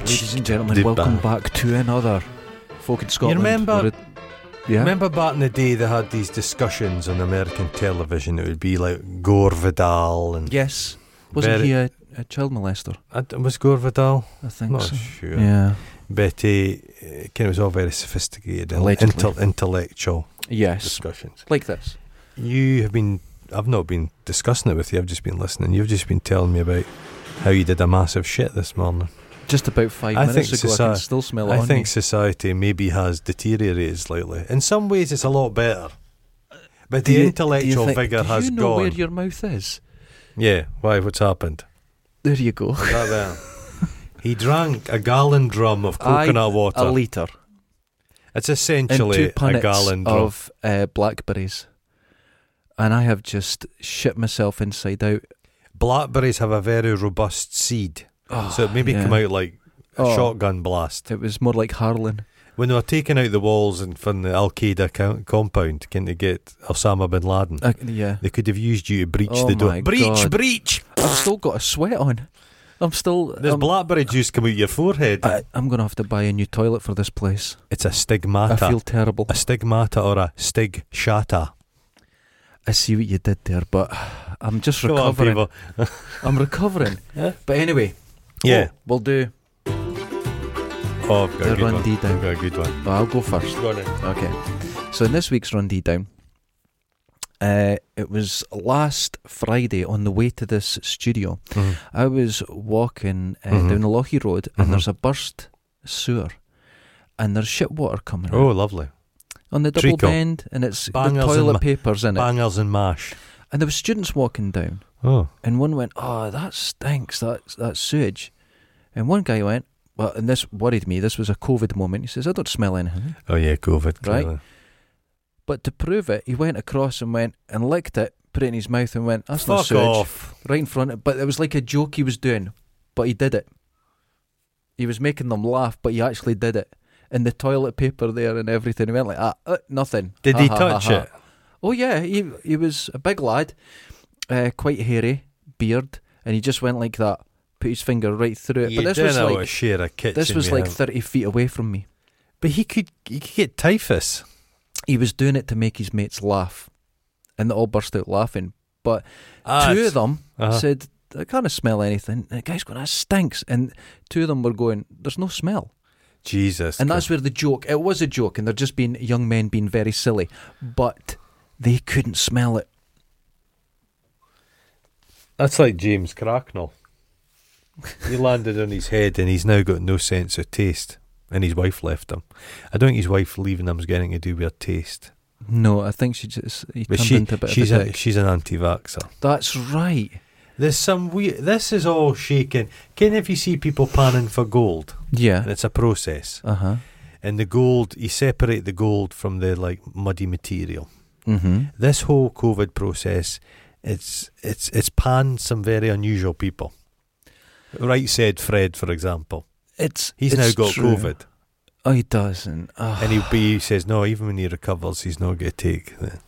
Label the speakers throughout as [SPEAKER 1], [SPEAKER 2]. [SPEAKER 1] Ladies and gentlemen, welcome back to another Folk in Scotland.
[SPEAKER 2] remember-
[SPEAKER 1] We're at- yeah.
[SPEAKER 2] Remember back in the day they had these discussions on American television. It would be like Gore Vidal and
[SPEAKER 1] Yes. Wasn't
[SPEAKER 2] Very-
[SPEAKER 1] he a, a child molester?
[SPEAKER 2] I d- was Gore Vidal.
[SPEAKER 1] I think
[SPEAKER 2] Not
[SPEAKER 1] so.
[SPEAKER 2] Oh, sure.
[SPEAKER 1] Yeah.
[SPEAKER 2] Betty, uh, kind of was all very sophisticated and
[SPEAKER 1] Allegedly.
[SPEAKER 2] intel- intellectual
[SPEAKER 1] Yes.
[SPEAKER 2] discussions.
[SPEAKER 1] Like this.
[SPEAKER 2] You have been. I've not been discussing it with you. I've just been listening. You've just been telling me about how you did a massive shit this morning.
[SPEAKER 1] Just about five
[SPEAKER 2] I
[SPEAKER 1] minutes
[SPEAKER 2] think
[SPEAKER 1] ago, I can
[SPEAKER 2] soci-
[SPEAKER 1] still smell it
[SPEAKER 2] I
[SPEAKER 1] on
[SPEAKER 2] think
[SPEAKER 1] me.
[SPEAKER 2] society maybe has deteriorated slightly. In some ways, it's a lot better, but
[SPEAKER 1] Do
[SPEAKER 2] the
[SPEAKER 1] you- do you
[SPEAKER 2] intellectual
[SPEAKER 1] think-
[SPEAKER 2] figure
[SPEAKER 1] do
[SPEAKER 2] has
[SPEAKER 1] you know
[SPEAKER 2] gone.
[SPEAKER 1] where your mouth is?
[SPEAKER 2] yeah, why? What's happened?
[SPEAKER 1] There you go.
[SPEAKER 2] Is that there? he drank a gallon drum of
[SPEAKER 1] I-
[SPEAKER 2] coconut
[SPEAKER 1] A
[SPEAKER 2] water.
[SPEAKER 1] litre
[SPEAKER 2] it's
[SPEAKER 1] and two
[SPEAKER 2] essentially a
[SPEAKER 1] punnets
[SPEAKER 2] gallon drum.
[SPEAKER 1] of uh, blackberries. And I have just shit myself inside out.
[SPEAKER 2] Blackberries have a very robust seed,
[SPEAKER 1] Oh,
[SPEAKER 2] so it maybe
[SPEAKER 1] yeah.
[SPEAKER 2] come out like a
[SPEAKER 1] Oh.
[SPEAKER 2] shotgun blast.
[SPEAKER 1] It was more like Harlan.
[SPEAKER 2] When they were taking out the walls and from the Al Qaeda co- compound, can they get Osama bin Laden?
[SPEAKER 1] Uh, yeah.
[SPEAKER 2] They could have used you to breach
[SPEAKER 1] Oh
[SPEAKER 2] the door.
[SPEAKER 1] my
[SPEAKER 2] breach,
[SPEAKER 1] God.
[SPEAKER 2] breach!
[SPEAKER 1] I've still got a sweat on. I'm still.
[SPEAKER 2] There's
[SPEAKER 1] I'm,
[SPEAKER 2] blackberry juice coming out your forehead.
[SPEAKER 1] Um, I, I'm going to have to buy a new toilet for this place.
[SPEAKER 2] it's a stigmata.
[SPEAKER 1] I feel terrible.
[SPEAKER 2] a stigmata or a stig shata.
[SPEAKER 1] I see what you did there, but I'm just
[SPEAKER 2] Come on,
[SPEAKER 1] recovering.
[SPEAKER 2] people.
[SPEAKER 1] I'm recovering.
[SPEAKER 2] Yeah.
[SPEAKER 1] But anyway,
[SPEAKER 2] Yeah.
[SPEAKER 1] oh, we'll do.
[SPEAKER 2] Oh, I've got
[SPEAKER 1] The
[SPEAKER 2] a good
[SPEAKER 1] run
[SPEAKER 2] one.
[SPEAKER 1] D down.
[SPEAKER 2] I've got a good one.
[SPEAKER 1] I'll go first.
[SPEAKER 2] Go on then.
[SPEAKER 1] Okay. So in this week's Run D Down, uh, it was last Friday on the way to this studio.
[SPEAKER 2] Mhm.
[SPEAKER 1] I was walking uh,
[SPEAKER 2] Mhm.
[SPEAKER 1] down the Lochie Road and
[SPEAKER 2] Mhm.
[SPEAKER 1] there's a burst sewer and there's shit water coming
[SPEAKER 2] Oh,
[SPEAKER 1] out
[SPEAKER 2] lovely.
[SPEAKER 1] on the double
[SPEAKER 2] treacle.
[SPEAKER 1] bend and it's
[SPEAKER 2] Bangers
[SPEAKER 1] the
[SPEAKER 2] and
[SPEAKER 1] toilet
[SPEAKER 2] ma-
[SPEAKER 1] papers in it.
[SPEAKER 2] Bangers and mash.
[SPEAKER 1] And there were students walking down
[SPEAKER 2] Oh.
[SPEAKER 1] and one went, Oh, that stinks, that, that sewage. And one guy went, Well, and this worried me. This was a COVID moment. He says, I don't smell anything.
[SPEAKER 2] Oh, yeah, COVID.
[SPEAKER 1] Right.
[SPEAKER 2] clearly.
[SPEAKER 1] But to prove it, he went across and went and licked it, put it in his mouth and went, That's not
[SPEAKER 2] Fuck
[SPEAKER 1] sewage.
[SPEAKER 2] off.
[SPEAKER 1] Right in front of But it was like a joke he was doing, but he did it. He was making them laugh, but he actually did it. And the toilet paper there and everything. He went like, ah, uh, nothing.
[SPEAKER 2] Did
[SPEAKER 1] Ha,
[SPEAKER 2] he
[SPEAKER 1] ha, ha,
[SPEAKER 2] touch
[SPEAKER 1] ha."
[SPEAKER 2] it?
[SPEAKER 1] Oh, yeah. He, he was a big lad, uh, quite hairy, beard, and he just went like that, put his finger right through it.
[SPEAKER 2] You
[SPEAKER 1] but this
[SPEAKER 2] do
[SPEAKER 1] was
[SPEAKER 2] know
[SPEAKER 1] like,
[SPEAKER 2] what share a kitchen.
[SPEAKER 1] this was
[SPEAKER 2] we
[SPEAKER 1] like
[SPEAKER 2] have.
[SPEAKER 1] 30 feet away from me.
[SPEAKER 2] But he could he could get typhus.
[SPEAKER 1] He was doing it to make his mates laugh. And they all burst out laughing. But
[SPEAKER 2] Ah,
[SPEAKER 1] two
[SPEAKER 2] it's-
[SPEAKER 1] of them
[SPEAKER 2] uh-huh.
[SPEAKER 1] said, I can't smell anything. And the guy's going, that stinks. And two of them were going, there's no smell.
[SPEAKER 2] Jesus.
[SPEAKER 1] and that's where the joke, it was a joke, and they're just being young men being very silly. But they couldn't smell it.
[SPEAKER 2] that's like James Cracknell. he landed on his head and he's now got no sense of taste. And his wife left him. I don't think his wife leaving him's getting to do with her taste.
[SPEAKER 1] No, I think she just, he
[SPEAKER 2] But
[SPEAKER 1] turned
[SPEAKER 2] she,
[SPEAKER 1] into a bit
[SPEAKER 2] she's
[SPEAKER 1] of a
[SPEAKER 2] a,
[SPEAKER 1] dick.
[SPEAKER 2] she's an anti-vaxxer.
[SPEAKER 1] That's right.
[SPEAKER 2] There's some weird. This is all shaking. Can if you see people panning for gold, and
[SPEAKER 1] Yeah.
[SPEAKER 2] it's a process.
[SPEAKER 1] Uh huh.
[SPEAKER 2] And the gold, you separate the gold from the like muddy material.
[SPEAKER 1] Mm hmm.
[SPEAKER 2] this whole COVID process, it's it's it's panned some very unusual people. Right said Fred, for example.
[SPEAKER 1] It's
[SPEAKER 2] He's
[SPEAKER 1] it's
[SPEAKER 2] now got
[SPEAKER 1] true.
[SPEAKER 2] COVID,
[SPEAKER 1] Oh, he doesn't. Ah,
[SPEAKER 2] and he, he says no. Even when he recovers, he's not going to take. The,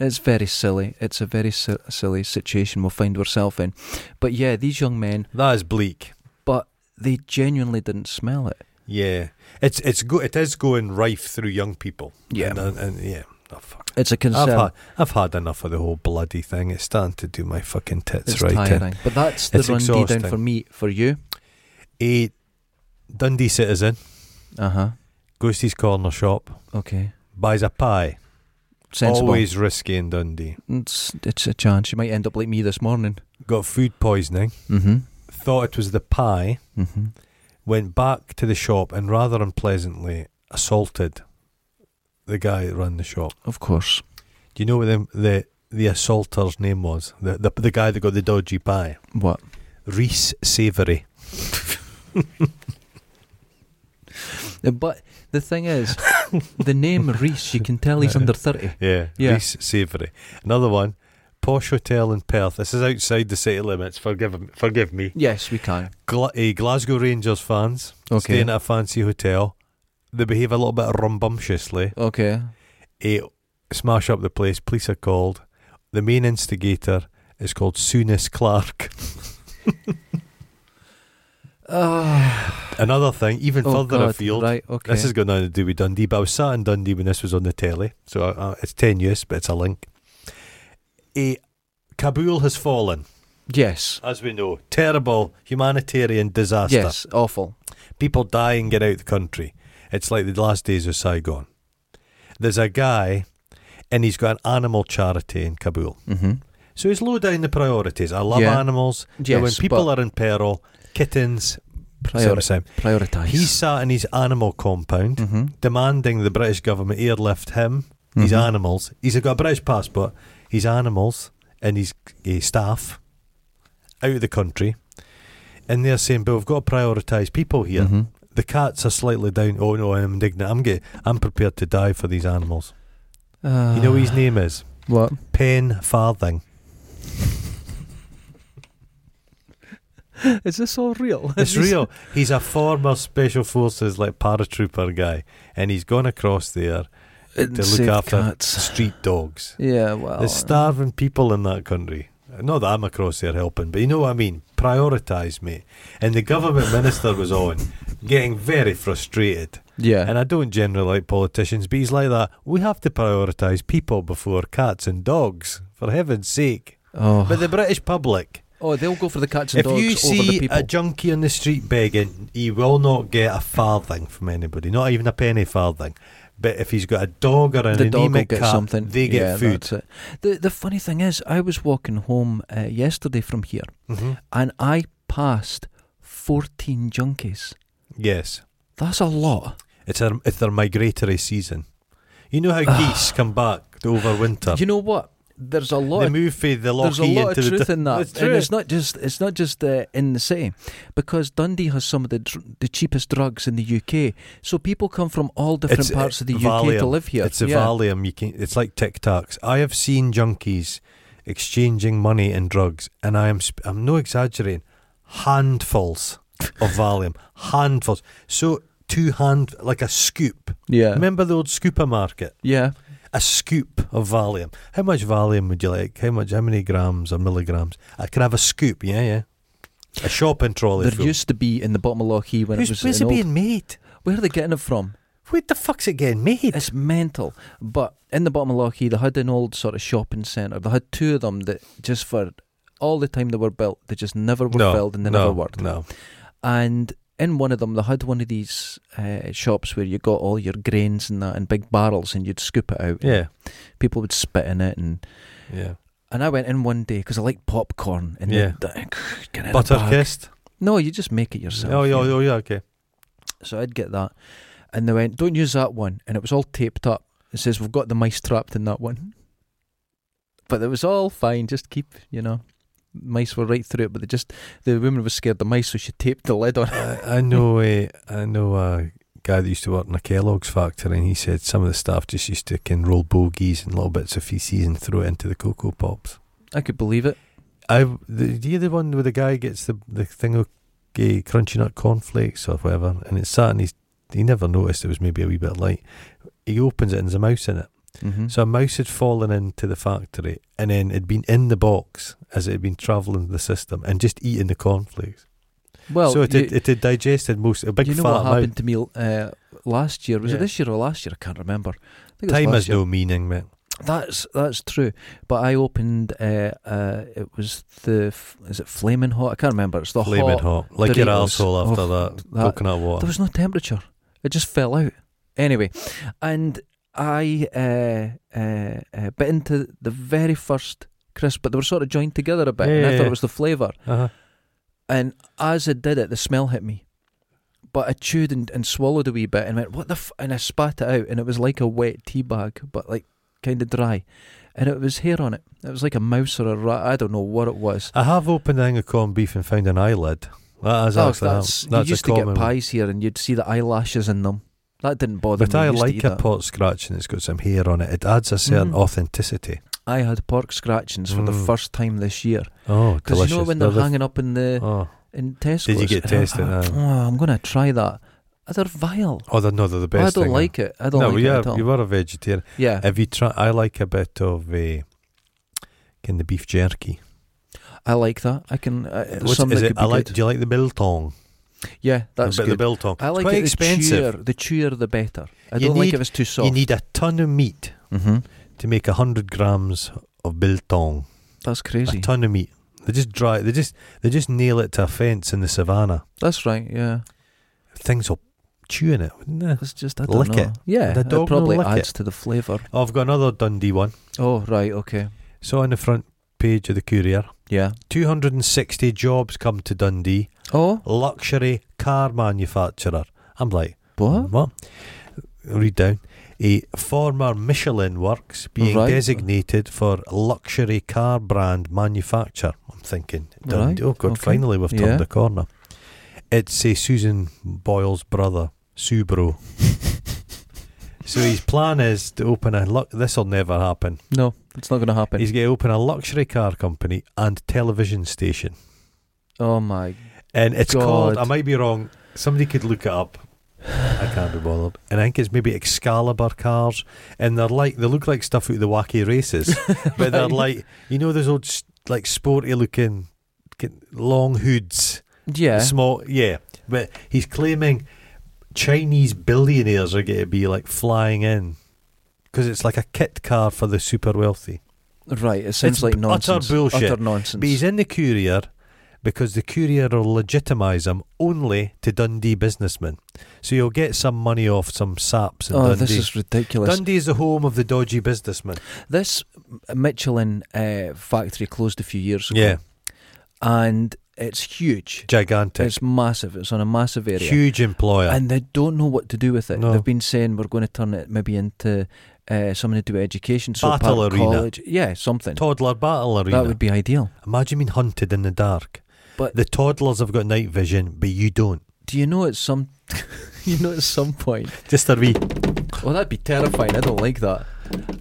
[SPEAKER 1] It's very silly. It's a very si- silly situation we'll find ourselves in. But yeah, these young men,
[SPEAKER 2] that is bleak.
[SPEAKER 1] but they genuinely didn't smell it.
[SPEAKER 2] Yeah, it's it's go, it is going rife through young people.
[SPEAKER 1] Yeah.
[SPEAKER 2] and, and, and- yeah. Oh, fuck.
[SPEAKER 1] It's a
[SPEAKER 2] I've
[SPEAKER 1] concern.
[SPEAKER 2] had I've had enough of the whole bloody thing. It's starting to do my fucking tits
[SPEAKER 1] it's
[SPEAKER 2] right eh? in.
[SPEAKER 1] tiring. But that's the
[SPEAKER 2] It's
[SPEAKER 1] run D down
[SPEAKER 2] exhausting.
[SPEAKER 1] for me. For you,
[SPEAKER 2] A Dundee citizen
[SPEAKER 1] uh huh.
[SPEAKER 2] Uh-huh. goes to his corner shop,
[SPEAKER 1] Okay,
[SPEAKER 2] buys a pie.
[SPEAKER 1] sensible.
[SPEAKER 2] Always risky in Dundee.
[SPEAKER 1] It's it's a chance you might end up like me this morning.
[SPEAKER 2] got food poisoning,
[SPEAKER 1] Mm-hmm.
[SPEAKER 2] thought it was the pie,
[SPEAKER 1] Mm-hmm.
[SPEAKER 2] went back to the shop and rather unpleasantly assaulted the guy that ran the shop.
[SPEAKER 1] Of course.
[SPEAKER 2] Do you know what the the, the assaulter's name was? The, the the guy that got the dodgy pie?
[SPEAKER 1] What?
[SPEAKER 2] Reese Savory.
[SPEAKER 1] Uh, But the thing is, the name Reese, you can tell he's under thirty.
[SPEAKER 2] Yeah,
[SPEAKER 1] Yeah.
[SPEAKER 2] Reese Savory. Another one, Posh Hotel in Perth. This is outside the city limits. Forgive forgive me.
[SPEAKER 1] Yes, we can.
[SPEAKER 2] Gla- eh, Glasgow Rangers fans
[SPEAKER 1] Okay.
[SPEAKER 2] staying at a fancy hotel. They behave a little bit rumbumptiously.
[SPEAKER 1] Okay.
[SPEAKER 2] eh, smash up the place. Police are called. The main instigator is called Soonis Clark. Another thing, even
[SPEAKER 1] oh,
[SPEAKER 2] Ah, further
[SPEAKER 1] God,
[SPEAKER 2] afield,
[SPEAKER 1] Right, okay.
[SPEAKER 2] This has got nothing to do with Dundee, but I was sat in Dundee when this was on the telly, so uh, it's tenuous, but it's a link. Eh, Kabul has fallen,
[SPEAKER 1] yes.
[SPEAKER 2] as we know. Terrible humanitarian disaster.
[SPEAKER 1] Yes, awful.
[SPEAKER 2] People die and get out of the country. It's like the last days of Saigon. There's a guy, and he's got an animal charity in Kabul.
[SPEAKER 1] Mm-hmm.
[SPEAKER 2] So he's low down the priorities. I love
[SPEAKER 1] Yeah.
[SPEAKER 2] animals.
[SPEAKER 1] Yes,
[SPEAKER 2] but when people
[SPEAKER 1] but-
[SPEAKER 2] are in peril, kittens,
[SPEAKER 1] Priori-
[SPEAKER 2] same.
[SPEAKER 1] Prioritise.
[SPEAKER 2] He sat in his animal compound
[SPEAKER 1] hmm
[SPEAKER 2] demanding the British government airlift him, his
[SPEAKER 1] Mhm.
[SPEAKER 2] animals. He's got a British passport, his animals, and his, his staff out of the country. And they're saying, but we've got to prioritise people here.
[SPEAKER 1] Mhm.
[SPEAKER 2] The cats are slightly down. Oh no, I'm indignant. I'm get, I'm prepared to die for these animals.
[SPEAKER 1] Uh,
[SPEAKER 2] You know what his name is?
[SPEAKER 1] Ah, What?
[SPEAKER 2] Pen Farthing.
[SPEAKER 1] Is this all real?
[SPEAKER 2] It's real. He's a former special forces like paratrooper guy, and he's gone across there to look after
[SPEAKER 1] cats.
[SPEAKER 2] street dogs.
[SPEAKER 1] Yeah, well.
[SPEAKER 2] There's starving people in that country. Not that I'm across there helping, but you know what I mean. Prioritise, mate. And the government minister was on, getting very frustrated.
[SPEAKER 1] Yeah.
[SPEAKER 2] And I don't generally like politicians, but he's like that. We have to prioritise people before cats and dogs, for heaven's sake.
[SPEAKER 1] oh.
[SPEAKER 2] But the British public,
[SPEAKER 1] oh, they'll go for the cats and
[SPEAKER 2] if
[SPEAKER 1] dogs
[SPEAKER 2] you
[SPEAKER 1] over the
[SPEAKER 2] see
[SPEAKER 1] people.
[SPEAKER 2] a junkie on the street begging, he will not get a farthing from anybody, not even a penny farthing. But if he's got a dog or an
[SPEAKER 1] the dog will
[SPEAKER 2] anemic
[SPEAKER 1] get
[SPEAKER 2] cat,
[SPEAKER 1] something.
[SPEAKER 2] they get
[SPEAKER 1] Yeah,
[SPEAKER 2] food.
[SPEAKER 1] that's it. The the funny thing is, I was walking home uh, yesterday from here,
[SPEAKER 2] Mhm.
[SPEAKER 1] and I passed fourteen junkies.
[SPEAKER 2] Yes.
[SPEAKER 1] That's a lot.
[SPEAKER 2] It's their, it's their migratory season. You know how geese come back to over winter.
[SPEAKER 1] You know what? There's a lot.
[SPEAKER 2] they
[SPEAKER 1] of,
[SPEAKER 2] move from the
[SPEAKER 1] there's a
[SPEAKER 2] Lochy into
[SPEAKER 1] lot of
[SPEAKER 2] the.
[SPEAKER 1] truth in that,
[SPEAKER 2] It's
[SPEAKER 1] and
[SPEAKER 2] true.
[SPEAKER 1] it's not just it's not just uh, in the city, because Dundee has some of the dr- the cheapest drugs in the UK. So people come from all different
[SPEAKER 2] It's, uh,
[SPEAKER 1] parts of the UK to
[SPEAKER 2] Valium.
[SPEAKER 1] live here.
[SPEAKER 2] It's a
[SPEAKER 1] yeah.
[SPEAKER 2] Valium. You can. It's like Tic Tacs. I have seen junkies exchanging money and drugs, and I am. Sp- I'm no exaggerating. Handfuls of Valium. handfuls. So two hand like a scoop.
[SPEAKER 1] Yeah,
[SPEAKER 2] Remember the old scooper market.
[SPEAKER 1] yeah.
[SPEAKER 2] a scoop of Valium. How much Valium would you like? How much? How many grams or milligrams? I can have a scoop. Yeah, yeah. A shopping trolley.
[SPEAKER 1] There
[SPEAKER 2] full.
[SPEAKER 1] used to be in the bottom of Lochee when
[SPEAKER 2] Who's,
[SPEAKER 1] it was
[SPEAKER 2] where's
[SPEAKER 1] an
[SPEAKER 2] it
[SPEAKER 1] old.
[SPEAKER 2] being made?
[SPEAKER 1] Where are they getting it from?
[SPEAKER 2] Where the fuck's it getting made?
[SPEAKER 1] It's mental. But in the bottom of Lochee, they had an old sort of shopping centre. They had two of them that just for all the time they were built, they just never were filled and they never
[SPEAKER 2] no,
[SPEAKER 1] worked.
[SPEAKER 2] No.
[SPEAKER 1] And in one of them, they had one of these uh, shops where you got all your grains and that in big barrels and you'd scoop it out.
[SPEAKER 2] Yeah.
[SPEAKER 1] People would spit in it. And,
[SPEAKER 2] Yeah.
[SPEAKER 1] and I went in one day because I like popcorn. And
[SPEAKER 2] Yeah.
[SPEAKER 1] the- get it in a
[SPEAKER 2] Butter
[SPEAKER 1] bag.
[SPEAKER 2] kissed.
[SPEAKER 1] No, you just make it yourself.
[SPEAKER 2] Oh yeah.
[SPEAKER 1] you know.
[SPEAKER 2] Oh yeah. Okay.
[SPEAKER 1] So I'd get that. And they went, don't use that one. And it was all taped up. It says, we've got the mice trapped in that one. But it was all fine. Just keep, you know, mice were right through it. But they just, the woman was scared of the mice, so she taped the lid on it.
[SPEAKER 2] I, I know. Uh, I know a guy that used to work in a Kellogg's factory, and he said some of the staff just used to can roll bogies and little bits of feces and throw it into the cocoa pops.
[SPEAKER 1] I could believe it.
[SPEAKER 2] I the, the other one where the guy gets the the thing of eh, crunchy nut cornflakes or whatever, and it's sat and he's he never noticed it was maybe a wee bit light. He opens it and there's a mouse in it.
[SPEAKER 1] Mm-hmm.
[SPEAKER 2] So a mouse had fallen into the factory and then it'd been in the box as it had been travelling the system and just eating the cornflakes.
[SPEAKER 1] well,
[SPEAKER 2] so it,
[SPEAKER 1] you,
[SPEAKER 2] had, it had digested most a big
[SPEAKER 1] you know
[SPEAKER 2] fat
[SPEAKER 1] what happened
[SPEAKER 2] amount.
[SPEAKER 1] to me uh, last year? Was
[SPEAKER 2] Yeah.
[SPEAKER 1] it this year or last year? I can't remember. I think it was
[SPEAKER 2] Time
[SPEAKER 1] last
[SPEAKER 2] has
[SPEAKER 1] year.
[SPEAKER 2] no meaning, mate.
[SPEAKER 1] That's that's true. But I opened. Uh, uh, it was the f- is it flaming hot? I can't remember. It's the
[SPEAKER 2] Flaming
[SPEAKER 1] hot
[SPEAKER 2] hot. Like your
[SPEAKER 1] Doritos.
[SPEAKER 2] arsehole after
[SPEAKER 1] Oh,
[SPEAKER 2] that,
[SPEAKER 1] that-
[SPEAKER 2] coconut water.
[SPEAKER 1] There was no temperature. It just fell out. Anyway, and I uh, uh, uh, bit into the very first crisp, but they were sort of joined together a bit,
[SPEAKER 2] Yeah,
[SPEAKER 1] and I
[SPEAKER 2] yeah,
[SPEAKER 1] thought
[SPEAKER 2] yeah.
[SPEAKER 1] it was the flavour.
[SPEAKER 2] uh-huh.
[SPEAKER 1] And as I did it, the smell hit me. But I chewed and, and swallowed a wee bit and went, what the f-? And I spat it out, and it was like a wet tea bag, but like kind of dry. And it was hair on it. It was like a mouse or a rat. I don't know what it was.
[SPEAKER 2] I have opened a thing of corned beef and found an eyelid. That has
[SPEAKER 1] Oh,
[SPEAKER 2] actually happened.
[SPEAKER 1] that's,
[SPEAKER 2] that's
[SPEAKER 1] you
[SPEAKER 2] a
[SPEAKER 1] used to
[SPEAKER 2] common
[SPEAKER 1] get
[SPEAKER 2] one.
[SPEAKER 1] pies here, and you'd see the eyelashes in them. That didn't bother
[SPEAKER 2] But
[SPEAKER 1] me.
[SPEAKER 2] I
[SPEAKER 1] used to
[SPEAKER 2] like
[SPEAKER 1] eat
[SPEAKER 2] a
[SPEAKER 1] that.
[SPEAKER 2] pot scratch and it's got some hair on it. It adds a certain
[SPEAKER 1] Mhm.
[SPEAKER 2] authenticity.
[SPEAKER 1] I had pork scratchings for the
[SPEAKER 2] Mm.
[SPEAKER 1] first time this year
[SPEAKER 2] Oh,
[SPEAKER 1] because
[SPEAKER 2] delicious.
[SPEAKER 1] you know when they're,
[SPEAKER 2] the-
[SPEAKER 1] hanging up in the
[SPEAKER 2] Oh,
[SPEAKER 1] in Tesco.
[SPEAKER 2] Did you get tested, no?
[SPEAKER 1] Oh, I'm gonna try that. Uh, They're vile.
[SPEAKER 2] oh they're, no, they're the
[SPEAKER 1] I
[SPEAKER 2] best.
[SPEAKER 1] don't
[SPEAKER 2] thing.
[SPEAKER 1] like it. I don't
[SPEAKER 2] no,
[SPEAKER 1] like
[SPEAKER 2] yeah,
[SPEAKER 1] it at all.
[SPEAKER 2] you are a vegetarian.
[SPEAKER 1] yeah.
[SPEAKER 2] Have you tried? I like a bit of uh, can the beef jerky.
[SPEAKER 1] I like that. I can. Uh,
[SPEAKER 2] What's-
[SPEAKER 1] some
[SPEAKER 2] is
[SPEAKER 1] that
[SPEAKER 2] it?
[SPEAKER 1] could be
[SPEAKER 2] I like.
[SPEAKER 1] good.
[SPEAKER 2] Do you like the biltong?
[SPEAKER 1] Yeah, that's
[SPEAKER 2] the, bit- the
[SPEAKER 1] good.
[SPEAKER 2] biltong. Tom.
[SPEAKER 1] I like
[SPEAKER 2] it's quite
[SPEAKER 1] it
[SPEAKER 2] expensive.
[SPEAKER 1] The chewer, the chewer, the better. I
[SPEAKER 2] You
[SPEAKER 1] don't like
[SPEAKER 2] need-
[SPEAKER 1] if it's too
[SPEAKER 2] You
[SPEAKER 1] soft.
[SPEAKER 2] need a ton of meat
[SPEAKER 1] mm-hmm.
[SPEAKER 2] to make hundred grams of biltong.
[SPEAKER 1] That's
[SPEAKER 2] A
[SPEAKER 1] crazy.
[SPEAKER 2] ton of meat. They just dry. They just they just nail it to a fence in the savannah.
[SPEAKER 1] That's right. Yeah,
[SPEAKER 2] Things will chew in it, wouldn't they?
[SPEAKER 1] it's just I don't
[SPEAKER 2] Lick
[SPEAKER 1] know.
[SPEAKER 2] it.
[SPEAKER 1] Yeah,
[SPEAKER 2] The dog
[SPEAKER 1] it
[SPEAKER 2] will
[SPEAKER 1] probably
[SPEAKER 2] lick
[SPEAKER 1] adds
[SPEAKER 2] it.
[SPEAKER 1] to the flavour.
[SPEAKER 2] Oh, I've got another Dundee one.
[SPEAKER 1] Oh right, okay.
[SPEAKER 2] Saw on the front page of the Courier.
[SPEAKER 1] Yeah.
[SPEAKER 2] 260 jobs come to Dundee.
[SPEAKER 1] Oh
[SPEAKER 2] Luxury car manufacturer. I'm like,
[SPEAKER 1] what?
[SPEAKER 2] What? Read down. A former Michelin works being
[SPEAKER 1] Right.
[SPEAKER 2] designated for luxury car brand manufacture. I'm thinking, done.
[SPEAKER 1] Right,
[SPEAKER 2] oh God,
[SPEAKER 1] okay.
[SPEAKER 2] finally we've turned
[SPEAKER 1] Yeah.
[SPEAKER 2] the corner. It's a Susan Boyle's brother, Subro. so his plan is to open a luck. This will never happen.
[SPEAKER 1] No, it's not going to happen.
[SPEAKER 2] He's going to open a luxury car company and television station,
[SPEAKER 1] oh my.
[SPEAKER 2] and it's called.
[SPEAKER 1] God.
[SPEAKER 2] I might be wrong. Somebody could look it up. I can't be bothered. And I think it's maybe Excalibur cars, and they're like they look like stuff out of the wacky races, but they're like you know those old s- like sporty looking k- long hoods,
[SPEAKER 1] yeah.
[SPEAKER 2] small yeah. But he's claiming Chinese billionaires are going to be like flying in because it's like a kit car for the super wealthy.
[SPEAKER 1] Right. It
[SPEAKER 2] It's
[SPEAKER 1] sounds like
[SPEAKER 2] utter
[SPEAKER 1] nonsense.
[SPEAKER 2] bullshit.
[SPEAKER 1] Utter nonsense.
[SPEAKER 2] But he's in the Courier because the Courier will legitimise him only to Dundee businessmen. So you'll get some money off some saps in
[SPEAKER 1] oh,
[SPEAKER 2] Dundee.
[SPEAKER 1] this is ridiculous.
[SPEAKER 2] Dundee is the home of the dodgy businessmen.
[SPEAKER 1] this Michelin uh, factory closed a few years ago.
[SPEAKER 2] Yeah,
[SPEAKER 1] And it's huge.
[SPEAKER 2] gigantic.
[SPEAKER 1] It's massive. It's on a massive area.
[SPEAKER 2] Huge employer.
[SPEAKER 1] And they don't know what to do with it.
[SPEAKER 2] No.
[SPEAKER 1] They've been saying we're going to turn it maybe into uh, something to do with education. So
[SPEAKER 2] Battle
[SPEAKER 1] part of
[SPEAKER 2] arena.
[SPEAKER 1] College. Yeah, something.
[SPEAKER 2] Toddler battle arena.
[SPEAKER 1] That would be ideal.
[SPEAKER 2] Imagine being hunted in the dark.
[SPEAKER 1] But-
[SPEAKER 2] the toddlers have got night vision, but you don't.
[SPEAKER 1] Do you know at some you know at some point
[SPEAKER 2] Just a wee.
[SPEAKER 1] Well, that'd be terrifying. I don't like that.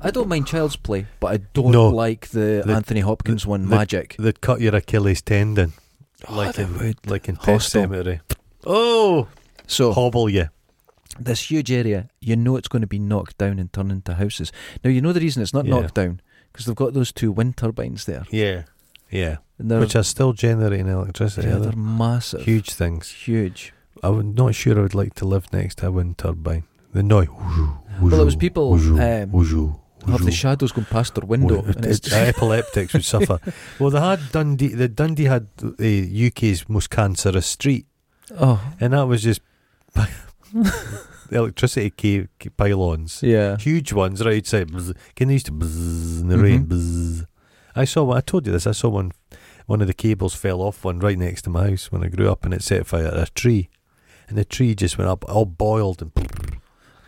[SPEAKER 1] I don't mind Child's Play, but I don't
[SPEAKER 2] No.
[SPEAKER 1] like the,
[SPEAKER 2] The-
[SPEAKER 1] Anthony Hopkins one,
[SPEAKER 2] the-
[SPEAKER 1] Magic.
[SPEAKER 2] They'd cut your Achilles tendon,
[SPEAKER 1] Oh,
[SPEAKER 2] like
[SPEAKER 1] they
[SPEAKER 2] in
[SPEAKER 1] would.
[SPEAKER 2] like in Pet
[SPEAKER 1] Hostile.
[SPEAKER 2] Sematary. Oh,
[SPEAKER 1] So
[SPEAKER 2] hobble you.
[SPEAKER 1] this huge area, you know, it's going to be knocked down and turned into houses. Now you know the reason it's not
[SPEAKER 2] Yeah.
[SPEAKER 1] knocked down because they've got those two wind turbines there,
[SPEAKER 2] Yeah, yeah.
[SPEAKER 1] and they're,
[SPEAKER 2] Which are still generating electricity.
[SPEAKER 1] yeah,
[SPEAKER 2] are they?
[SPEAKER 1] they're massive,
[SPEAKER 2] Huge things.
[SPEAKER 1] huge.
[SPEAKER 2] I'm not sure I would like to live next to a wind turbine. The noise.
[SPEAKER 1] Well, it was people um, have the
[SPEAKER 2] the
[SPEAKER 1] shadows going past their window, and it's just,
[SPEAKER 2] uh, epileptics would suffer. Well, they had Dundee. The Dundee had the UK's most cancerous street,
[SPEAKER 1] oh
[SPEAKER 2] and that was just electricity ca- ca- pylons,
[SPEAKER 1] yeah,
[SPEAKER 2] huge ones right outside. Bzz. Can they used to bzz in the rain?
[SPEAKER 1] Mhm.
[SPEAKER 2] Bzz. I saw one. I told you this. I saw one. One of the cables fell off one right next to my house when I grew up, and it set fire to a tree, and the tree just went up, all boiled and.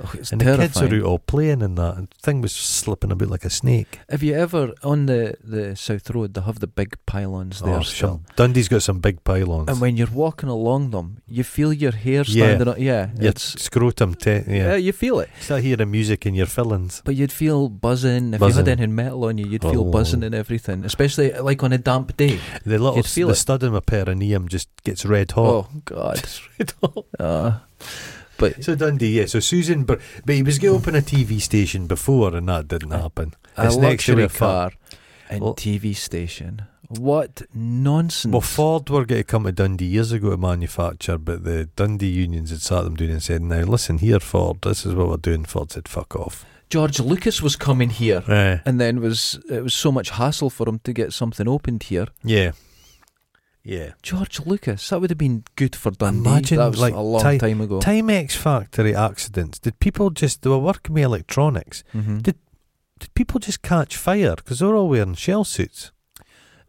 [SPEAKER 1] oh, it's
[SPEAKER 2] and the kids
[SPEAKER 1] terrifying.
[SPEAKER 2] are out all playing and that. And the thing was slipping about like a snake.
[SPEAKER 1] Have you ever on the the South Road? They have the big pylons there.
[SPEAKER 2] Oh,
[SPEAKER 1] still.
[SPEAKER 2] some- Dundee's got some big pylons.
[SPEAKER 1] And when you're walking along them, you feel your hair
[SPEAKER 2] Yeah.
[SPEAKER 1] standing up. Yeah,
[SPEAKER 2] your
[SPEAKER 1] it's
[SPEAKER 2] scrotum, te-
[SPEAKER 1] yeah.
[SPEAKER 2] yeah.
[SPEAKER 1] you feel it.
[SPEAKER 2] Start hearing music in your fillings.
[SPEAKER 1] But you'd feel buzzing if you
[SPEAKER 2] Buzzing.
[SPEAKER 1] had anything metal on you. You'd feel
[SPEAKER 2] Oh.
[SPEAKER 1] buzzing and everything, especially like on a damp day.
[SPEAKER 2] The little
[SPEAKER 1] You'd feel
[SPEAKER 2] the
[SPEAKER 1] it.
[SPEAKER 2] stud in my perineum just gets red hot.
[SPEAKER 1] Oh, God!
[SPEAKER 2] Red hot.
[SPEAKER 1] Uh, but
[SPEAKER 2] So Dundee, yeah. So Susan, Bur- but he was going to open a TV station before, and that didn't happen.
[SPEAKER 1] a
[SPEAKER 2] It's next to
[SPEAKER 1] luxury
[SPEAKER 2] the car.
[SPEAKER 1] car and
[SPEAKER 2] Well-
[SPEAKER 1] TV station. What nonsense!
[SPEAKER 2] Well, Ford were going to come to Dundee years ago to manufacture, but the Dundee unions had sat them down and said, "Now listen here, Ford. This is what we're doing." Ford said, "Fuck off."
[SPEAKER 1] George Lucas was coming here,
[SPEAKER 2] Eh.
[SPEAKER 1] and then was it was so much hassle for him to get something opened here.
[SPEAKER 2] Yeah. Yeah.
[SPEAKER 1] George Lucas, that would have been good for Dundee.
[SPEAKER 2] Imagine,
[SPEAKER 1] that was
[SPEAKER 2] like,
[SPEAKER 1] a long
[SPEAKER 2] ti-
[SPEAKER 1] time ago.
[SPEAKER 2] Timex factory accidents. Did people just, they were working with electronics.
[SPEAKER 1] Mhm.
[SPEAKER 2] Did people just catch fire? Because they're all wearing shell suits.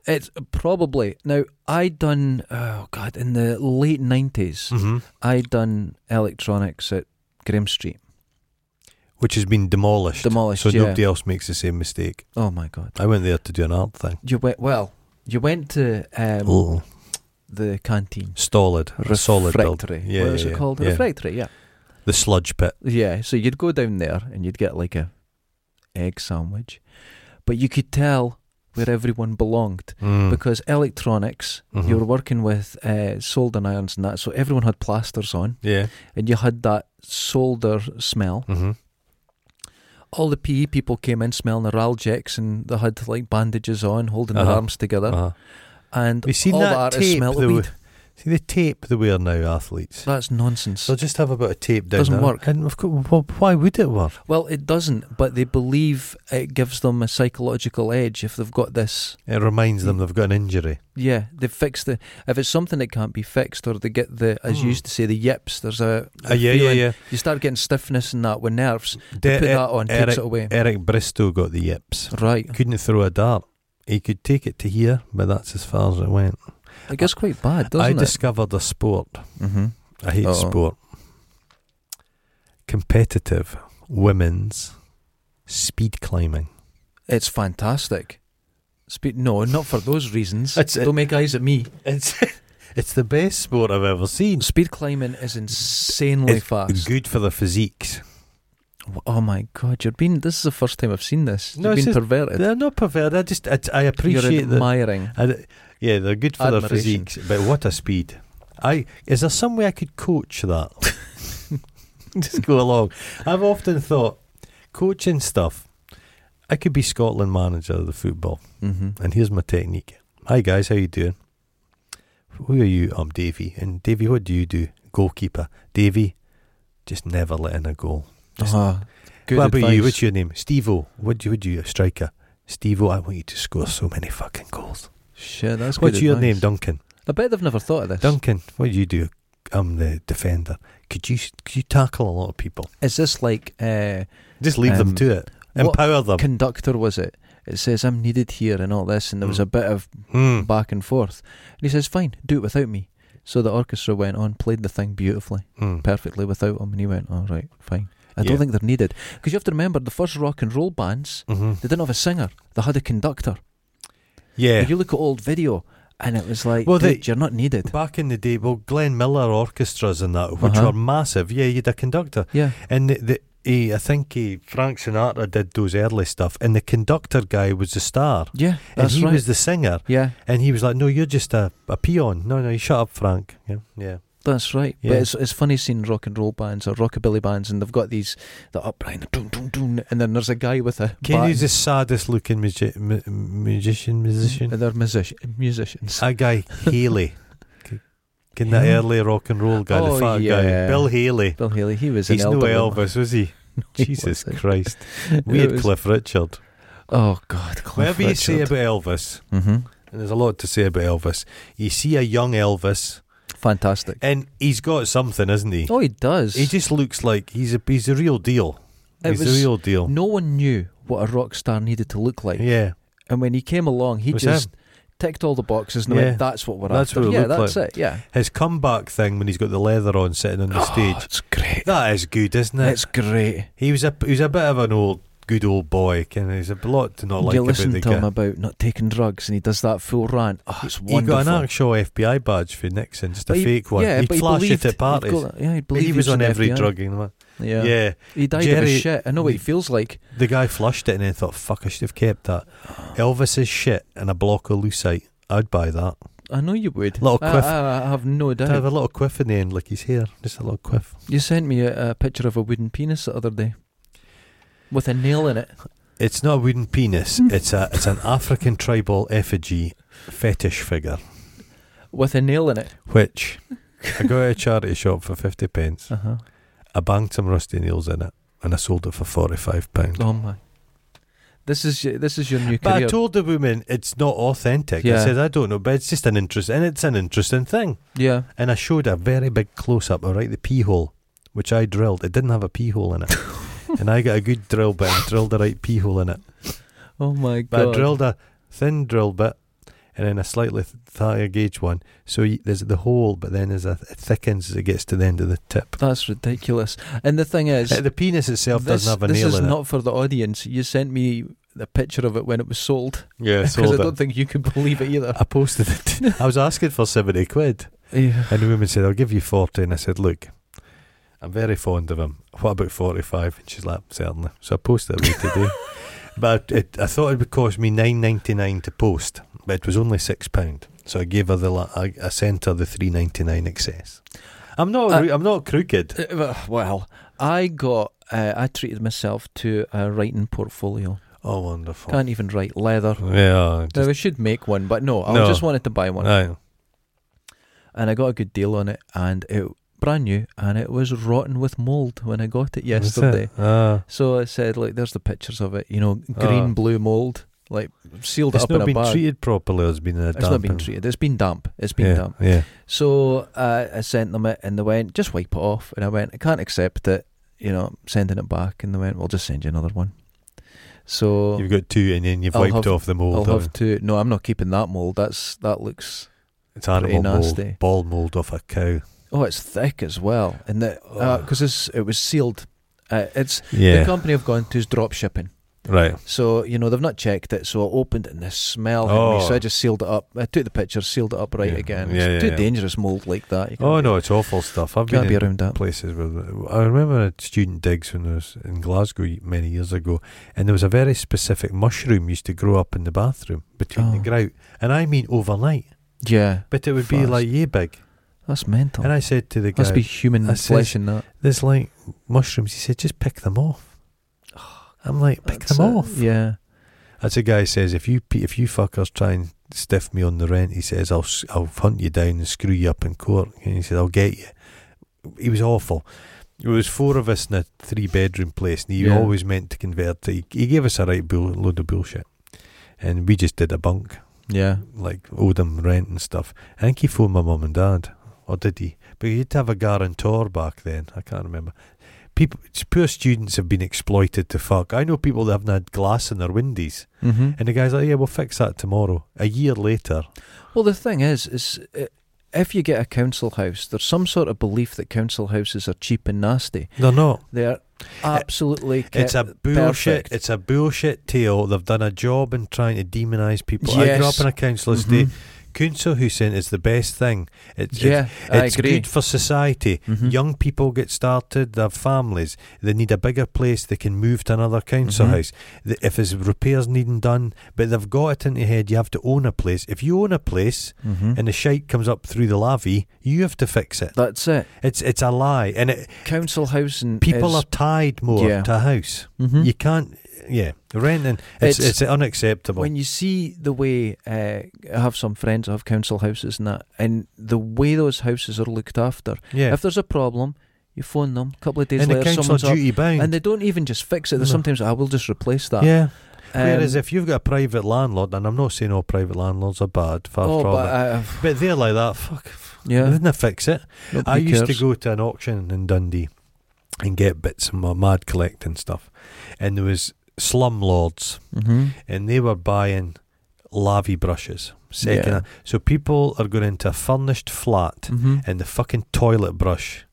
[SPEAKER 1] It's probably now. I done oh god in the late nineties.
[SPEAKER 2] Mm-hmm.
[SPEAKER 1] I done electronics at Grim Street.
[SPEAKER 2] Which has been demolished.
[SPEAKER 1] Demolished,
[SPEAKER 2] So
[SPEAKER 1] yeah.
[SPEAKER 2] nobody else makes the same mistake.
[SPEAKER 1] Oh my god!
[SPEAKER 2] I went there to do an art thing.
[SPEAKER 1] You went well. You went to um,
[SPEAKER 2] Oh.
[SPEAKER 1] the canteen.
[SPEAKER 2] Stolid. A solid
[SPEAKER 1] Refectory.
[SPEAKER 2] building. Yeah,
[SPEAKER 1] what was
[SPEAKER 2] yeah,
[SPEAKER 1] it called?
[SPEAKER 2] yeah.
[SPEAKER 1] Refectory. Yeah.
[SPEAKER 2] The sludge pit.
[SPEAKER 1] Yeah. So you'd go down there and you'd get like a egg sandwich, but you could tell where everyone belonged
[SPEAKER 2] Mm.
[SPEAKER 1] because electronics.
[SPEAKER 2] Mhm.
[SPEAKER 1] You were working with uh, soldering irons and that, so everyone had plasters on,
[SPEAKER 2] Yeah.
[SPEAKER 1] and you had that solder smell.
[SPEAKER 2] Mm-hmm.
[SPEAKER 1] all the PE people came in smelling neuralgics and they had like bandages on, holding
[SPEAKER 2] Uh-huh.
[SPEAKER 1] their arms together.
[SPEAKER 2] Uh-huh.
[SPEAKER 1] And
[SPEAKER 2] Have you seen
[SPEAKER 1] Uh, all
[SPEAKER 2] that
[SPEAKER 1] the artists
[SPEAKER 2] tape
[SPEAKER 1] smelled
[SPEAKER 2] that
[SPEAKER 1] of
[SPEAKER 2] we-
[SPEAKER 1] weed.
[SPEAKER 2] See the tape they wear now, athletes.
[SPEAKER 1] That's nonsense.
[SPEAKER 2] They'll just have a bit of tape down.
[SPEAKER 1] Doesn't
[SPEAKER 2] there.
[SPEAKER 1] work.
[SPEAKER 2] And of course, well, why would it work?
[SPEAKER 1] Well, it doesn't, but they believe it gives them a psychological edge if they've got this.
[SPEAKER 2] It reminds
[SPEAKER 1] Mm.
[SPEAKER 2] them they've got an injury.
[SPEAKER 1] Yeah, they fix the. If it's something that can't be fixed, or they get the, as you
[SPEAKER 2] Hmm.
[SPEAKER 1] used to say, the yips. There's a. a
[SPEAKER 2] Ah, yeah, yeah,
[SPEAKER 1] feeling-
[SPEAKER 2] yeah.
[SPEAKER 1] You start getting stiffness and that with nerves.
[SPEAKER 2] De-
[SPEAKER 1] Put
[SPEAKER 2] E-
[SPEAKER 1] that on, takes
[SPEAKER 2] Eric,
[SPEAKER 1] it away.
[SPEAKER 2] Eric Bristow got the yips.
[SPEAKER 1] Right,
[SPEAKER 2] Couldn't throw a dart. He could take it to here, but that's as far as it went.
[SPEAKER 1] it gets quite bad, doesn't
[SPEAKER 2] I
[SPEAKER 1] it?
[SPEAKER 2] discovered a sport.
[SPEAKER 1] hmm
[SPEAKER 2] I hate
[SPEAKER 1] Uh-oh.
[SPEAKER 2] sport. Competitive women's speed climbing.
[SPEAKER 1] It's fantastic. Spe- no, not for those reasons.
[SPEAKER 2] That's it.
[SPEAKER 1] Don't make eyes at me.
[SPEAKER 2] It's it's the best sport I've ever seen.
[SPEAKER 1] Speed climbing is insanely
[SPEAKER 2] It's
[SPEAKER 1] fast.
[SPEAKER 2] Good for the physiques.
[SPEAKER 1] Oh my god, you're being. This is the first time I've seen this.
[SPEAKER 2] No,
[SPEAKER 1] You've
[SPEAKER 2] it's
[SPEAKER 1] been
[SPEAKER 2] just-
[SPEAKER 1] perverted.
[SPEAKER 2] They're not perverted. I just I, I
[SPEAKER 1] you're
[SPEAKER 2] appreciate that.
[SPEAKER 1] admiring.
[SPEAKER 2] I- Yeah, they're good for their
[SPEAKER 1] Admiration.
[SPEAKER 2] physiques, but what a speed! I is there some way I could coach that? just go along. I've often thought coaching stuff. I could be Scotland manager of the football.
[SPEAKER 1] hmm
[SPEAKER 2] And here's my technique. Hi guys, how you doing? Who are you? I'm Davy. And Davy, what do you do? Goalkeeper. Davy, just never let in a goal. Just-
[SPEAKER 1] Uh-huh. Good
[SPEAKER 2] ah, what about
[SPEAKER 1] advice.
[SPEAKER 2] you? What's your name? Steve O. What do you, what do you striker? Steve O, I want you to score so many fucking goals.
[SPEAKER 1] Shit, that's
[SPEAKER 2] What's
[SPEAKER 1] good
[SPEAKER 2] your
[SPEAKER 1] advice.
[SPEAKER 2] name, Duncan?
[SPEAKER 1] I bet they've never thought of this.
[SPEAKER 2] Duncan, what do you do? I'm the defender. Could you could you tackle a lot of people?
[SPEAKER 1] Is this like uh,
[SPEAKER 2] Just leave
[SPEAKER 1] Um,
[SPEAKER 2] them to it.
[SPEAKER 1] what
[SPEAKER 2] Empower them.
[SPEAKER 1] conductor? Was it? It says I'm needed here and all this, and there was
[SPEAKER 2] Mm.
[SPEAKER 1] a bit of
[SPEAKER 2] Hmm.
[SPEAKER 1] back and forth. And he says, "Fine, do it without me." So the orchestra went on, played the thing beautifully,
[SPEAKER 2] Hmm.
[SPEAKER 1] perfectly without him, and he went, "All right, fine." I
[SPEAKER 2] Yeah.
[SPEAKER 1] don't think they're needed because you have to remember the first rock and roll bands
[SPEAKER 2] Mhm.
[SPEAKER 1] they didn't have a singer; they had a conductor.
[SPEAKER 2] Yeah.
[SPEAKER 1] If you look at old video, and it was like,
[SPEAKER 2] Well,
[SPEAKER 1] "Dude,
[SPEAKER 2] they-
[SPEAKER 1] you're not needed."
[SPEAKER 2] Back in the day, well, Glenn Miller orchestras and that, which
[SPEAKER 1] Uh-huh.
[SPEAKER 2] were massive. Yeah, you had a conductor,
[SPEAKER 1] Yeah,
[SPEAKER 2] and the, the he, I think he, Frank Sinatra did those early stuff, and the conductor guy was the star,
[SPEAKER 1] yeah,
[SPEAKER 2] and
[SPEAKER 1] that's
[SPEAKER 2] he
[SPEAKER 1] right.
[SPEAKER 2] was the singer,
[SPEAKER 1] yeah,
[SPEAKER 2] and he was like, "No, you're just a, a peon. No, no, you shut up, Frank." Yeah, yeah.
[SPEAKER 1] That's right.
[SPEAKER 2] Yeah.
[SPEAKER 1] But it's, it's funny seeing rock and roll bands or rockabilly bands, and they've got these the upright, the dun, dun, dun, and then there's a guy with a
[SPEAKER 2] Kenny's
[SPEAKER 1] baton,
[SPEAKER 2] the saddest looking magi- mu- musician, musician.
[SPEAKER 1] and they're music- musicians.
[SPEAKER 2] That guy Haley, C- can that
[SPEAKER 1] Him?
[SPEAKER 2] early rock and roll guy,
[SPEAKER 1] Oh,
[SPEAKER 2] the fat
[SPEAKER 1] yeah.
[SPEAKER 2] guy, Bill Haley.
[SPEAKER 1] Bill Haley, he was
[SPEAKER 2] He's no
[SPEAKER 1] an elderly man.
[SPEAKER 2] Elvis, was he?
[SPEAKER 1] He
[SPEAKER 2] Jesus
[SPEAKER 1] wasn't.
[SPEAKER 2] Christ.
[SPEAKER 1] It
[SPEAKER 2] We had
[SPEAKER 1] was-
[SPEAKER 2] Cliff Richard.
[SPEAKER 1] Oh God, Cliff
[SPEAKER 2] Whatever you say
[SPEAKER 1] Richard.
[SPEAKER 2] about Elvis,
[SPEAKER 1] Mhm.
[SPEAKER 2] and there's a lot to say about Elvis, you see a young Elvis,
[SPEAKER 1] fantastic.
[SPEAKER 2] and he's got something, isn't he?
[SPEAKER 1] Oh, he does.
[SPEAKER 2] He just looks like he's a he's the real deal.
[SPEAKER 1] It
[SPEAKER 2] He's the
[SPEAKER 1] was-
[SPEAKER 2] real deal.
[SPEAKER 1] no one knew what a rock star needed to look like,
[SPEAKER 2] yeah,
[SPEAKER 1] and when he came along, he
[SPEAKER 2] It was
[SPEAKER 1] just ticked all the boxes and
[SPEAKER 2] Yeah.
[SPEAKER 1] went, "That's what we're
[SPEAKER 2] That's
[SPEAKER 1] after."
[SPEAKER 2] what it
[SPEAKER 1] yeah,
[SPEAKER 2] looked
[SPEAKER 1] that's it. Yeah,
[SPEAKER 2] his comeback thing when he's got the leather on, sitting on the stage.
[SPEAKER 1] it's great.
[SPEAKER 2] That is good, isn't it?
[SPEAKER 1] It's great.
[SPEAKER 2] He was a he was a bit of an old good old boy. Kind of, there's a lot to not like
[SPEAKER 1] you
[SPEAKER 2] about
[SPEAKER 1] listen
[SPEAKER 2] the
[SPEAKER 1] to
[SPEAKER 2] guy.
[SPEAKER 1] him about not taking drugs, and he does that full rant. Oh, it's
[SPEAKER 2] he
[SPEAKER 1] wonderful.
[SPEAKER 2] got an actual FBI badge for Nixon, just a
[SPEAKER 1] But he-
[SPEAKER 2] fake one.
[SPEAKER 1] Yeah,
[SPEAKER 2] He'd
[SPEAKER 1] but
[SPEAKER 2] flash
[SPEAKER 1] he believed,
[SPEAKER 2] it at
[SPEAKER 1] he'd
[SPEAKER 2] parties.
[SPEAKER 1] go- yeah, he'd believe
[SPEAKER 2] he was on
[SPEAKER 1] an
[SPEAKER 2] every
[SPEAKER 1] FBI.
[SPEAKER 2] drug. You know?
[SPEAKER 1] Yeah.
[SPEAKER 2] yeah,
[SPEAKER 1] he died of
[SPEAKER 2] Jerry-
[SPEAKER 1] his shit. I know what he feels like.
[SPEAKER 2] The guy flushed it and then thought, fuck, I should have kept that. Elvis is shit and a block of lucite. I'd buy that.
[SPEAKER 1] I know you would.
[SPEAKER 2] Little
[SPEAKER 1] I-
[SPEAKER 2] quiff.
[SPEAKER 1] I, I have no
[SPEAKER 2] I'd have
[SPEAKER 1] doubt.
[SPEAKER 2] a little quiff in the end, like his hair. Just a little quiff.
[SPEAKER 1] You sent me a, a picture of a wooden penis the other day with a nail in it.
[SPEAKER 2] It's not a wooden penis. it's a it's an African tribal effigy fetish figure,
[SPEAKER 1] With a nail in it.
[SPEAKER 2] which I got at a charity shop for 50 pence.
[SPEAKER 1] Uh huh.
[SPEAKER 2] I banged some rusty nails in it and I sold it for £45. pound.
[SPEAKER 1] Oh my. This is your, this is your new
[SPEAKER 2] But I
[SPEAKER 1] career.
[SPEAKER 2] told the woman it's not authentic.
[SPEAKER 1] Yeah.
[SPEAKER 2] I said I don't know, but it's just an interest, and it's an interesting thing.
[SPEAKER 1] yeah.
[SPEAKER 2] And I showed a very big close up, right, the pee hole, which I drilled. It didn't have a pee hole in it, and I got a good drill bit and drilled the right pee hole in it.
[SPEAKER 1] Oh my
[SPEAKER 2] But
[SPEAKER 1] god.
[SPEAKER 2] I drilled a thin drill bit, and then a slightly th- higher gauge one. So y there's the hole, but then as a, it thickens as it gets to the end of the tip.
[SPEAKER 1] That's ridiculous. And the thing is,
[SPEAKER 2] Uh, the penis itself
[SPEAKER 1] this,
[SPEAKER 2] doesn't have a
[SPEAKER 1] this
[SPEAKER 2] nail
[SPEAKER 1] is
[SPEAKER 2] in
[SPEAKER 1] not for the audience. You sent me a picture of it when it was sold Uh,
[SPEAKER 2] it. Yeah,
[SPEAKER 1] because I don't think you could believe it either.
[SPEAKER 2] I posted it. I was asking for seventy quid.
[SPEAKER 1] Yeah.
[SPEAKER 2] And the woman said, I'll give you 40. And I said, Look, I'm very fond of him. What about 45? And she's like, Certainly. So I posted it away today. But it, I thought it would cost me nine ninety nine to post, but it was only six pound. So I gave her the la- I, I sent her the three ninety nine excess. I'm not
[SPEAKER 1] Uh,
[SPEAKER 2] re- I'm not crooked.
[SPEAKER 1] Uh, Well, I got. Uh, I treated myself to a writing portfolio.
[SPEAKER 2] Oh, wonderful!
[SPEAKER 1] Can't even write leather.
[SPEAKER 2] yeah,
[SPEAKER 1] Now
[SPEAKER 2] just,
[SPEAKER 1] I should make one, but no, I
[SPEAKER 2] No.
[SPEAKER 1] just wanted to buy one.
[SPEAKER 2] aye.
[SPEAKER 1] and I got a good deal on it, and it brand new, and it was rotten with mold when I got it
[SPEAKER 2] That's
[SPEAKER 1] yesterday.
[SPEAKER 2] it. Ah.
[SPEAKER 1] So I said, like, there's the pictures of it. You know, green,
[SPEAKER 2] Ah.
[SPEAKER 1] blue mold, like sealed
[SPEAKER 2] it's
[SPEAKER 1] up in
[SPEAKER 2] not
[SPEAKER 1] a
[SPEAKER 2] been
[SPEAKER 1] bag.
[SPEAKER 2] treated properly. or It's been in a
[SPEAKER 1] it's not been
[SPEAKER 2] dampened-
[SPEAKER 1] treated. It's been damp. It's been
[SPEAKER 2] yeah,
[SPEAKER 1] damp.
[SPEAKER 2] Yeah.
[SPEAKER 1] So uh, I sent them it, and they went, "Just wipe it off." And I went, "I can't accept it." You know, I'm sending it back, and they went, "We'll just send you another one." So
[SPEAKER 2] You've got two, and then you've
[SPEAKER 1] I'll
[SPEAKER 2] wiped
[SPEAKER 1] have-
[SPEAKER 2] off the
[SPEAKER 1] I'll
[SPEAKER 2] mold.
[SPEAKER 1] have to. No, I'm not keeping that mold. That's that looks.
[SPEAKER 2] it's animal
[SPEAKER 1] nasty.
[SPEAKER 2] mold, ball mold off a cow.
[SPEAKER 1] Oh, it's thick as well, and that
[SPEAKER 2] Ugh.
[SPEAKER 1] because it was sealed. Uh, it's the company I've gone to is drop shipping,
[SPEAKER 2] right.
[SPEAKER 1] so you know they've not checked it. So I opened it, and the smell. hit me,
[SPEAKER 2] Oh.
[SPEAKER 1] so I just sealed it up. I took the picture, sealed it up right
[SPEAKER 2] Yeah.
[SPEAKER 1] again.
[SPEAKER 2] Yeah,
[SPEAKER 1] it's
[SPEAKER 2] yeah,
[SPEAKER 1] too
[SPEAKER 2] yeah.
[SPEAKER 1] dangerous mold like that. You can't
[SPEAKER 2] Oh
[SPEAKER 1] be-
[SPEAKER 2] no, it's awful stuff. I've
[SPEAKER 1] can't
[SPEAKER 2] been
[SPEAKER 1] be
[SPEAKER 2] in
[SPEAKER 1] around that.
[SPEAKER 2] places where I remember at student digs when I was in Glasgow many years ago, and there was a very specific mushroom used to grow up in the bathroom between the
[SPEAKER 1] Oh.
[SPEAKER 2] grout, and I mean overnight.
[SPEAKER 1] Yeah,
[SPEAKER 2] But it would be
[SPEAKER 1] Fast.
[SPEAKER 2] like ye big.
[SPEAKER 1] that's mental.
[SPEAKER 2] And I said to the guy,
[SPEAKER 1] Must be human
[SPEAKER 2] I
[SPEAKER 1] flesh
[SPEAKER 2] says-
[SPEAKER 1] in that.
[SPEAKER 2] "There's like mushrooms." He said, "Just pick them off." I'm like, "Pick
[SPEAKER 1] That's
[SPEAKER 2] them
[SPEAKER 1] it,
[SPEAKER 2] off."
[SPEAKER 1] Yeah.
[SPEAKER 2] That's a guy says, if you pe- if you fuckers try and stiff me on the rent, he says, I'll s- I'll hunt you down and screw you up in court. And he said, I'll get you. He was awful. There was four of us in a three bedroom place, and he
[SPEAKER 1] Yeah.
[SPEAKER 2] always meant to convert. To, he, he gave us a right bull, load of bullshit, and we just did a bunk,
[SPEAKER 1] Yeah.
[SPEAKER 2] like owed him rent and stuff. I think he phoned my mum and dad, or did he? But he would have a guarantor back then. I can't remember. People, poor students have been exploited to fuck. I know people that haven't had glass in their windows.
[SPEAKER 1] Mm-hmm.
[SPEAKER 2] And the guy's like, yeah, we'll fix that tomorrow. A year later.
[SPEAKER 1] Well, the thing is, is uh, if you get a council house, there's some sort of belief that council houses are cheap and nasty.
[SPEAKER 2] They're not.
[SPEAKER 1] They are absolutely.
[SPEAKER 2] Eh, It's a
[SPEAKER 1] kept
[SPEAKER 2] bullshit.
[SPEAKER 1] Eh, perfect.
[SPEAKER 2] It's a bullshit tale. They've done a job in trying to demonise people. I grew
[SPEAKER 1] Yes.
[SPEAKER 2] up in a council estate.
[SPEAKER 1] Mhm.
[SPEAKER 2] Kunso Hussein is the best thing. It's,
[SPEAKER 1] Yeah, I
[SPEAKER 2] it's, it's
[SPEAKER 1] agree.
[SPEAKER 2] good for society.
[SPEAKER 1] Mhm.
[SPEAKER 2] Young people get started, they have families, they need a bigger place, they can move to another council
[SPEAKER 1] Mhm.
[SPEAKER 2] house. The, if there's repairs needing done, but they've got it into head you have to own a place. If you own a place
[SPEAKER 1] Mhm.
[SPEAKER 2] and the shite comes up through the lavy, you have to fix it.
[SPEAKER 1] That's it.
[SPEAKER 2] It's it's a lie, and it,
[SPEAKER 1] Council housing.
[SPEAKER 2] people
[SPEAKER 1] is,
[SPEAKER 2] are tied more
[SPEAKER 1] Yeah.
[SPEAKER 2] to a house.
[SPEAKER 1] Mhm.
[SPEAKER 2] You can't, yeah, renting. It's
[SPEAKER 1] It's-
[SPEAKER 2] it's, unacceptable.
[SPEAKER 1] When you see the way uh, I have some friends that have council houses and that, and the way those houses are looked after,
[SPEAKER 2] yeah,
[SPEAKER 1] if there's a problem, you phone them. A couple of days
[SPEAKER 2] and the
[SPEAKER 1] later,
[SPEAKER 2] council are
[SPEAKER 1] someone's up,
[SPEAKER 2] duty bound.
[SPEAKER 1] and they don't even just fix it. There's
[SPEAKER 2] No.
[SPEAKER 1] sometimes I will just replace that.
[SPEAKER 2] yeah.
[SPEAKER 1] Um,
[SPEAKER 2] Whereas if you've got a private landlord, and I'm not saying all private landlords are bad, far
[SPEAKER 1] oh,
[SPEAKER 2] from
[SPEAKER 1] but
[SPEAKER 2] it.
[SPEAKER 1] I,
[SPEAKER 2] but they're like that. Fuck.
[SPEAKER 1] yeah,
[SPEAKER 2] Didn't they fix it? I
[SPEAKER 1] nobody
[SPEAKER 2] used to
[SPEAKER 1] cares.
[SPEAKER 2] go to an auction in Dundee and get bits of my mad collecting stuff, and there was slum lords.
[SPEAKER 1] Mhm.
[SPEAKER 2] and they were buying lavy brushes. Second,
[SPEAKER 1] Yeah.
[SPEAKER 2] so people are going into a furnished flat
[SPEAKER 1] Mhm.
[SPEAKER 2] and the fucking toilet brush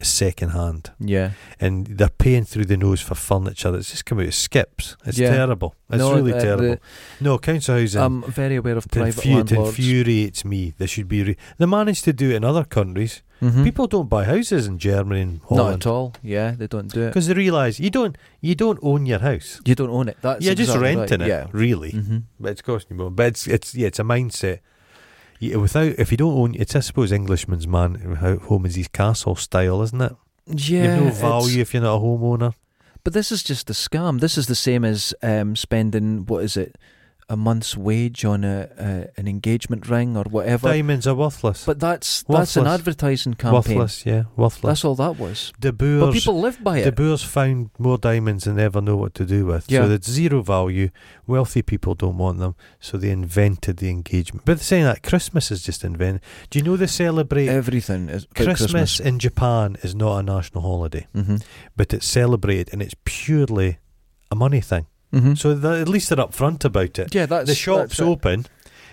[SPEAKER 2] is second hand,
[SPEAKER 1] Yeah,
[SPEAKER 2] and they're paying through the nose for furniture that's just come out of skips. It's
[SPEAKER 1] Yeah.
[SPEAKER 2] terrible. It's
[SPEAKER 1] No,
[SPEAKER 2] really
[SPEAKER 1] the- the-
[SPEAKER 2] terrible. no, council housing.
[SPEAKER 1] I'm very aware of
[SPEAKER 2] it
[SPEAKER 1] private
[SPEAKER 2] infu- it
[SPEAKER 1] landlords.
[SPEAKER 2] infuriates me. They should be. Re- they managed to do it in other countries.
[SPEAKER 1] Mhm.
[SPEAKER 2] People don't buy houses in Germany and
[SPEAKER 1] not at
[SPEAKER 2] Holland
[SPEAKER 1] all. Yeah, they don't do it.
[SPEAKER 2] because they realise you don't you don't own your house.
[SPEAKER 1] You don't own it. That's
[SPEAKER 2] You're just
[SPEAKER 1] exactly right.
[SPEAKER 2] renting it,
[SPEAKER 1] Yeah.
[SPEAKER 2] really.
[SPEAKER 1] hmm
[SPEAKER 2] But it's costing you more. But it's it's yeah, it's a mindset. Yeah, without if you don't own, it's I suppose Englishman's man ho- home is his castle style, isn't it? you
[SPEAKER 1] Yeah,
[SPEAKER 2] have no
[SPEAKER 1] it's-
[SPEAKER 2] value if you're not a homeowner.
[SPEAKER 1] But this is just a scam. This is the same as um, spending what is it, a month's wage on a, a an engagement ring or whatever.
[SPEAKER 2] Diamonds are worthless.
[SPEAKER 1] But that's that's an
[SPEAKER 2] Worthless.
[SPEAKER 1] advertising campaign.
[SPEAKER 2] worthless, yeah, worthless.
[SPEAKER 1] That's all that was.
[SPEAKER 2] the
[SPEAKER 1] But
[SPEAKER 2] Boers,
[SPEAKER 1] people live by
[SPEAKER 2] the
[SPEAKER 1] it.
[SPEAKER 2] Boers found more diamonds than they ever know what to do with.
[SPEAKER 1] Yeah.
[SPEAKER 2] So that's zero value. Wealthy people don't want them, so they invented the engagement. But saying that, Christmas is just invented. Do you know they celebrate
[SPEAKER 1] Everything is about
[SPEAKER 2] Christmas in Japan is not a national holiday.
[SPEAKER 1] Christmas.
[SPEAKER 2] but it's celebrated and it's purely a money thing.
[SPEAKER 1] hmm hmm
[SPEAKER 2] So the, at least they're upfront about it.
[SPEAKER 1] yeah, that's
[SPEAKER 2] the shop's
[SPEAKER 1] that's it.
[SPEAKER 2] open,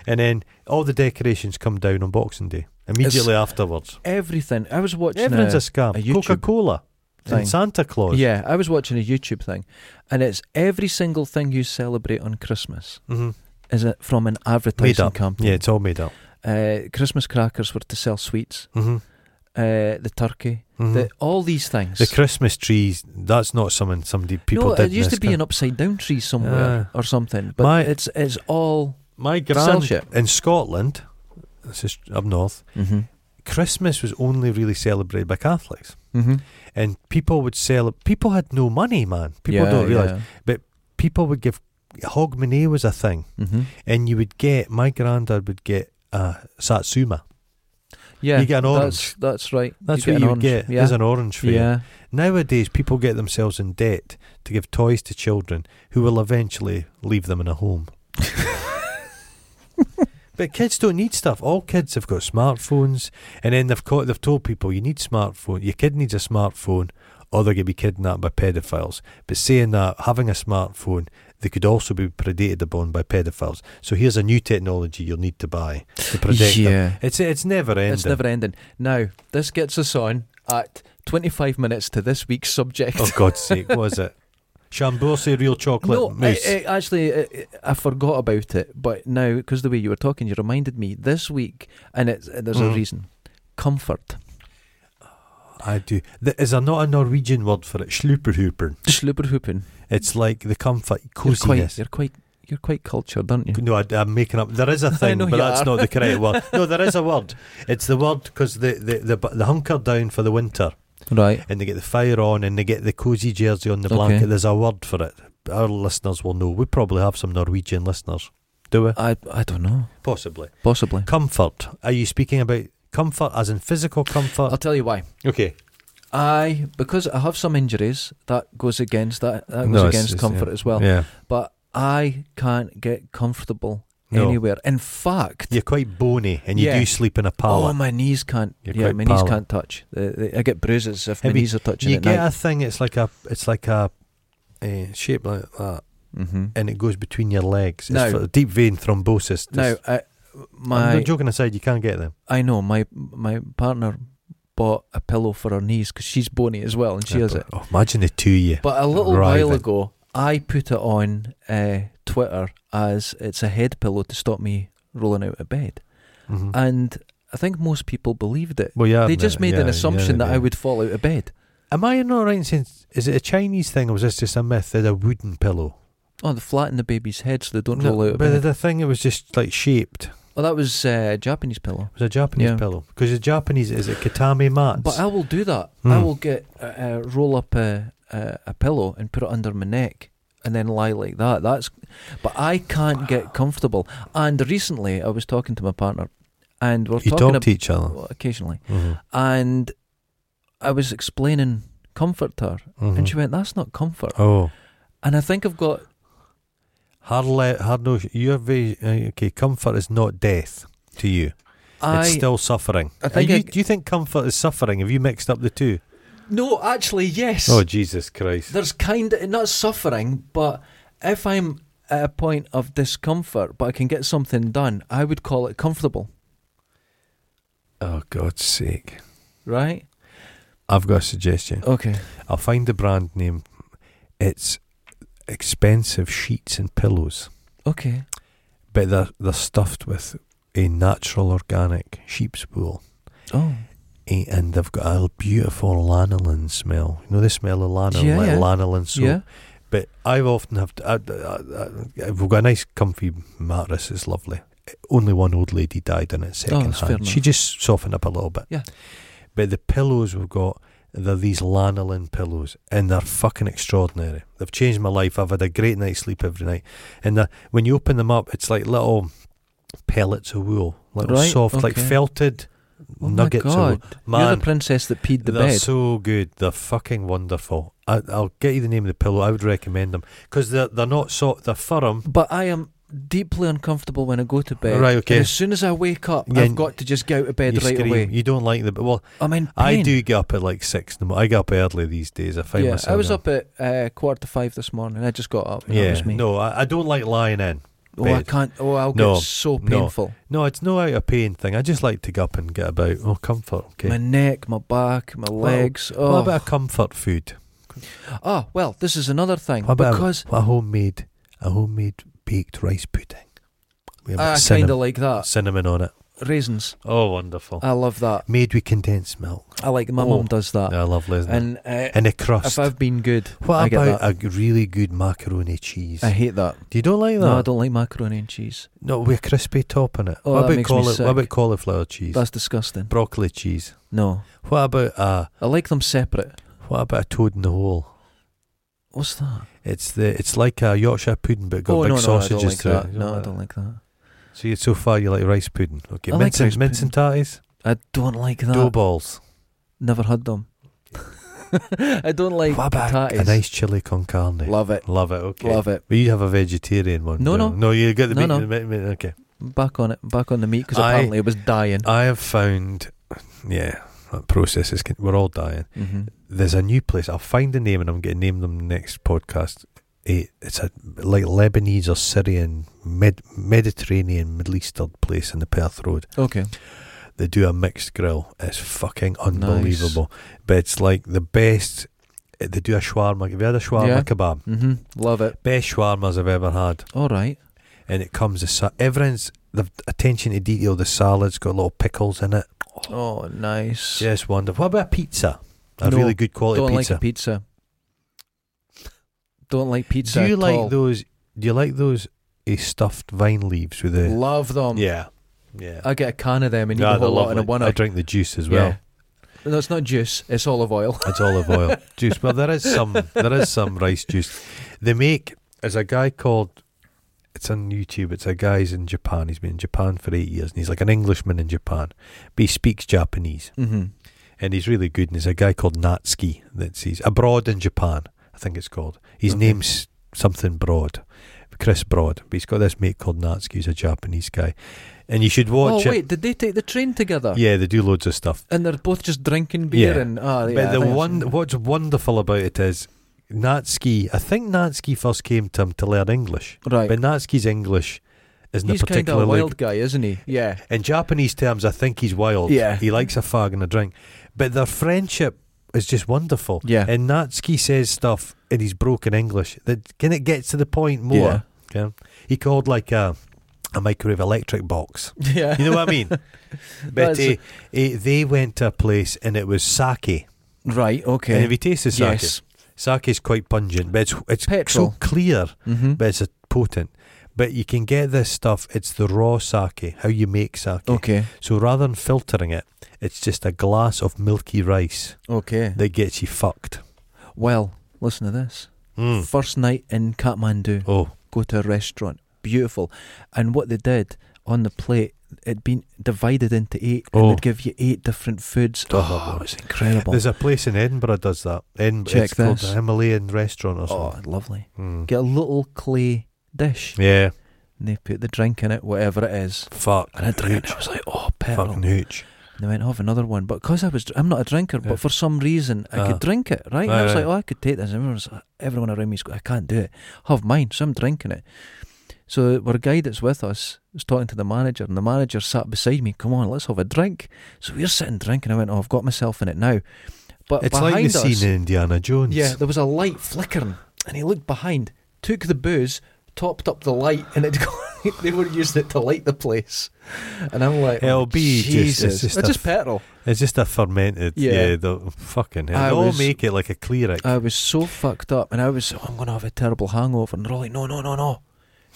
[SPEAKER 2] and then all the decorations come down on Boxing Day immediately afterwards.
[SPEAKER 1] Everything. I was watching.
[SPEAKER 2] Everything's
[SPEAKER 1] a-
[SPEAKER 2] a scam.
[SPEAKER 1] YouTube
[SPEAKER 2] Coca Cola
[SPEAKER 1] thing.
[SPEAKER 2] and Santa Claus.
[SPEAKER 1] yeah, I was watching a YouTube thing, and it's every single thing you celebrate on Christmas
[SPEAKER 2] hmm
[SPEAKER 1] is a, from an
[SPEAKER 2] made
[SPEAKER 1] advertising
[SPEAKER 2] up. Yeah,
[SPEAKER 1] campaign.
[SPEAKER 2] it's all made up.
[SPEAKER 1] Uh, Christmas crackers were to sell sweets.
[SPEAKER 2] hmm
[SPEAKER 1] Uh, the turkey,
[SPEAKER 2] hmm
[SPEAKER 1] the,
[SPEAKER 2] The,
[SPEAKER 1] all these things.
[SPEAKER 2] Christmas trees. That's not something somebody people
[SPEAKER 1] no,
[SPEAKER 2] did. in
[SPEAKER 1] it used
[SPEAKER 2] this
[SPEAKER 1] to be an upside down tree somewhere or something, but
[SPEAKER 2] My-
[SPEAKER 1] it's it's all.
[SPEAKER 2] coun- My
[SPEAKER 1] sell
[SPEAKER 2] grand
[SPEAKER 1] shit.
[SPEAKER 2] in Scotland. This is up north.
[SPEAKER 1] Mm-hmm.
[SPEAKER 2] Christmas was only really celebrated by Catholics.
[SPEAKER 1] Mm-hmm.
[SPEAKER 2] and people would sell it. People had no money, man. People don't realize. People would give hogmanay was a thing,
[SPEAKER 1] Mm-hmm.
[SPEAKER 2] and you would get my granddad would get a satsuma,
[SPEAKER 1] Yeah,
[SPEAKER 2] You get an
[SPEAKER 1] That's,
[SPEAKER 2] orange.
[SPEAKER 1] that's right.
[SPEAKER 2] That's
[SPEAKER 1] you
[SPEAKER 2] what
[SPEAKER 1] get
[SPEAKER 2] you
[SPEAKER 1] an
[SPEAKER 2] would get
[SPEAKER 1] orange. Yeah.
[SPEAKER 2] is an orange for you.
[SPEAKER 1] yeah.
[SPEAKER 2] Nowadays, people get themselves in debt to give toys to children who will eventually leave them in a home. but kids don't need stuff. All kids have got smartphones, and then they've caught, they've told people you need smartphone. Your kid needs a smartphone, or they're going to be kidnapped by pedophiles. But saying that having a smartphone, they could also be predated upon by pedophiles. So here's a new technology you'll need to buy to protect them.
[SPEAKER 1] yeah.
[SPEAKER 2] It's it's never ending.
[SPEAKER 1] It's never ending. Now, this gets us on at 25 minutes to this week's subject.
[SPEAKER 2] Oh God's sake, what is it? Shambourse real chocolate
[SPEAKER 1] no,
[SPEAKER 2] mousse.
[SPEAKER 1] I, uh, I, actually, I, I forgot about it, but now, because the way you were talking, you reminded me this week, and it's, there's
[SPEAKER 2] Mm.
[SPEAKER 1] a reason. Comfort.
[SPEAKER 2] I do. Th- Is there not a Norwegian word for it? Schlupperhupen.
[SPEAKER 1] Schlubberhoopen.
[SPEAKER 2] It's like the comfort,
[SPEAKER 1] You're quite,
[SPEAKER 2] coziness.
[SPEAKER 1] you're quite, you're quite cultured, aren't you?
[SPEAKER 2] No, I, I'm making up. There is a thing,
[SPEAKER 1] know
[SPEAKER 2] but
[SPEAKER 1] you
[SPEAKER 2] that's
[SPEAKER 1] are.
[SPEAKER 2] not the correct word. No, there is a word. It's the word because the the, the the hunker down for the winter
[SPEAKER 1] Right.
[SPEAKER 2] and they get the fire on and they get the cozy jersey on the
[SPEAKER 1] Okay.
[SPEAKER 2] blanket. There's a word for it. Our listeners will know. We probably have some Norwegian listeners. Do we?
[SPEAKER 1] I, I don't know.
[SPEAKER 2] Possibly.
[SPEAKER 1] Possibly.
[SPEAKER 2] Comfort. Are you speaking about comfort as in physical comfort?
[SPEAKER 1] I'll tell you why.
[SPEAKER 2] Okay.
[SPEAKER 1] I because I have some injuries that goes against that that goes
[SPEAKER 2] No, it's-
[SPEAKER 1] against
[SPEAKER 2] it's-
[SPEAKER 1] comfort as well.
[SPEAKER 2] Yeah.
[SPEAKER 1] But I can't get comfortable
[SPEAKER 2] No.
[SPEAKER 1] anywhere. In fact,
[SPEAKER 2] You're quite bony and you
[SPEAKER 1] Yeah.
[SPEAKER 2] do sleep in a
[SPEAKER 1] oh
[SPEAKER 2] pallet.
[SPEAKER 1] my knees can't.
[SPEAKER 2] You're
[SPEAKER 1] yeah,
[SPEAKER 2] quite
[SPEAKER 1] my
[SPEAKER 2] pallid.
[SPEAKER 1] knees can't touch. They, they, I get bruises if
[SPEAKER 2] Have
[SPEAKER 1] my
[SPEAKER 2] you-
[SPEAKER 1] knees are touching
[SPEAKER 2] you
[SPEAKER 1] at
[SPEAKER 2] get
[SPEAKER 1] night.
[SPEAKER 2] a thing, it's like a it's like a, a shape like that
[SPEAKER 1] mm-hmm.
[SPEAKER 2] and it goes between your legs. It's
[SPEAKER 1] No.
[SPEAKER 2] for deep vein thrombosis.
[SPEAKER 1] Now,
[SPEAKER 2] This-
[SPEAKER 1] I,
[SPEAKER 2] I'm
[SPEAKER 1] my
[SPEAKER 2] not joking aside, you can't get them.
[SPEAKER 1] I know my my partner bought a pillow for her knees because she's bony as well, and she has it.
[SPEAKER 2] Oh, imagine the two of you.
[SPEAKER 1] But a little
[SPEAKER 2] Writhing.
[SPEAKER 1] while ago, I put it on uh, Twitter as it's a head pillow to stop me rolling out of bed.
[SPEAKER 2] Mhm.
[SPEAKER 1] and I think most people believed it.
[SPEAKER 2] well, yeah,
[SPEAKER 1] They just made an assumption that I
[SPEAKER 2] would.
[SPEAKER 1] would fall out of bed.
[SPEAKER 2] Am I not right in saying is it a Chinese thing or was this just a myth? They had a wooden pillow.
[SPEAKER 1] Oh, they flatten the baby's head so they don't
[SPEAKER 2] No,
[SPEAKER 1] roll out of
[SPEAKER 2] but
[SPEAKER 1] bed.
[SPEAKER 2] the thing it was just like shaped. It
[SPEAKER 1] Oh, that was uh, a Japanese pillow.
[SPEAKER 2] was a Japanese
[SPEAKER 1] Yeah.
[SPEAKER 2] pillow because the Japanese is it katami mats.
[SPEAKER 1] But I will do that. I
[SPEAKER 2] Hmm.
[SPEAKER 1] will get uh, uh, roll up a, a a pillow and put it under my neck and then lie like that. That's, but I can't get comfortable. And recently, I was talking to my partner, and we're
[SPEAKER 2] you
[SPEAKER 1] talking
[SPEAKER 2] talk to each other.
[SPEAKER 1] about occasionally,
[SPEAKER 2] Mhm.
[SPEAKER 1] and I was explaining comfort to her, and
[SPEAKER 2] Mhm.
[SPEAKER 1] she went, "That's not comfort."
[SPEAKER 2] Oh,
[SPEAKER 1] And I think I've got
[SPEAKER 2] hard, le- hard no. You're very uh, okay. Comfort is not death to you.
[SPEAKER 1] I
[SPEAKER 2] it's still suffering.
[SPEAKER 1] I
[SPEAKER 2] Are
[SPEAKER 1] think
[SPEAKER 2] you,
[SPEAKER 1] I-
[SPEAKER 2] do you think comfort is suffering? Have you mixed up the two?
[SPEAKER 1] No, actually, yes.
[SPEAKER 2] Oh Jesus Christ!
[SPEAKER 1] There's kind of not suffering, but if I'm at a point of discomfort, but I can get something done, I would call it comfortable,
[SPEAKER 2] Oh God's sake!
[SPEAKER 1] right?
[SPEAKER 2] I've got a suggestion.
[SPEAKER 1] Okay.
[SPEAKER 2] I'll find the brand name. It's expensive sheets and pillows,
[SPEAKER 1] Okay.
[SPEAKER 2] but they're they're stuffed with a natural organic sheep's wool,
[SPEAKER 1] Oh.
[SPEAKER 2] eh, and they've got a beautiful lanolin smell. You know the smell of lanolin,
[SPEAKER 1] Yeah,
[SPEAKER 2] like
[SPEAKER 1] yeah.
[SPEAKER 2] lanolin soap.
[SPEAKER 1] yeah.
[SPEAKER 2] But I've often have. To, I, I, I, we've got a nice, comfy mattress. It's lovely. Only one old lady died in it
[SPEAKER 1] Oh,
[SPEAKER 2] second
[SPEAKER 1] that's fair
[SPEAKER 2] hand. She
[SPEAKER 1] enough.
[SPEAKER 2] just softened up a little bit.
[SPEAKER 1] Yeah.
[SPEAKER 2] But the pillows we've got, they're these lanolin pillows, and they're fucking extraordinary. They've changed my life. I've had a great night's sleep every night. And the, when you open them up, it's like little pellets of wool, little
[SPEAKER 1] Right,
[SPEAKER 2] soft, like
[SPEAKER 1] okay.
[SPEAKER 2] felted
[SPEAKER 1] Oh
[SPEAKER 2] nuggets
[SPEAKER 1] my
[SPEAKER 2] of wool.
[SPEAKER 1] God. You're
[SPEAKER 2] Man,
[SPEAKER 1] the princess that peed the
[SPEAKER 2] they're
[SPEAKER 1] bed.
[SPEAKER 2] so good. They're fucking wonderful. I, I'll get you the name of the pillow. I would recommend them because they're they're not so they're firm.
[SPEAKER 1] but I am deeply uncomfortable when I go to bed.
[SPEAKER 2] Right, okay.
[SPEAKER 1] And as soon as I wake up,
[SPEAKER 2] Yeah,
[SPEAKER 1] I've got to just get out of bed
[SPEAKER 2] you
[SPEAKER 1] right
[SPEAKER 2] scream.
[SPEAKER 1] away.
[SPEAKER 2] You don't like them, but well,
[SPEAKER 1] I'm in pain.
[SPEAKER 2] I do get up at like six. In the morning. I get up early these days. I find
[SPEAKER 1] Yeah,
[SPEAKER 2] myself.
[SPEAKER 1] I was
[SPEAKER 2] now.
[SPEAKER 1] up at uh, quarter to five this morning. I just got up. and that
[SPEAKER 2] Yeah,
[SPEAKER 1] was me.
[SPEAKER 2] no, I, I don't like lying in.
[SPEAKER 1] oh, I
[SPEAKER 2] bed.
[SPEAKER 1] can't. Oh, I'll
[SPEAKER 2] No,
[SPEAKER 1] get
[SPEAKER 2] no.
[SPEAKER 1] so painful.
[SPEAKER 2] No, it's no out of pain thing. I just like to get up and get about. Oh, comfort. Okay.
[SPEAKER 1] My neck, my back, my legs.
[SPEAKER 2] What
[SPEAKER 1] oh,
[SPEAKER 2] about a comfort food?
[SPEAKER 1] Oh, well, this is another thing.
[SPEAKER 2] What about
[SPEAKER 1] because
[SPEAKER 2] a, homemade, a homemade baked rice pudding? We have
[SPEAKER 1] Ah, I kind of
[SPEAKER 2] cinnamon,
[SPEAKER 1] like that. Uh,
[SPEAKER 2] cinnamon on it.
[SPEAKER 1] Raisins.
[SPEAKER 2] Oh, wonderful.
[SPEAKER 1] I love that.
[SPEAKER 2] Made with condensed milk.
[SPEAKER 1] I like my
[SPEAKER 2] Oh.
[SPEAKER 1] mum does that.
[SPEAKER 2] Yeah, lovely, isn't it?
[SPEAKER 1] And uh,
[SPEAKER 2] And a crust.
[SPEAKER 1] if I've been good,
[SPEAKER 2] what
[SPEAKER 1] I get
[SPEAKER 2] about
[SPEAKER 1] that.
[SPEAKER 2] a g- really good macaroni cheese?
[SPEAKER 1] I hate that.
[SPEAKER 2] Do you don't like that?
[SPEAKER 1] No, I don't like macaroni and cheese.
[SPEAKER 2] No, with a crispy top on it.
[SPEAKER 1] Oh,
[SPEAKER 2] what
[SPEAKER 1] that
[SPEAKER 2] about
[SPEAKER 1] makes me
[SPEAKER 2] cauli- What
[SPEAKER 1] sick.
[SPEAKER 2] about cauliflower cheese?
[SPEAKER 1] That's disgusting.
[SPEAKER 2] Broccoli cheese.
[SPEAKER 1] No,
[SPEAKER 2] What about a
[SPEAKER 1] I like them separate.
[SPEAKER 2] what about a toad in the hole?
[SPEAKER 1] What's that?
[SPEAKER 2] It's the it's like a Yorkshire pudding, but got
[SPEAKER 1] oh
[SPEAKER 2] big
[SPEAKER 1] no, no, I
[SPEAKER 2] sausages
[SPEAKER 1] don't like
[SPEAKER 2] through
[SPEAKER 1] that.
[SPEAKER 2] it. You
[SPEAKER 1] No, I
[SPEAKER 2] like
[SPEAKER 1] don't like that.
[SPEAKER 2] that? So you so far you like rice pudding. Okay,
[SPEAKER 1] I like
[SPEAKER 2] mince, and,
[SPEAKER 1] rice
[SPEAKER 2] mince and tatties.
[SPEAKER 1] I don't like that.
[SPEAKER 2] Dough balls.
[SPEAKER 1] Never had them. I don't like
[SPEAKER 2] Quabac.
[SPEAKER 1] patties.
[SPEAKER 2] A nice chili con carne.
[SPEAKER 1] Love it.
[SPEAKER 2] Love it. Okay.
[SPEAKER 1] Love it.
[SPEAKER 2] But you'd have a vegetarian one.
[SPEAKER 1] No,
[SPEAKER 2] don't
[SPEAKER 1] no.
[SPEAKER 2] you? No, you get the
[SPEAKER 1] No,
[SPEAKER 2] meat.
[SPEAKER 1] no.
[SPEAKER 2] the meat- meat- Okay.
[SPEAKER 1] Back on it. Back on the meat because
[SPEAKER 2] I-
[SPEAKER 1] apparently it was dying.
[SPEAKER 2] I have found, yeah, that process is. We're all dying.
[SPEAKER 1] hmm
[SPEAKER 2] There's a new place. I'll find the name and I'm going to name them next podcast. It- It's a like Lebanese or Syrian, Med- Mediterranean, Middle Eastern place in the Perth Road.
[SPEAKER 1] Okay.
[SPEAKER 2] They do a mixed grill. It's fucking unbelievable. But it's like the best. eh, They do a shawarma. Have you had a shawarma
[SPEAKER 1] Yeah.
[SPEAKER 2] kebab?
[SPEAKER 1] hmm Love it.
[SPEAKER 2] Best shawarmas I've ever had.
[SPEAKER 1] All right.
[SPEAKER 2] And it comes the sa- everything's the attention to detail. The salad's got little pickles in it.
[SPEAKER 1] Oh, nice.
[SPEAKER 2] Just wonderful. What about pizza? A
[SPEAKER 1] No,
[SPEAKER 2] really good quality
[SPEAKER 1] don't
[SPEAKER 2] pizza.
[SPEAKER 1] like a pizza. Don't like pizza.
[SPEAKER 2] do you
[SPEAKER 1] at
[SPEAKER 2] like
[SPEAKER 1] all.
[SPEAKER 2] those? Do you like those? eh, stuffed vine leaves with the
[SPEAKER 1] Love them.
[SPEAKER 2] yeah, yeah.
[SPEAKER 1] I get a can of them and eat
[SPEAKER 2] Ah,
[SPEAKER 1] a whole
[SPEAKER 2] they're
[SPEAKER 1] lot in a
[SPEAKER 2] lovely.
[SPEAKER 1] one
[SPEAKER 2] I
[SPEAKER 1] up.
[SPEAKER 2] drink the juice as well.
[SPEAKER 1] Yeah. No, it's not juice. It's olive oil.
[SPEAKER 2] It's olive oil juice. Well, there is some. There is some rice juice. They make. There's a guy called. It's on YouTube. It's a guy's in Japan. He's been in Japan for eight years, and he's like an Englishman in Japan, but he speaks Japanese,
[SPEAKER 1] mm-hmm.
[SPEAKER 2] and he's really good. And there's a guy called Natsuki that's he's abroad in Japan. I think it's called. His
[SPEAKER 1] Okay.
[SPEAKER 2] name's something Broad, Chris Broad. But he's got this mate called Natsuki, who's a Japanese guy, and you should
[SPEAKER 1] Oh
[SPEAKER 2] watch it.
[SPEAKER 1] wait, uh, did they take the train together?
[SPEAKER 2] Yeah, they do loads of stuff.
[SPEAKER 1] And they're both just drinking beer
[SPEAKER 2] Yeah.
[SPEAKER 1] and ah, yeah, I
[SPEAKER 2] but the
[SPEAKER 1] think I've
[SPEAKER 2] one
[SPEAKER 1] seen-
[SPEAKER 2] what's wonderful about it is Natsuki. I think Natsuki first came to him to learn English,
[SPEAKER 1] right.
[SPEAKER 2] but Natsuki's English isn't
[SPEAKER 1] He's
[SPEAKER 2] a
[SPEAKER 1] kind of a
[SPEAKER 2] particularly
[SPEAKER 1] wild guy, isn't he? Yeah.
[SPEAKER 2] in Japanese terms. I think he's wild.
[SPEAKER 1] Yeah.
[SPEAKER 2] he likes a fag and a drink, but their friendship is just wonderful.
[SPEAKER 1] Yeah.
[SPEAKER 2] and Natsuki says stuff in his broken English that can it gets to the point more. Okay? he called like a a microwave electric box.
[SPEAKER 1] Yeah. yeah.
[SPEAKER 2] You know what I mean? but
[SPEAKER 1] That's-
[SPEAKER 2] eh, eh, they went to a place and it was sake.
[SPEAKER 1] right.
[SPEAKER 2] And
[SPEAKER 1] Okay.
[SPEAKER 2] if you taste the sake,
[SPEAKER 1] Yes.
[SPEAKER 2] sake is quite pungent, but it's it's
[SPEAKER 1] Petrol.
[SPEAKER 2] so clear,
[SPEAKER 1] Mm-hmm.
[SPEAKER 2] but it's a potent. But you can get this stuff. It's the raw sake, how you make sake.
[SPEAKER 1] Okay.
[SPEAKER 2] So rather than filtering it, it's just a glass of milky rice
[SPEAKER 1] Okay.
[SPEAKER 2] that gets you fucked.
[SPEAKER 1] Well, listen to this.
[SPEAKER 2] Mm.
[SPEAKER 1] First night in Kathmandu.
[SPEAKER 2] Oh,
[SPEAKER 1] go to a restaurant. Beautiful. And what they did on the plate, it'd been divided into eight, and
[SPEAKER 2] Oh.
[SPEAKER 1] they'd give you eight different foods.
[SPEAKER 2] Oh.
[SPEAKER 1] Oh, it was incredible.
[SPEAKER 2] there's a place in Edinburgh does that. Edinburgh,
[SPEAKER 1] Check
[SPEAKER 2] it's called
[SPEAKER 1] this.
[SPEAKER 2] the Himalayan restaurant or
[SPEAKER 1] oh,
[SPEAKER 2] something.
[SPEAKER 1] lovely.
[SPEAKER 2] Mm.
[SPEAKER 1] Get a little clay dish,
[SPEAKER 2] Yeah,
[SPEAKER 1] and they put the drink in it, whatever it is.
[SPEAKER 2] fuck.
[SPEAKER 1] And I drank it. I was like, oh, petrol.
[SPEAKER 2] Fucking
[SPEAKER 1] And
[SPEAKER 2] hooch.
[SPEAKER 1] they went, have another one. But because I was, I'm not a drinker,
[SPEAKER 2] Yeah.
[SPEAKER 1] but for some reason, I
[SPEAKER 2] Ah.
[SPEAKER 1] could drink it, right? And I
[SPEAKER 2] Right,
[SPEAKER 1] was like,
[SPEAKER 2] right.
[SPEAKER 1] oh, I could take this. And everyone, was, everyone around me's going, I can't do it. Have mine. So I'm drinking it. So our guy that's with us was talking to the manager, and the manager sat beside me. Come on, let's have a drink. So we're sitting drinking. I went, oh, I've got myself in it now. But
[SPEAKER 2] It's
[SPEAKER 1] behind
[SPEAKER 2] like the
[SPEAKER 1] us,
[SPEAKER 2] scene in Indiana Jones.
[SPEAKER 1] yeah, there was a light flickering, and he looked behind, took the booze, topped up the light, and it they were using it to light the place. And I'm like,
[SPEAKER 2] It'll
[SPEAKER 1] oh,
[SPEAKER 2] be just- it's
[SPEAKER 1] Jesus,
[SPEAKER 2] just
[SPEAKER 1] It's
[SPEAKER 2] a
[SPEAKER 1] just
[SPEAKER 2] f-
[SPEAKER 1] petrol.
[SPEAKER 2] It's just a fermented.
[SPEAKER 1] Yeah.
[SPEAKER 2] Yeah, the fucking hell.
[SPEAKER 1] I
[SPEAKER 2] they all
[SPEAKER 1] was- Uh,
[SPEAKER 2] make it like a cleric.
[SPEAKER 1] I was so fucked up, and I was, oh, I'm going to have a terrible hangover. And they're all like, no, no, no, no.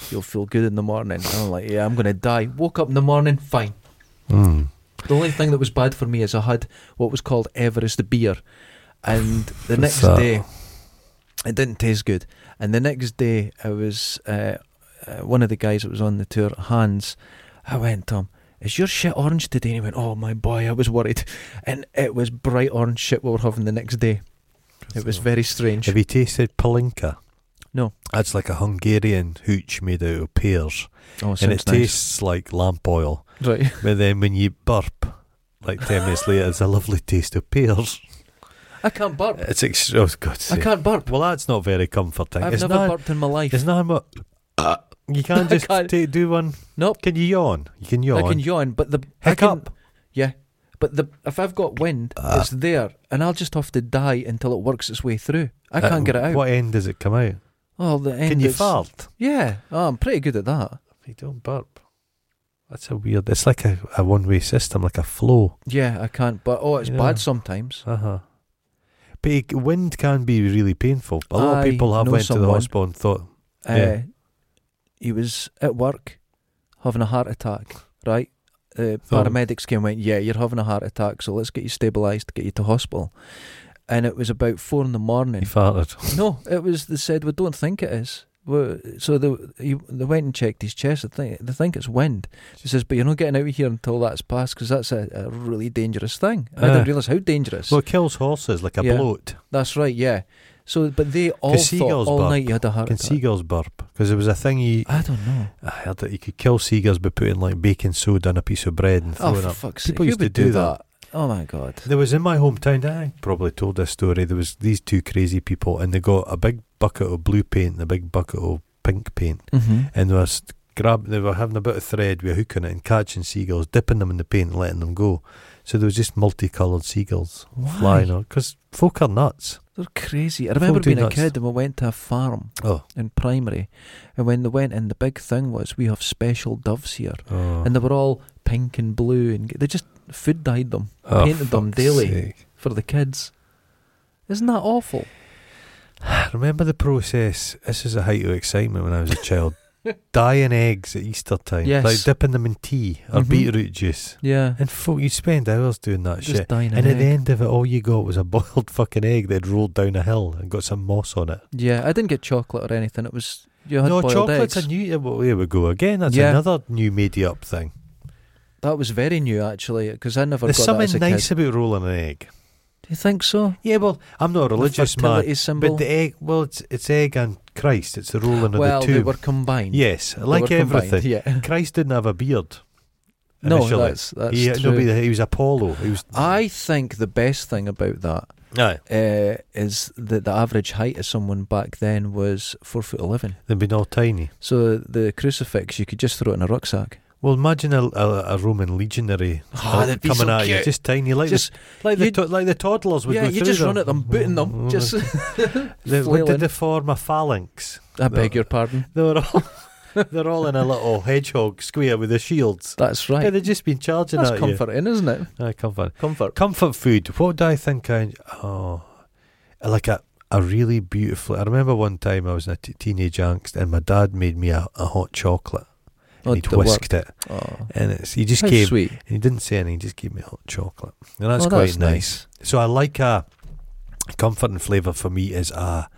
[SPEAKER 1] You'll feel good in the morning. And I'm like, yeah, I'm going to die. Woke up in the morning, fine.
[SPEAKER 2] Mm.
[SPEAKER 1] The only thing that was bad for me is I had what was called Everest beer, and the
[SPEAKER 2] What's
[SPEAKER 1] next
[SPEAKER 2] that?
[SPEAKER 1] day it didn't taste good. And the next day I was uh, uh, one of the guys that was on the tour, Hans. I went, Tom, is your shit orange today? And he went, Oh my boy, I was worried, and it was bright orange shit we were having the next day. It was very strange.
[SPEAKER 2] Have you tasted palinka?
[SPEAKER 1] No.
[SPEAKER 2] That's like a Hungarian hooch made out of pears,
[SPEAKER 1] oh,
[SPEAKER 2] and it
[SPEAKER 1] sounds nice.
[SPEAKER 2] tastes like lamp oil.
[SPEAKER 1] right.
[SPEAKER 2] But then when you burp, like ten minutes later, it's a lovely taste of pears.
[SPEAKER 1] I can't burp.
[SPEAKER 2] It's ex- oh god.
[SPEAKER 1] I can't burp.
[SPEAKER 2] Well, that's not very comforting.
[SPEAKER 1] I've
[SPEAKER 2] it's
[SPEAKER 1] never
[SPEAKER 2] not.
[SPEAKER 1] burped in my life.
[SPEAKER 2] It's not much. Uh, You can't
[SPEAKER 1] I
[SPEAKER 2] just
[SPEAKER 1] can't.
[SPEAKER 2] ta- do one.
[SPEAKER 1] Nope.
[SPEAKER 2] Can you yawn? You can yawn.
[SPEAKER 1] I can yawn, but the I can-
[SPEAKER 2] Hiccup.
[SPEAKER 1] Yeah, but the if I've got wind,
[SPEAKER 2] Uh,
[SPEAKER 1] it's there, and I'll just have to die until it works its way through. I
[SPEAKER 2] Uh,
[SPEAKER 1] can't get it out.
[SPEAKER 2] What end does it come out?
[SPEAKER 1] Oh, the end
[SPEAKER 2] can you
[SPEAKER 1] is-
[SPEAKER 2] fart?
[SPEAKER 1] Yeah, oh, I'm pretty good at that.
[SPEAKER 2] You don't burp. That's a weird. It's like a, a one way system, like a flow.
[SPEAKER 1] Yeah, I can't. But oh, it's
[SPEAKER 2] You know.
[SPEAKER 1] bad sometimes.
[SPEAKER 2] Uh huh. But it- wind can be really painful. A lot
[SPEAKER 1] I
[SPEAKER 2] of people have
[SPEAKER 1] know
[SPEAKER 2] went to the
[SPEAKER 1] someone-
[SPEAKER 2] hospital and thought,
[SPEAKER 1] Uh,
[SPEAKER 2] Yeah.
[SPEAKER 1] He was at work having a heart attack, right? The
[SPEAKER 2] So-
[SPEAKER 1] paramedics came and went, Yeah, you're having a heart attack, so let's get you stabilised, get you to hospital. And it was about four in the
[SPEAKER 2] he
[SPEAKER 1] morning.
[SPEAKER 2] farted.
[SPEAKER 1] No, it was, they said, We don't think it is. Well, so they he, they went and checked his chest. They think they think it's wind. He says, but you're not getting out of here until that's passed because that's a, a really dangerous thing. And I
[SPEAKER 2] Uh.
[SPEAKER 1] didn't realize how dangerous.
[SPEAKER 2] Well, it kills horses like a
[SPEAKER 1] Yeah.
[SPEAKER 2] bloat.
[SPEAKER 1] That's right. Yeah. So, but they all thought
[SPEAKER 2] seagulls
[SPEAKER 1] all
[SPEAKER 2] bark?
[SPEAKER 1] night you had a heart
[SPEAKER 2] Can
[SPEAKER 1] attack.
[SPEAKER 2] seagulls burp? Because there was a thing you
[SPEAKER 1] I don't know.
[SPEAKER 2] I heard that you could kill seagulls by putting like baking soda on a piece of bread and
[SPEAKER 1] Oh,
[SPEAKER 2] throwing
[SPEAKER 1] for
[SPEAKER 2] up.
[SPEAKER 1] fuck's sake!
[SPEAKER 2] People
[SPEAKER 1] Who
[SPEAKER 2] used to
[SPEAKER 1] would
[SPEAKER 2] do that.
[SPEAKER 1] Oh my god.
[SPEAKER 2] There was in my hometown. I probably told this story. There was these two crazy people, and they got a big bucket of blue paint and a big bucket of pink paint,
[SPEAKER 1] Mm-hmm.
[SPEAKER 2] and they were st- grab. They were having a bit of thread with a hook on it and catching seagulls, dipping them in the paint, and letting them go. So there was just multicoloured seagulls
[SPEAKER 1] Why?
[SPEAKER 2] flying on because folk are nuts.
[SPEAKER 1] They're crazy. I remember
[SPEAKER 2] do
[SPEAKER 1] being a
[SPEAKER 2] nuts.
[SPEAKER 1] kid and we went to a farm
[SPEAKER 2] Oh,
[SPEAKER 1] in primary, and when they went in, the big thing was we have special doves here,
[SPEAKER 2] oh.
[SPEAKER 1] and they were all pink and blue, and they just food dyed them
[SPEAKER 2] Oh,
[SPEAKER 1] painted them
[SPEAKER 2] fuck's
[SPEAKER 1] daily.
[SPEAKER 2] sake.
[SPEAKER 1] for the kids. Isn't that awful?
[SPEAKER 2] Remember the process. This is the height of excitement when I was a child. Dyeing eggs at Easter time,
[SPEAKER 1] Yes.
[SPEAKER 2] like dipping them in tea or
[SPEAKER 1] Mhm.
[SPEAKER 2] beetroot juice,
[SPEAKER 1] Yeah,
[SPEAKER 2] and folk you spend hours doing that
[SPEAKER 1] just
[SPEAKER 2] shit.
[SPEAKER 1] dying.
[SPEAKER 2] And at the end of it, all you got was a boiled fucking egg that had rolled down a hill and got some moss on it.
[SPEAKER 1] Yeah, I didn't get chocolate or anything. It was you had
[SPEAKER 2] no,
[SPEAKER 1] boiled
[SPEAKER 2] chocolate's
[SPEAKER 1] eggs.
[SPEAKER 2] a new. Well, here we go again. That's
[SPEAKER 1] Yeah.
[SPEAKER 2] another new media up thing.
[SPEAKER 1] that was very new actually, because I never
[SPEAKER 2] There's
[SPEAKER 1] got that
[SPEAKER 2] something
[SPEAKER 1] as a
[SPEAKER 2] nice
[SPEAKER 1] kid.
[SPEAKER 2] about rolling an egg.
[SPEAKER 1] Do you think so?
[SPEAKER 2] Yeah, well, I'm not a
[SPEAKER 1] The
[SPEAKER 2] religious man,
[SPEAKER 1] fertility symbol.
[SPEAKER 2] but the egg. Well, it's it's egg and Christ. It's the rolling
[SPEAKER 1] well,
[SPEAKER 2] of the
[SPEAKER 1] they
[SPEAKER 2] tomb.
[SPEAKER 1] were combined.
[SPEAKER 2] yes,
[SPEAKER 1] They
[SPEAKER 2] like
[SPEAKER 1] were combined,
[SPEAKER 2] everything.
[SPEAKER 1] Yeah.
[SPEAKER 2] Christ didn't have a beard.
[SPEAKER 1] No,
[SPEAKER 2] initially.
[SPEAKER 1] that's that's
[SPEAKER 2] he,
[SPEAKER 1] true.
[SPEAKER 2] nobody- he was Apollo. He was.
[SPEAKER 1] I think the best thing about that
[SPEAKER 2] Aye.
[SPEAKER 1] uh, is that the average height of someone back then was four foot eleven.
[SPEAKER 2] They'd been all tiny.
[SPEAKER 1] So the crucifix you could just throw it in a rucksack.
[SPEAKER 2] Well, imagine a, a, a Roman legionary
[SPEAKER 1] Ah,
[SPEAKER 2] uh,
[SPEAKER 1] that'd be
[SPEAKER 2] coming
[SPEAKER 1] so
[SPEAKER 2] at you,
[SPEAKER 1] cute.
[SPEAKER 2] just tiny, like
[SPEAKER 1] just
[SPEAKER 2] the, like, the
[SPEAKER 1] you'd-
[SPEAKER 2] to, like the toddlers would
[SPEAKER 1] yeah,
[SPEAKER 2] go through
[SPEAKER 1] you just
[SPEAKER 2] them. Mm-hmm.
[SPEAKER 1] run at them, booting them, just
[SPEAKER 2] They- what
[SPEAKER 1] flailing.
[SPEAKER 2] did they form a phalanx?
[SPEAKER 1] I beg your pardon.
[SPEAKER 2] They were all they're all in a little hedgehog square with the shields.
[SPEAKER 1] That's
[SPEAKER 2] Yeah,
[SPEAKER 1] right.
[SPEAKER 2] they've just been charging
[SPEAKER 1] That's
[SPEAKER 2] at
[SPEAKER 1] comforting, isn't it?
[SPEAKER 2] you. Aye, comfort.
[SPEAKER 1] Comfort.
[SPEAKER 2] Comfort food. What do I think I oh like a a really beautiful. I remember one time I was in a t- teenage angst and my dad made me a, a hot chocolate.
[SPEAKER 1] Oh,
[SPEAKER 2] and he'd
[SPEAKER 1] the work.
[SPEAKER 2] whisked it,
[SPEAKER 1] Oh.
[SPEAKER 2] and it's he just
[SPEAKER 1] How
[SPEAKER 2] gave
[SPEAKER 1] sweet.
[SPEAKER 2] and he didn't say anything. He just gave me hot chocolate, and that's
[SPEAKER 1] Oh,
[SPEAKER 2] quite
[SPEAKER 1] that's
[SPEAKER 2] nice. So I like a comforting flavour for me is a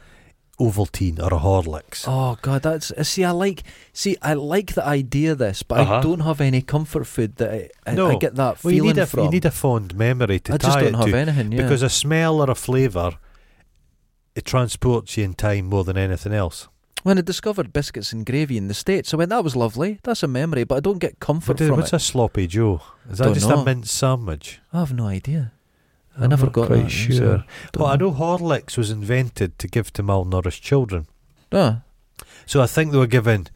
[SPEAKER 2] Ovaltine or a Horlicks.
[SPEAKER 1] Oh God, that's uh, see. I like see. I like the idea of this, but
[SPEAKER 2] Uh-huh.
[SPEAKER 1] I don't have any comfort food that I, I, I
[SPEAKER 2] No.
[SPEAKER 1] get that
[SPEAKER 2] well, you
[SPEAKER 1] feeling
[SPEAKER 2] need a
[SPEAKER 1] from.
[SPEAKER 2] you need a fond memory to
[SPEAKER 1] I just
[SPEAKER 2] tie
[SPEAKER 1] don't
[SPEAKER 2] it
[SPEAKER 1] have
[SPEAKER 2] to
[SPEAKER 1] anything. Yeah.
[SPEAKER 2] because a smell or a flavour it transports you in time more than anything else.
[SPEAKER 1] when I discovered biscuits and gravy in the states, I went, "That was lovely. That's a memory." But I don't get comfort
[SPEAKER 2] What is-
[SPEAKER 1] from
[SPEAKER 2] uh, what's
[SPEAKER 1] it.
[SPEAKER 2] a sloppy Joe? Is that
[SPEAKER 1] Don't
[SPEAKER 2] just
[SPEAKER 1] know.
[SPEAKER 2] a mince sandwich?
[SPEAKER 1] I have no idea. I
[SPEAKER 2] I'm
[SPEAKER 1] never
[SPEAKER 2] not
[SPEAKER 1] got
[SPEAKER 2] quite
[SPEAKER 1] that,
[SPEAKER 2] sure.
[SPEAKER 1] so don't
[SPEAKER 2] well, I know Horlicks was invented to give to malnourished children.
[SPEAKER 1] Ah,
[SPEAKER 2] So I think they were given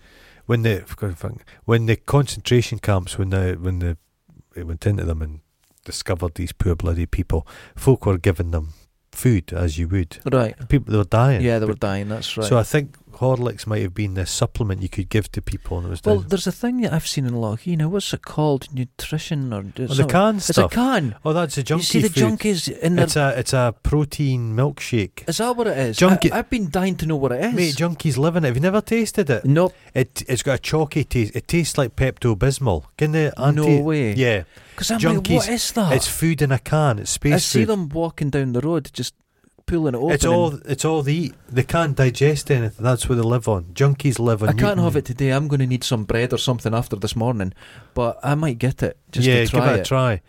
[SPEAKER 2] when the when the concentration camps when the when the it went into them and discovered these poor bloody people, folk were giving them food as you would.
[SPEAKER 1] right.
[SPEAKER 2] People they were dying.
[SPEAKER 1] Yeah, they were dying. That's right.
[SPEAKER 2] So I think Horlicks might have been the supplement you could give to people, and it was
[SPEAKER 1] well,
[SPEAKER 2] down-
[SPEAKER 1] there's a thing that I've seen in Lougheed. Now, what's it called? Nutrition or
[SPEAKER 2] oh, the canned
[SPEAKER 1] It's a
[SPEAKER 2] stuff.
[SPEAKER 1] can.
[SPEAKER 2] oh, that's a junkie
[SPEAKER 1] You see the
[SPEAKER 2] food.
[SPEAKER 1] junkies in their
[SPEAKER 2] It's a it's a protein milkshake.
[SPEAKER 1] Is that what it is?
[SPEAKER 2] Junkie-
[SPEAKER 1] I, have been dying to know what it is.
[SPEAKER 2] Mate, junkies living it. Have you never tasted it?
[SPEAKER 1] nope,
[SPEAKER 2] It it's got a chalky taste. It tastes like Pepto Bismol. Can they?
[SPEAKER 1] no way.
[SPEAKER 2] Yeah.
[SPEAKER 1] because I'm like, what
[SPEAKER 2] junkies,
[SPEAKER 1] is that?
[SPEAKER 2] It's food in a can. It's space
[SPEAKER 1] I see
[SPEAKER 2] food.
[SPEAKER 1] them walking down the road, just pulling it open.
[SPEAKER 2] It's all. It's all they eat. They can't digest anything. That's what they live on. Junkies live on.
[SPEAKER 1] and- I can't
[SPEAKER 2] mutiny.
[SPEAKER 1] have it today. I'm going to need some bread or something after this morning, but I might get it just
[SPEAKER 2] yeah,
[SPEAKER 1] to try
[SPEAKER 2] give it,
[SPEAKER 1] it.
[SPEAKER 2] a try.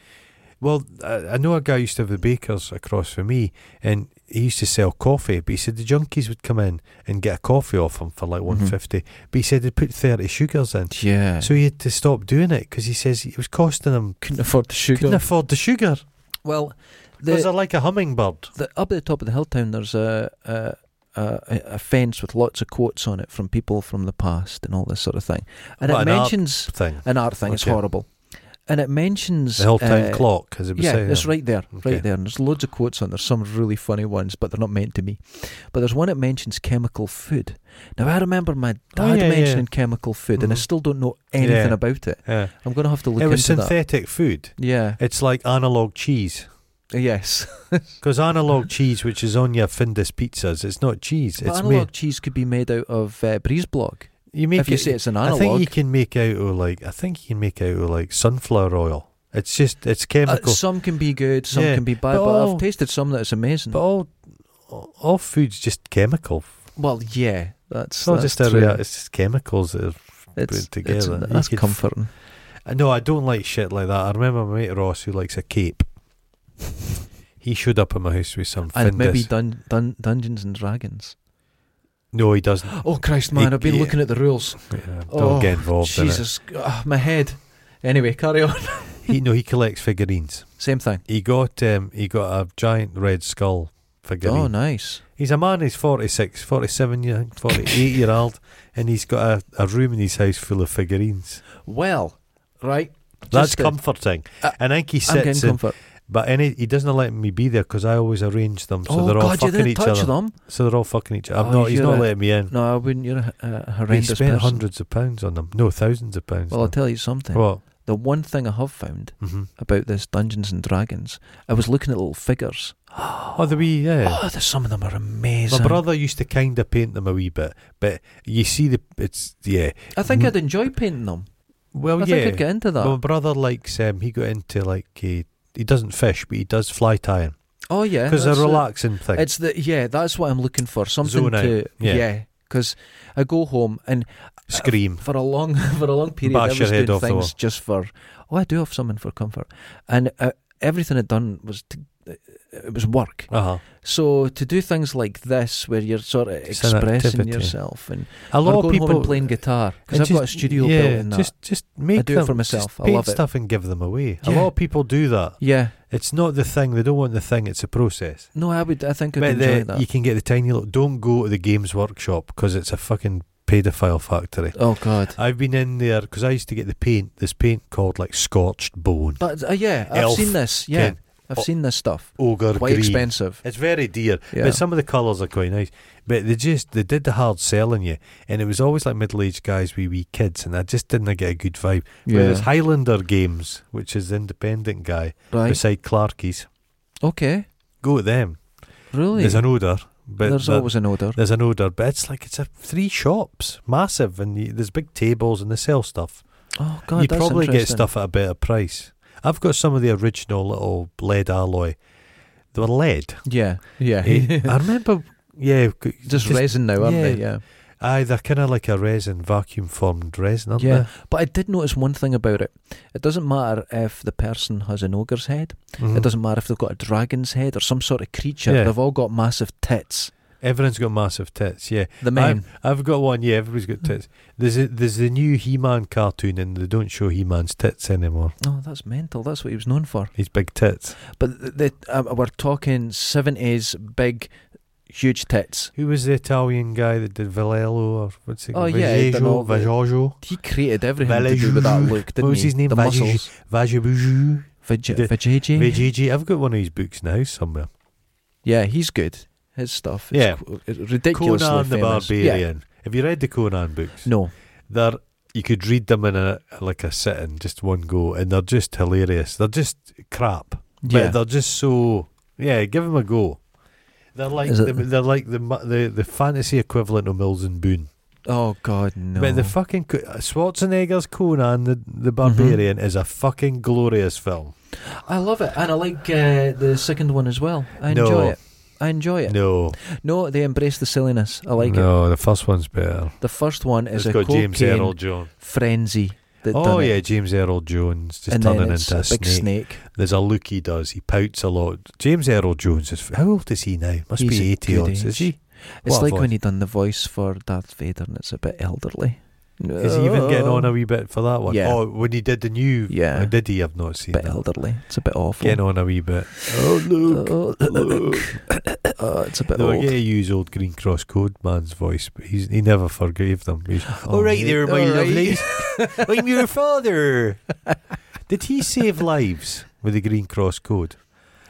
[SPEAKER 2] Well, I, I know a guy used to have a baker's across from me, and he used to sell coffee. But he said the junkies would come in and get a coffee off him for like
[SPEAKER 1] Mm-hmm.
[SPEAKER 2] one But he said they put thirty sugars in,
[SPEAKER 1] Yeah,
[SPEAKER 2] so he had to stop doing it because he says it was costing him.
[SPEAKER 1] couldn't afford the sugar.
[SPEAKER 2] Couldn't afford the sugar.
[SPEAKER 1] well,
[SPEAKER 2] Because
[SPEAKER 1] the,
[SPEAKER 2] they're like a hummingbird.
[SPEAKER 1] the, up at the top of the hill town, there's a. a a, a fence with lots of quotes on it from people from the past and all this sort of thing, and
[SPEAKER 2] What,
[SPEAKER 1] it
[SPEAKER 2] an art
[SPEAKER 1] mentions
[SPEAKER 2] Thing.
[SPEAKER 1] an art thing. It's
[SPEAKER 2] Okay.
[SPEAKER 1] horrible, and it mentions
[SPEAKER 2] The whole town
[SPEAKER 1] uh,
[SPEAKER 2] clock, as it was
[SPEAKER 1] Yeah,
[SPEAKER 2] saying.
[SPEAKER 1] it's right there,
[SPEAKER 2] Okay.
[SPEAKER 1] right there. And there's loads of quotes on. There's some really funny ones, but they're not meant to me. But there's one that mentions chemical food. Now I remember my dad
[SPEAKER 2] Oh, yeah, yeah.
[SPEAKER 1] mentioning chemical food, and I
[SPEAKER 2] Mhm.
[SPEAKER 1] still don't know anything
[SPEAKER 2] Yeah.
[SPEAKER 1] about it.
[SPEAKER 2] Yeah.
[SPEAKER 1] I'm going to have to look
[SPEAKER 2] it was
[SPEAKER 1] into that.
[SPEAKER 2] synthetic food.
[SPEAKER 1] Yeah.
[SPEAKER 2] It's like analog cheese.
[SPEAKER 1] Yes.
[SPEAKER 2] Because analog cheese, which is on your Findus pizzas, it's not cheese.
[SPEAKER 1] But
[SPEAKER 2] it's
[SPEAKER 1] analog
[SPEAKER 2] made.
[SPEAKER 1] cheese could be made out of uh, breeze block.
[SPEAKER 2] You make
[SPEAKER 1] if you
[SPEAKER 2] it-
[SPEAKER 1] say it's an
[SPEAKER 2] I
[SPEAKER 1] analog.
[SPEAKER 2] think you can make out of like. I think you can make out of like sunflower oil. It's just it's
[SPEAKER 1] Uh,
[SPEAKER 2] chemical.
[SPEAKER 1] some can be good, some
[SPEAKER 2] Yeah,
[SPEAKER 1] can be bad,
[SPEAKER 2] but
[SPEAKER 1] but,
[SPEAKER 2] all-
[SPEAKER 1] I've tasted some that is amazing.
[SPEAKER 2] but all all food's just chemical.
[SPEAKER 1] well, yeah, That's
[SPEAKER 2] It's not
[SPEAKER 1] that's
[SPEAKER 2] just a
[SPEAKER 1] true.
[SPEAKER 2] rea- it's just chemicals that are
[SPEAKER 1] It's,
[SPEAKER 2] put together.
[SPEAKER 1] it's-
[SPEAKER 2] You
[SPEAKER 1] that's
[SPEAKER 2] could f-
[SPEAKER 1] comforting.
[SPEAKER 2] I know I don't like shit like that. I remember my mate Ross who likes a cape. He showed up at my house with some
[SPEAKER 1] and maybe
[SPEAKER 2] Findus.
[SPEAKER 1] dun, dun, Dungeons and Dragons.
[SPEAKER 2] No, he doesn't.
[SPEAKER 1] Oh Christ,
[SPEAKER 2] He-
[SPEAKER 1] man! I've been
[SPEAKER 2] yeah.
[SPEAKER 1] looking at the rules.
[SPEAKER 2] Yeah, don't
[SPEAKER 1] Oh,
[SPEAKER 2] get involved
[SPEAKER 1] Jesus, ah, my head. Anyway, carry on.
[SPEAKER 2] in it. He no, he collects figurines.
[SPEAKER 1] Same thing.
[SPEAKER 2] He got um, he got a giant red skull figurine.
[SPEAKER 1] Oh, nice.
[SPEAKER 2] He's a man, he's 46, 47, year, 48 year old, and he's got a, a room in his house full of figurines.
[SPEAKER 1] Well, right.
[SPEAKER 2] That's
[SPEAKER 1] Just, uh,
[SPEAKER 2] comforting.
[SPEAKER 1] Uh,
[SPEAKER 2] and I think he
[SPEAKER 1] I'm
[SPEAKER 2] sits
[SPEAKER 1] getting
[SPEAKER 2] in,
[SPEAKER 1] comfort.
[SPEAKER 2] but any, he doesn't let me be there because I always arrange them so
[SPEAKER 1] oh
[SPEAKER 2] they're all
[SPEAKER 1] God, you
[SPEAKER 2] fucking
[SPEAKER 1] didn't
[SPEAKER 2] each
[SPEAKER 1] touch
[SPEAKER 2] other.
[SPEAKER 1] them.
[SPEAKER 2] So they're all fucking each other. I'm
[SPEAKER 1] Oh,
[SPEAKER 2] not, he's
[SPEAKER 1] you're
[SPEAKER 2] not
[SPEAKER 1] a-
[SPEAKER 2] letting me in.
[SPEAKER 1] No, I wouldn't. You're a, a
[SPEAKER 2] he
[SPEAKER 1] horrendous
[SPEAKER 2] spent
[SPEAKER 1] person.
[SPEAKER 2] hundreds of pounds on them. No, thousands of pounds.
[SPEAKER 1] Well, I'll
[SPEAKER 2] on them.
[SPEAKER 1] tell you something.
[SPEAKER 2] What?
[SPEAKER 1] The one thing I have found
[SPEAKER 2] hmm
[SPEAKER 1] about this Dungeons and Dragons, I was looking at little figures.
[SPEAKER 2] Oh, the wee, yeah.
[SPEAKER 1] Oh, the, some of them are amazing.
[SPEAKER 2] My brother used to kind of paint them a wee bit, but you see the, it's, yeah.
[SPEAKER 1] I think
[SPEAKER 2] Mm.
[SPEAKER 1] I'd enjoy painting them.
[SPEAKER 2] Well,
[SPEAKER 1] I
[SPEAKER 2] Oh, yeah.
[SPEAKER 1] think I'd get into that.
[SPEAKER 2] My brother likes um, he got into like he, he doesn't fish, but he does fly tying
[SPEAKER 1] oh yeah,
[SPEAKER 2] because
[SPEAKER 1] that's
[SPEAKER 2] a
[SPEAKER 1] it.
[SPEAKER 2] relaxing thing.
[SPEAKER 1] It's the yeah, that's what I'm looking for. Something
[SPEAKER 2] Zone out,
[SPEAKER 1] to
[SPEAKER 2] yeah.
[SPEAKER 1] because I go home and
[SPEAKER 2] Scream.
[SPEAKER 1] for a long for a long period
[SPEAKER 2] Bash
[SPEAKER 1] I
[SPEAKER 2] your
[SPEAKER 1] was
[SPEAKER 2] head
[SPEAKER 1] doing
[SPEAKER 2] off the wall.
[SPEAKER 1] things just for oh I do have something for comfort and uh, everything I'd done was to, uh, it was work.
[SPEAKER 2] Uh huh.
[SPEAKER 1] So to do things like this where you're sort of
[SPEAKER 2] It's an
[SPEAKER 1] expressing
[SPEAKER 2] activity.
[SPEAKER 1] yourself and
[SPEAKER 2] A
[SPEAKER 1] or
[SPEAKER 2] lot of
[SPEAKER 1] going home
[SPEAKER 2] people
[SPEAKER 1] and playing guitar because
[SPEAKER 2] and
[SPEAKER 1] I've got a
[SPEAKER 2] just-
[SPEAKER 1] studio
[SPEAKER 2] yeah,
[SPEAKER 1] built in that.
[SPEAKER 2] Just just make
[SPEAKER 1] do it
[SPEAKER 2] them,
[SPEAKER 1] for
[SPEAKER 2] just
[SPEAKER 1] myself. I
[SPEAKER 2] paint
[SPEAKER 1] love it.
[SPEAKER 2] stuff and give them away. A
[SPEAKER 1] Yeah.
[SPEAKER 2] lot of people do that.
[SPEAKER 1] yeah.
[SPEAKER 2] It's not the thing. They don't want the thing. It's a process.
[SPEAKER 1] No, I would. I think I'd
[SPEAKER 2] But
[SPEAKER 1] enjoy
[SPEAKER 2] then
[SPEAKER 1] that.
[SPEAKER 2] you can get the tiny little. Don't go to the games workshop because it's a fucking paedophile factory.
[SPEAKER 1] oh God.
[SPEAKER 2] I've been in there because I used to get the paint. This paint called like scorched bone.
[SPEAKER 1] But uh, yeah, I've
[SPEAKER 2] Elf,
[SPEAKER 1] seen this. Yeah,
[SPEAKER 2] Ken.
[SPEAKER 1] I've
[SPEAKER 2] Oh,
[SPEAKER 1] seen this stuff.
[SPEAKER 2] Ogre
[SPEAKER 1] Quite
[SPEAKER 2] green.
[SPEAKER 1] expensive.
[SPEAKER 2] It's very dear,
[SPEAKER 1] Yeah.
[SPEAKER 2] but some of the colours are quite nice. But they just they did the hard selling you, and it was always like middle aged guys with wee kids, and I just didn't get a good vibe. Whereas Highlander Games, which is the independent guy
[SPEAKER 1] right.
[SPEAKER 2] beside Clarkie's,
[SPEAKER 1] Okay.
[SPEAKER 2] go with them.
[SPEAKER 1] Really.
[SPEAKER 2] There's an odor, but
[SPEAKER 1] There's
[SPEAKER 2] the-
[SPEAKER 1] always an order.
[SPEAKER 2] there's an odor, but it's like it's a three shops, massive, and you, there's big tables and they sell stuff.
[SPEAKER 1] Oh God,
[SPEAKER 2] you
[SPEAKER 1] that's
[SPEAKER 2] probably get
[SPEAKER 1] interesting.
[SPEAKER 2] stuff at a better price. I've got some of the original little lead alloy. They were lead.
[SPEAKER 1] Yeah, yeah.
[SPEAKER 2] Eh, I remember, yeah, c-
[SPEAKER 1] just, resin now, aren't they? Yeah.
[SPEAKER 2] Aye, they're kind of like a resin, vacuum formed resin, aren't
[SPEAKER 1] Yeah. But I did notice one thing about it. It doesn't matter if the person has an ogre's head.
[SPEAKER 2] they? Mhm.
[SPEAKER 1] It doesn't matter if they've got a dragon's head or some sort of creature.
[SPEAKER 2] Yeah.
[SPEAKER 1] They've all got massive tits.
[SPEAKER 2] Everyone's got massive tits, yeah.
[SPEAKER 1] The men.
[SPEAKER 2] I've got one, yeah, everybody's got tits. There's a, there's the new He Man cartoon, and they don't show He Man's tits anymore.
[SPEAKER 1] oh, that's mental. That's what he was known for.
[SPEAKER 2] He's big tits.
[SPEAKER 1] But th- they, uh, we're talking seventies, big, huge tits.
[SPEAKER 2] Who was the Italian guy that did Valello, or what's it
[SPEAKER 1] Oh,
[SPEAKER 2] called?
[SPEAKER 1] yeah, he done all
[SPEAKER 2] Vagejo,
[SPEAKER 1] the-
[SPEAKER 2] Vagejo,
[SPEAKER 1] He created everything to do with that
[SPEAKER 2] Valjean.
[SPEAKER 1] look, didn't
[SPEAKER 2] was
[SPEAKER 1] he?
[SPEAKER 2] his name?
[SPEAKER 1] The
[SPEAKER 2] Valjean.
[SPEAKER 1] muscles.
[SPEAKER 2] Vagebuju,
[SPEAKER 1] Vij-
[SPEAKER 2] The-
[SPEAKER 1] Vijay.
[SPEAKER 2] Vajiji. I've got one of his books now somewhere.
[SPEAKER 1] Yeah, he's good. His stuff is
[SPEAKER 2] Yeah.
[SPEAKER 1] qu- it's ridiculously
[SPEAKER 2] Conan the
[SPEAKER 1] famous. Yeah.
[SPEAKER 2] Barbarian. Have you read the Conan books?
[SPEAKER 1] No.
[SPEAKER 2] they're you could read them in a like a sitting, just one go, and they're just hilarious. They're just crap,
[SPEAKER 1] Yeah.
[SPEAKER 2] but they're just so yeah. Give them a go. They're like
[SPEAKER 1] Is
[SPEAKER 2] the,
[SPEAKER 1] it-
[SPEAKER 2] they're like the mu- the the fantasy equivalent of Mills and Boone.
[SPEAKER 1] oh God, no. Mm-hmm.
[SPEAKER 2] But the fucking Co- Schwarzenegger's Conan the the Barbarian is a fucking glorious film.
[SPEAKER 1] I love it, and I like uh, the second one as well. I
[SPEAKER 2] No.
[SPEAKER 1] enjoy it. I enjoy it.
[SPEAKER 2] No,
[SPEAKER 1] No, they embrace the silliness. I like it.
[SPEAKER 2] no, the first one's better.
[SPEAKER 1] The first one
[SPEAKER 2] It's
[SPEAKER 1] is a
[SPEAKER 2] got
[SPEAKER 1] cocaine
[SPEAKER 2] James Earl Jones.
[SPEAKER 1] frenzy. That
[SPEAKER 2] Oh
[SPEAKER 1] done it.
[SPEAKER 2] yeah, James Earl Jones just
[SPEAKER 1] and then
[SPEAKER 2] turning
[SPEAKER 1] it's
[SPEAKER 2] into a,
[SPEAKER 1] a big
[SPEAKER 2] snake.
[SPEAKER 1] snake.
[SPEAKER 2] There's a look he does. He pouts a lot. James Earl Jones is how old is he now? Must
[SPEAKER 1] He's
[SPEAKER 2] be
[SPEAKER 1] a
[SPEAKER 2] eighty
[SPEAKER 1] good
[SPEAKER 2] odds, is
[SPEAKER 1] age.
[SPEAKER 2] he?
[SPEAKER 1] It's
[SPEAKER 2] What a
[SPEAKER 1] like
[SPEAKER 2] voice.
[SPEAKER 1] when he done the voice for Darth Vader, and it's a bit elderly.
[SPEAKER 2] Is he even getting on a wee bit for that one?
[SPEAKER 1] Yeah.
[SPEAKER 2] Oh, when he did the new,
[SPEAKER 1] Yeah.
[SPEAKER 2] or did he? I've not seen
[SPEAKER 1] bit
[SPEAKER 2] that.
[SPEAKER 1] elderly? It's a bit awful.
[SPEAKER 2] Getting on a wee bit. Oh look,
[SPEAKER 1] Oh,
[SPEAKER 2] look.
[SPEAKER 1] oh, it's a bit
[SPEAKER 2] They were
[SPEAKER 1] old.
[SPEAKER 2] going to use old Green Cross Code Man's voice, but he's, he never forgave them. He's,
[SPEAKER 1] All right there, my lovelies.
[SPEAKER 2] I'm your father. Did he save lives with the Green Cross Code?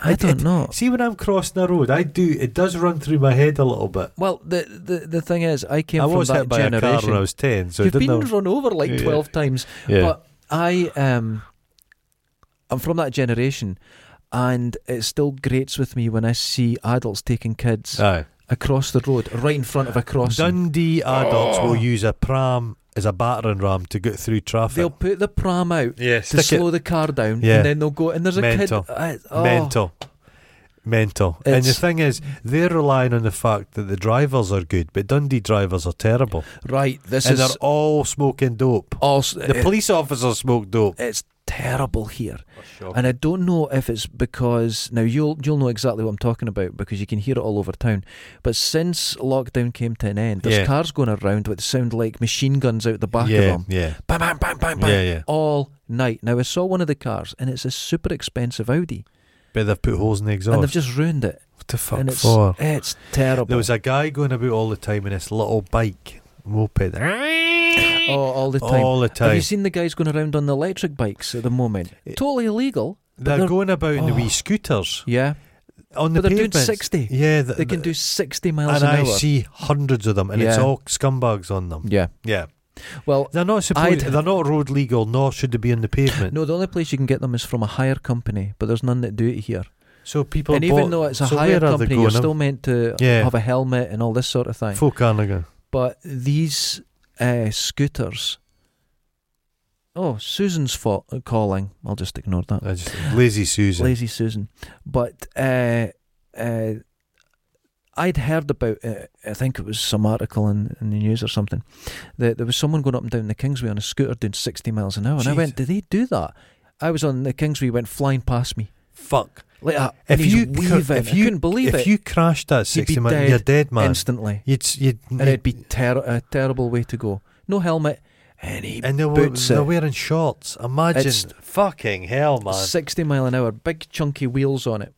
[SPEAKER 1] I
[SPEAKER 2] It-
[SPEAKER 1] don't know.
[SPEAKER 2] See, when I'm crossing a road, I do. It does run through my head a little bit.
[SPEAKER 1] Well, the the, the thing is, I came
[SPEAKER 2] I
[SPEAKER 1] from
[SPEAKER 2] was
[SPEAKER 1] that
[SPEAKER 2] hit by
[SPEAKER 1] generation.
[SPEAKER 2] a car when I was ten, so
[SPEAKER 1] You've
[SPEAKER 2] I
[SPEAKER 1] been
[SPEAKER 2] didn't know.
[SPEAKER 1] run over like
[SPEAKER 2] Yeah.
[SPEAKER 1] twelve times,
[SPEAKER 2] Yeah.
[SPEAKER 1] but I um, I'm from that generation, and it still grates with me when I see adults taking kids
[SPEAKER 2] Aye.
[SPEAKER 1] across the road, right in front of a crossing.
[SPEAKER 2] Dundee adults
[SPEAKER 1] Oh.
[SPEAKER 2] will use a pram as a battering ram to get through traffic.
[SPEAKER 1] They'll put the pram out
[SPEAKER 2] yeah,
[SPEAKER 1] to slow the car down,
[SPEAKER 2] Yeah.
[SPEAKER 1] and then they'll go. And there's a
[SPEAKER 2] Mental.
[SPEAKER 1] kid. I, oh,
[SPEAKER 2] Mental. mental. and the
[SPEAKER 1] It's-
[SPEAKER 2] thing is, they're relying on the fact that the drivers are good, but Dundee drivers are terrible.
[SPEAKER 1] Right, this
[SPEAKER 2] and
[SPEAKER 1] is
[SPEAKER 2] they're all smoking dope.
[SPEAKER 1] also
[SPEAKER 2] The police officers smoke dope.
[SPEAKER 1] it's terrible here.
[SPEAKER 2] Oh.
[SPEAKER 1] And I don't know if it's because now you'll you'll know exactly what I'm talking about because you can hear it all over town. But since lockdown came to an end, there's
[SPEAKER 2] Yeah.
[SPEAKER 1] cars going around that sound like machine guns out the back of
[SPEAKER 2] yeah,
[SPEAKER 1] them.
[SPEAKER 2] yeah,
[SPEAKER 1] Bang bang bang bang bang
[SPEAKER 2] yeah, yeah.
[SPEAKER 1] all night. Now I saw one of the cars and it's a super expensive Audi.
[SPEAKER 2] But they've put holes in the exhaust.
[SPEAKER 1] And they've just ruined it.
[SPEAKER 2] what the Oh. fuck
[SPEAKER 1] and it's
[SPEAKER 2] for?
[SPEAKER 1] it's terrible.
[SPEAKER 2] There was a guy going about all the time in this little bike moped.
[SPEAKER 1] oh, all the time.
[SPEAKER 2] All the
[SPEAKER 1] Have
[SPEAKER 2] time. Eh.
[SPEAKER 1] you seen the guys going around on the electric bikes at the moment?
[SPEAKER 2] It-
[SPEAKER 1] totally illegal.
[SPEAKER 2] They're,
[SPEAKER 1] they're-
[SPEAKER 2] going about in the
[SPEAKER 1] Oh.
[SPEAKER 2] wee scooters
[SPEAKER 1] Yeah.
[SPEAKER 2] on the
[SPEAKER 1] But they're doing
[SPEAKER 2] pavements.
[SPEAKER 1] 60.
[SPEAKER 2] Yeah, th-
[SPEAKER 1] They can do
[SPEAKER 2] th-
[SPEAKER 1] 60 miles
[SPEAKER 2] And
[SPEAKER 1] an
[SPEAKER 2] I
[SPEAKER 1] hour.
[SPEAKER 2] see hundreds of them, and it's
[SPEAKER 1] Yeah.
[SPEAKER 2] all scumbags on them.
[SPEAKER 1] Yeah.
[SPEAKER 2] Yeah,
[SPEAKER 1] Well,
[SPEAKER 2] they're not supposed.
[SPEAKER 1] I'd-
[SPEAKER 2] They're not road legal, nor should they be on the pavement.
[SPEAKER 1] no, the only place you can get them is from a hire company, but there's none that do it here.
[SPEAKER 2] So people.
[SPEAKER 1] and
[SPEAKER 2] bought-
[SPEAKER 1] even though it's a
[SPEAKER 2] so
[SPEAKER 1] hire
[SPEAKER 2] where are they
[SPEAKER 1] company, you're
[SPEAKER 2] going?
[SPEAKER 1] still meant to
[SPEAKER 2] Yeah.
[SPEAKER 1] have a helmet and all this sort of thing.
[SPEAKER 2] Full Carnegie.
[SPEAKER 1] but these uh, scooters. Oh, Susan's fault calling. I'll just ignore that.
[SPEAKER 2] I just lazy Susan.
[SPEAKER 1] Lazy Susan. But uh, uh, I'd heard about, uh, I think it was some article in, in the news or something, that there was someone going up and down the Kingsway on a scooter doing 60 miles an hour. And I went,
[SPEAKER 2] Jesus.
[SPEAKER 1] did they do that? I was on the Kingsway, went flying past me.
[SPEAKER 2] Fuck.
[SPEAKER 1] Like that.
[SPEAKER 2] If
[SPEAKER 1] And he's
[SPEAKER 2] you cr-
[SPEAKER 1] weaving.
[SPEAKER 2] if
[SPEAKER 1] I
[SPEAKER 2] you-
[SPEAKER 1] couldn't believe
[SPEAKER 2] if
[SPEAKER 1] it
[SPEAKER 2] you crashed that
[SPEAKER 1] You'd be
[SPEAKER 2] sixty man,
[SPEAKER 1] dead
[SPEAKER 2] you're dead, man.
[SPEAKER 1] instantly.
[SPEAKER 2] You'd s- you'd
[SPEAKER 1] And it'd be ter- a terrible way to go. No helmet. And he
[SPEAKER 2] and they're, we-
[SPEAKER 1] boots
[SPEAKER 2] they're
[SPEAKER 1] it.
[SPEAKER 2] wearing shorts. Imagine
[SPEAKER 1] It's-
[SPEAKER 2] fucking hell, man.
[SPEAKER 1] 60 mile an hour, big chunky wheels on it.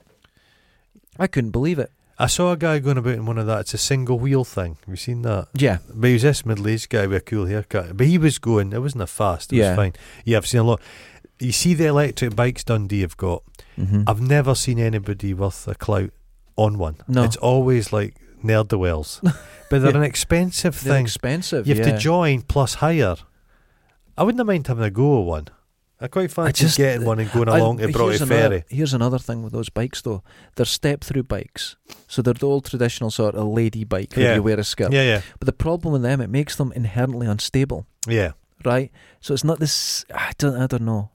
[SPEAKER 1] I couldn't believe it.
[SPEAKER 2] I saw a guy going about in one of that. It's a single wheel thing. Have you seen that?
[SPEAKER 1] Yeah.
[SPEAKER 2] But he was this middle aged guy with a cool haircut. But he was going, it wasn't a fast, it
[SPEAKER 1] Yeah.
[SPEAKER 2] was fine. Yeah, I've seen a lot. You see the electric bikes Dundee have got.
[SPEAKER 1] Mhm.
[SPEAKER 2] I've never seen anybody with a clout on one.
[SPEAKER 1] No.
[SPEAKER 2] It's always like ne'er do wells. but they're an expensive
[SPEAKER 1] They're
[SPEAKER 2] thing.
[SPEAKER 1] expensive.
[SPEAKER 2] you have
[SPEAKER 1] yeah.
[SPEAKER 2] to join plus hire. I wouldn't mind having a go at one. I quite fancy
[SPEAKER 1] just-
[SPEAKER 2] getting one and going
[SPEAKER 1] I-
[SPEAKER 2] along to Broughty
[SPEAKER 1] here's another-
[SPEAKER 2] Ferry.
[SPEAKER 1] Here's another thing with those bikes, though. They're step through bikes. So they're the old traditional sort of lady bike where
[SPEAKER 2] Yeah.
[SPEAKER 1] you wear a skirt.
[SPEAKER 2] Yeah, yeah,
[SPEAKER 1] But the problem with them, it makes them inherently unstable,
[SPEAKER 2] yeah.
[SPEAKER 1] right? So it's not this. I don't, I don't know.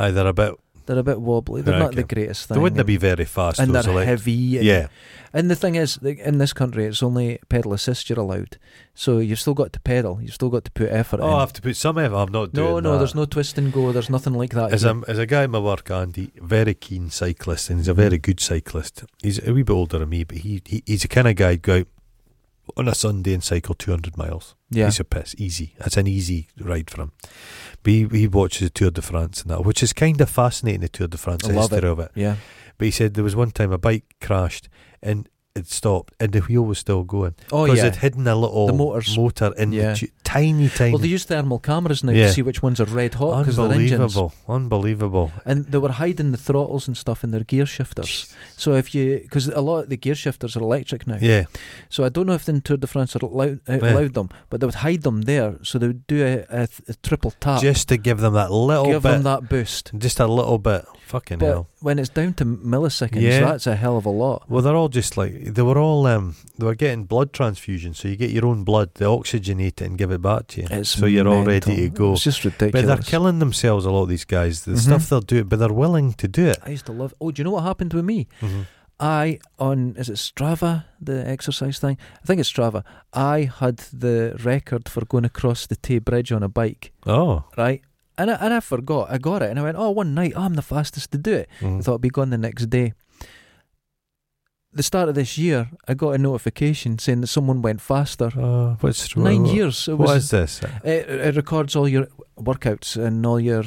[SPEAKER 2] Aye, they're about.
[SPEAKER 1] They're a bit wobbly. They're not
[SPEAKER 2] Okay.
[SPEAKER 1] the greatest thing.
[SPEAKER 2] They wouldn't
[SPEAKER 1] and,
[SPEAKER 2] be very fast.
[SPEAKER 1] And
[SPEAKER 2] those
[SPEAKER 1] they're
[SPEAKER 2] elec-
[SPEAKER 1] heavy. And,
[SPEAKER 2] Yeah,
[SPEAKER 1] And the thing is, the- in this country, it's only pedal assist you're allowed. So you've still got to pedal. You've still got to put effort
[SPEAKER 2] Oh,
[SPEAKER 1] in.
[SPEAKER 2] I have to put some effort. I'm not doing
[SPEAKER 1] no, no,
[SPEAKER 2] that.
[SPEAKER 1] there's no twist and go. There's nothing like that.
[SPEAKER 2] As
[SPEAKER 1] here.
[SPEAKER 2] a, as a guy at my work, Andy, very keen cyclist, and he's a
[SPEAKER 1] Mm-hmm.
[SPEAKER 2] very good cyclist. He's a wee bit older than me, but he, he he's the kind of guy who'd go out on a Sunday and cycle 200 miles.
[SPEAKER 1] yeah.
[SPEAKER 2] He's a piss, easy. That's an easy ride for him. But he, he watches the Tour de France and that, which is kind of fascinating, the Tour de France,
[SPEAKER 1] I
[SPEAKER 2] the
[SPEAKER 1] love
[SPEAKER 2] history of it.
[SPEAKER 1] yeah.
[SPEAKER 2] But he said there was one time a bike crashed and it stopped, and the wheel was still going.
[SPEAKER 1] Oh,
[SPEAKER 2] Because
[SPEAKER 1] yeah.
[SPEAKER 2] it'd hidden a little
[SPEAKER 1] The motors.
[SPEAKER 2] motor in
[SPEAKER 1] Yeah.
[SPEAKER 2] the tu- tiny, tiny.
[SPEAKER 1] Well, they use thermal cameras now
[SPEAKER 2] Yeah.
[SPEAKER 1] to see which ones are red hot because they're engines.
[SPEAKER 2] unbelievable, unbelievable.
[SPEAKER 1] And they were hiding the throttles and stuff in their gear shifters. So if you, because a lot of the gear shifters are electric now.
[SPEAKER 2] Yeah,
[SPEAKER 1] So I don't know if in Tour de France are allowed,
[SPEAKER 2] Yeah.
[SPEAKER 1] allowed them, but they would hide them there. So they would do a, a, th- a triple tap,
[SPEAKER 2] just to give them that little
[SPEAKER 1] give
[SPEAKER 2] bit,
[SPEAKER 1] them that boost.
[SPEAKER 2] just a little bit. Fucking
[SPEAKER 1] But
[SPEAKER 2] hell.
[SPEAKER 1] when it's down to milliseconds,
[SPEAKER 2] Yeah.
[SPEAKER 1] that's a hell of a lot.
[SPEAKER 2] Well, they're all just like they were all. Um, they were getting blood transfusions, so you get your own blood, they oxygenate it and give it back to you,
[SPEAKER 1] It's
[SPEAKER 2] so you're all ready to
[SPEAKER 1] mental.
[SPEAKER 2] go.
[SPEAKER 1] It's just
[SPEAKER 2] But
[SPEAKER 1] ridiculous.
[SPEAKER 2] they're killing themselves. A lot of these guys, the
[SPEAKER 1] Mhm.
[SPEAKER 2] stuff they're doing, but they're willing to do it.
[SPEAKER 1] I used to love. Oh, do you know what happened with me? I on is it Strava the exercise thing? I think it's Strava. I had the record for going across the Tay Bridge on a bike,
[SPEAKER 2] Oh,
[SPEAKER 1] right? And I, and I forgot. I got it, and I went, oh, one night I'm the fastest to do it. I
[SPEAKER 2] mhm.
[SPEAKER 1] thought I'd be gone the next day. The start of this year, I got a notification saying that someone went faster.
[SPEAKER 2] Uh, what's
[SPEAKER 1] Nine
[SPEAKER 2] what,
[SPEAKER 1] years. It
[SPEAKER 2] What
[SPEAKER 1] was.
[SPEAKER 2] is this?
[SPEAKER 1] It, it records all your workouts and all your.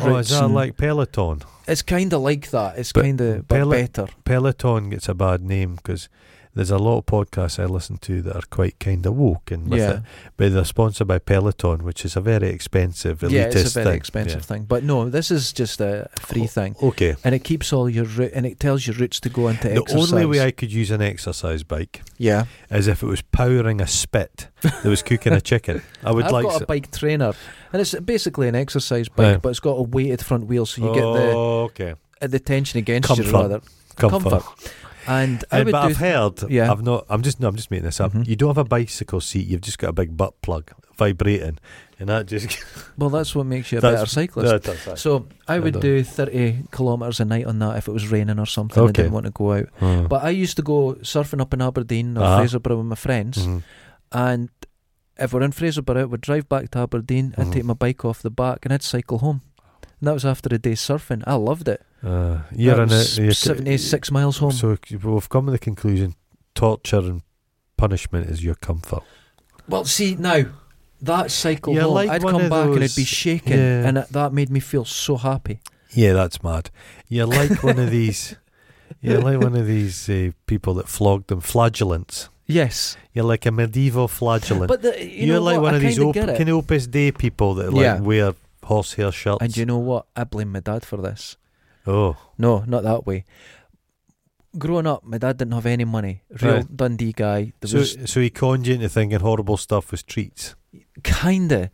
[SPEAKER 2] Oh, is
[SPEAKER 1] routes
[SPEAKER 2] that
[SPEAKER 1] and-
[SPEAKER 2] like Peloton?
[SPEAKER 1] It's kind of like that. It's
[SPEAKER 2] But
[SPEAKER 1] kind of
[SPEAKER 2] Pele-
[SPEAKER 1] better.
[SPEAKER 2] Peloton gets a bad name because there's a lot of podcasts I listen to that are quite kind of woke and with it.
[SPEAKER 1] Yeah,
[SPEAKER 2] But they're sponsored by Peloton, which is a very expensive elitist
[SPEAKER 1] yeah, it's a very
[SPEAKER 2] thing.
[SPEAKER 1] expensive thing. But no, this is just a free thing,
[SPEAKER 2] Yeah. Okay.
[SPEAKER 1] and it keeps all your route, and it tells your routes to go into
[SPEAKER 2] The
[SPEAKER 1] exercise.
[SPEAKER 2] only way I could use an exercise bike
[SPEAKER 1] yeah,
[SPEAKER 2] is if it was powering a spit that was cooking a chicken. I would
[SPEAKER 1] I've
[SPEAKER 2] like.
[SPEAKER 1] got
[SPEAKER 2] so-
[SPEAKER 1] a bike trainer, and it's basically an exercise bike,
[SPEAKER 2] Right.
[SPEAKER 1] but it's got a weighted front wheel, so you
[SPEAKER 2] oh,
[SPEAKER 1] get
[SPEAKER 2] okay.
[SPEAKER 1] the uh, the tension against
[SPEAKER 2] Comfort.
[SPEAKER 1] you rather
[SPEAKER 2] Comfort.
[SPEAKER 1] comfort. And I
[SPEAKER 2] Uh,
[SPEAKER 1] would
[SPEAKER 2] but
[SPEAKER 1] do
[SPEAKER 2] I've heard.
[SPEAKER 1] yeah.
[SPEAKER 2] I've not. I'm just. No, I'm just making this up.
[SPEAKER 1] Mhm.
[SPEAKER 2] You don't have a bicycle seat. You've just got a big butt plug vibrating, and that just.
[SPEAKER 1] well, that's what makes you a
[SPEAKER 2] That's-
[SPEAKER 1] better cyclist.
[SPEAKER 2] that does that.
[SPEAKER 1] So I
[SPEAKER 2] I
[SPEAKER 1] would
[SPEAKER 2] don't-
[SPEAKER 1] do thirty kilometers a night on that if it was raining or something. I
[SPEAKER 2] Okay.
[SPEAKER 1] didn't want to go out.
[SPEAKER 2] Hmm.
[SPEAKER 1] But I used to go surfing up in Aberdeen or
[SPEAKER 2] Uh-huh.
[SPEAKER 1] Fraserburgh with my friends,
[SPEAKER 2] Mhm.
[SPEAKER 1] and if we're in Fraserburgh, we'd drive back to Aberdeen. I'd
[SPEAKER 2] Mhm.
[SPEAKER 1] take my bike off the back and I'd cycle home. And that was after a day's surfing. I loved it.
[SPEAKER 2] Uh, you're
[SPEAKER 1] That
[SPEAKER 2] in it.
[SPEAKER 1] was
[SPEAKER 2] you're-
[SPEAKER 1] Um, seventy-six miles home.
[SPEAKER 2] So we've come to the conclusion: torture and punishment is your comfort.
[SPEAKER 1] Well, see now that cycle
[SPEAKER 2] Yeah,
[SPEAKER 1] home,
[SPEAKER 2] like
[SPEAKER 1] I'd
[SPEAKER 2] one
[SPEAKER 1] come
[SPEAKER 2] of
[SPEAKER 1] back and I'd
[SPEAKER 2] those-
[SPEAKER 1] be shaking,
[SPEAKER 2] yeah.
[SPEAKER 1] and it, that made me feel so happy.
[SPEAKER 2] Yeah, that's mad. You're like one of these. You're like one of these uh, people that flogged them flagellants.
[SPEAKER 1] Yes,
[SPEAKER 2] You're like a medieval flagellant.
[SPEAKER 1] but the, you
[SPEAKER 2] are
[SPEAKER 1] know
[SPEAKER 2] like
[SPEAKER 1] what?
[SPEAKER 2] one
[SPEAKER 1] I
[SPEAKER 2] of these
[SPEAKER 1] kinda
[SPEAKER 2] op-
[SPEAKER 1] get it.
[SPEAKER 2] kind of Opus Day people that like
[SPEAKER 1] Yeah.
[SPEAKER 2] wear horsehair shirts.
[SPEAKER 1] And you know what? I blame my dad for this.
[SPEAKER 2] oh,
[SPEAKER 1] No, not that way. Growing up, my dad didn't have any money. Real
[SPEAKER 2] Right.
[SPEAKER 1] Dundee guy. There
[SPEAKER 2] so
[SPEAKER 1] was
[SPEAKER 2] so he conned you into thinking horrible stuff was treats.
[SPEAKER 1] kinda.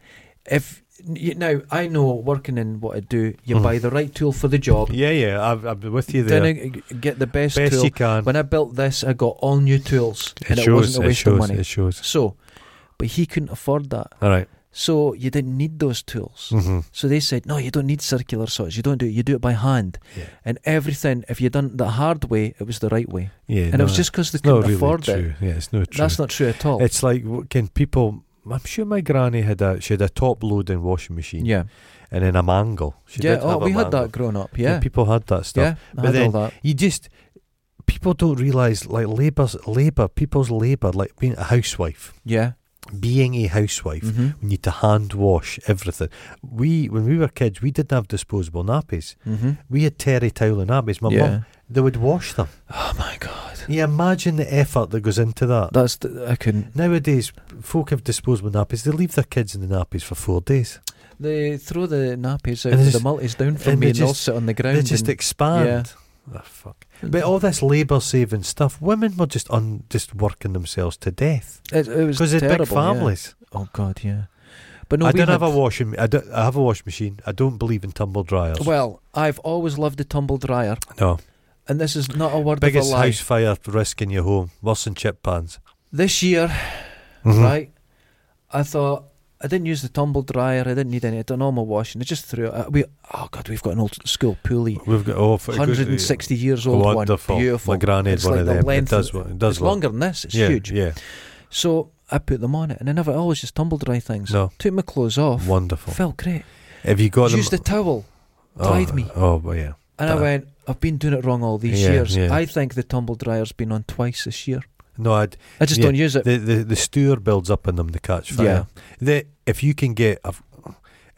[SPEAKER 1] If you, now I know working in what I do, you
[SPEAKER 2] Mm.
[SPEAKER 1] buy the right tool for the job.
[SPEAKER 2] Yeah, yeah, I've, I'm with you there.
[SPEAKER 1] Then I get the best,
[SPEAKER 2] Best
[SPEAKER 1] tool.
[SPEAKER 2] you can.
[SPEAKER 1] When I built this, I got all new tools, and it
[SPEAKER 2] shows.
[SPEAKER 1] wasn't a
[SPEAKER 2] it
[SPEAKER 1] waste
[SPEAKER 2] shows.
[SPEAKER 1] of money.
[SPEAKER 2] It shows.
[SPEAKER 1] So, but he couldn't afford that.
[SPEAKER 2] All right.
[SPEAKER 1] So you didn't need those tools.
[SPEAKER 2] Mm-hmm.
[SPEAKER 1] So they said, no, you don't need circular saws. You don't do it. You do it by hand.
[SPEAKER 2] Yeah.
[SPEAKER 1] And everything, if you done it the hard way, it was the right way.
[SPEAKER 2] Yeah, no,
[SPEAKER 1] And it was just because they
[SPEAKER 2] it's not
[SPEAKER 1] couldn't
[SPEAKER 2] really
[SPEAKER 1] afford
[SPEAKER 2] true.
[SPEAKER 1] it.
[SPEAKER 2] Yeah, it's not true.
[SPEAKER 1] That's not true at all.
[SPEAKER 2] It's like what can people? I'm sure my granny had a she had a top loading washing machine
[SPEAKER 1] yeah.
[SPEAKER 2] and then a mangle. She
[SPEAKER 1] yeah.
[SPEAKER 2] did
[SPEAKER 1] Oh,
[SPEAKER 2] have a
[SPEAKER 1] we had
[SPEAKER 2] mangle.
[SPEAKER 1] that growing up. Yeah.
[SPEAKER 2] people had that stuff.
[SPEAKER 1] Yeah. I
[SPEAKER 2] But
[SPEAKER 1] had
[SPEAKER 2] then-
[SPEAKER 1] all that.
[SPEAKER 2] you just people don't realize like labor's labor people's labor like being a housewife
[SPEAKER 1] Yeah.
[SPEAKER 2] being a housewife
[SPEAKER 1] hmm
[SPEAKER 2] we need to hand wash everything we when we were kids we didn't have disposable nappies
[SPEAKER 1] hmm
[SPEAKER 2] we had terry towel and nappies my
[SPEAKER 1] yeah.
[SPEAKER 2] mum they would wash them
[SPEAKER 1] Oh my God.
[SPEAKER 2] yeah imagine the effort that goes into that
[SPEAKER 1] That's the, I couldn't.
[SPEAKER 2] nowadays folk have disposable nappies they leave their kids in the nappies for four days
[SPEAKER 1] They throw the nappies out
[SPEAKER 2] And
[SPEAKER 1] and
[SPEAKER 2] they
[SPEAKER 1] the
[SPEAKER 2] just-
[SPEAKER 1] multis down for
[SPEAKER 2] and
[SPEAKER 1] me
[SPEAKER 2] they
[SPEAKER 1] and they'll
[SPEAKER 2] just-
[SPEAKER 1] sit on the ground.
[SPEAKER 2] they just
[SPEAKER 1] and,
[SPEAKER 2] expand
[SPEAKER 1] yeah.
[SPEAKER 2] Ah, fuck. But all this labour saving stuff, women were just un, just working themselves to death
[SPEAKER 1] it, it was
[SPEAKER 2] because they had
[SPEAKER 1] terrible,
[SPEAKER 2] big families.
[SPEAKER 1] Yeah. Oh God, yeah. But no,
[SPEAKER 2] I
[SPEAKER 1] we
[SPEAKER 2] don't have
[SPEAKER 1] had-
[SPEAKER 2] a washing. I, don't, I have a washing machine. I don't believe in tumble dryers.
[SPEAKER 1] Well, I've always loved the tumble dryer,
[SPEAKER 2] no,
[SPEAKER 1] and this is not a word
[SPEAKER 2] biggest
[SPEAKER 1] of a lie.
[SPEAKER 2] house fire risk in your home, worse than chip pans.
[SPEAKER 1] This year,
[SPEAKER 2] Mhm.
[SPEAKER 1] right, I thought I didn't use the tumble dryer. I didn't need any. I done all my washing. I just threw it. out. We oh god, we've got an old school pulley,
[SPEAKER 2] We've got oh, for a good-
[SPEAKER 1] 160 years old
[SPEAKER 2] wonderful.
[SPEAKER 1] one, beautiful.
[SPEAKER 2] My granny had
[SPEAKER 1] It's
[SPEAKER 2] one
[SPEAKER 1] like
[SPEAKER 2] of
[SPEAKER 1] the
[SPEAKER 2] them. It
[SPEAKER 1] length of
[SPEAKER 2] does. wo- It does.
[SPEAKER 1] it's
[SPEAKER 2] work.
[SPEAKER 1] longer than this. It's
[SPEAKER 2] yeah,
[SPEAKER 1] huge.
[SPEAKER 2] Yeah.
[SPEAKER 1] So I put them on it, and I never I always just tumble dry things.
[SPEAKER 2] No.
[SPEAKER 1] Took my clothes off.
[SPEAKER 2] Wonderful.
[SPEAKER 1] Felt great.
[SPEAKER 2] Have you got
[SPEAKER 1] Used
[SPEAKER 2] them?
[SPEAKER 1] a towel.
[SPEAKER 2] oh,
[SPEAKER 1] dried me.
[SPEAKER 2] Oh, well, yeah.
[SPEAKER 1] And I
[SPEAKER 2] That-
[SPEAKER 1] went, I've been doing it wrong all these
[SPEAKER 2] Yeah,
[SPEAKER 1] years.
[SPEAKER 2] yeah.
[SPEAKER 1] I think the tumble dryer's been on twice this year.
[SPEAKER 2] No, I'd,
[SPEAKER 1] I just
[SPEAKER 2] Yeah,
[SPEAKER 1] don't use it.
[SPEAKER 2] the the the steer builds up in them to catch fire.
[SPEAKER 1] Yeah.
[SPEAKER 2] The, if you can get a,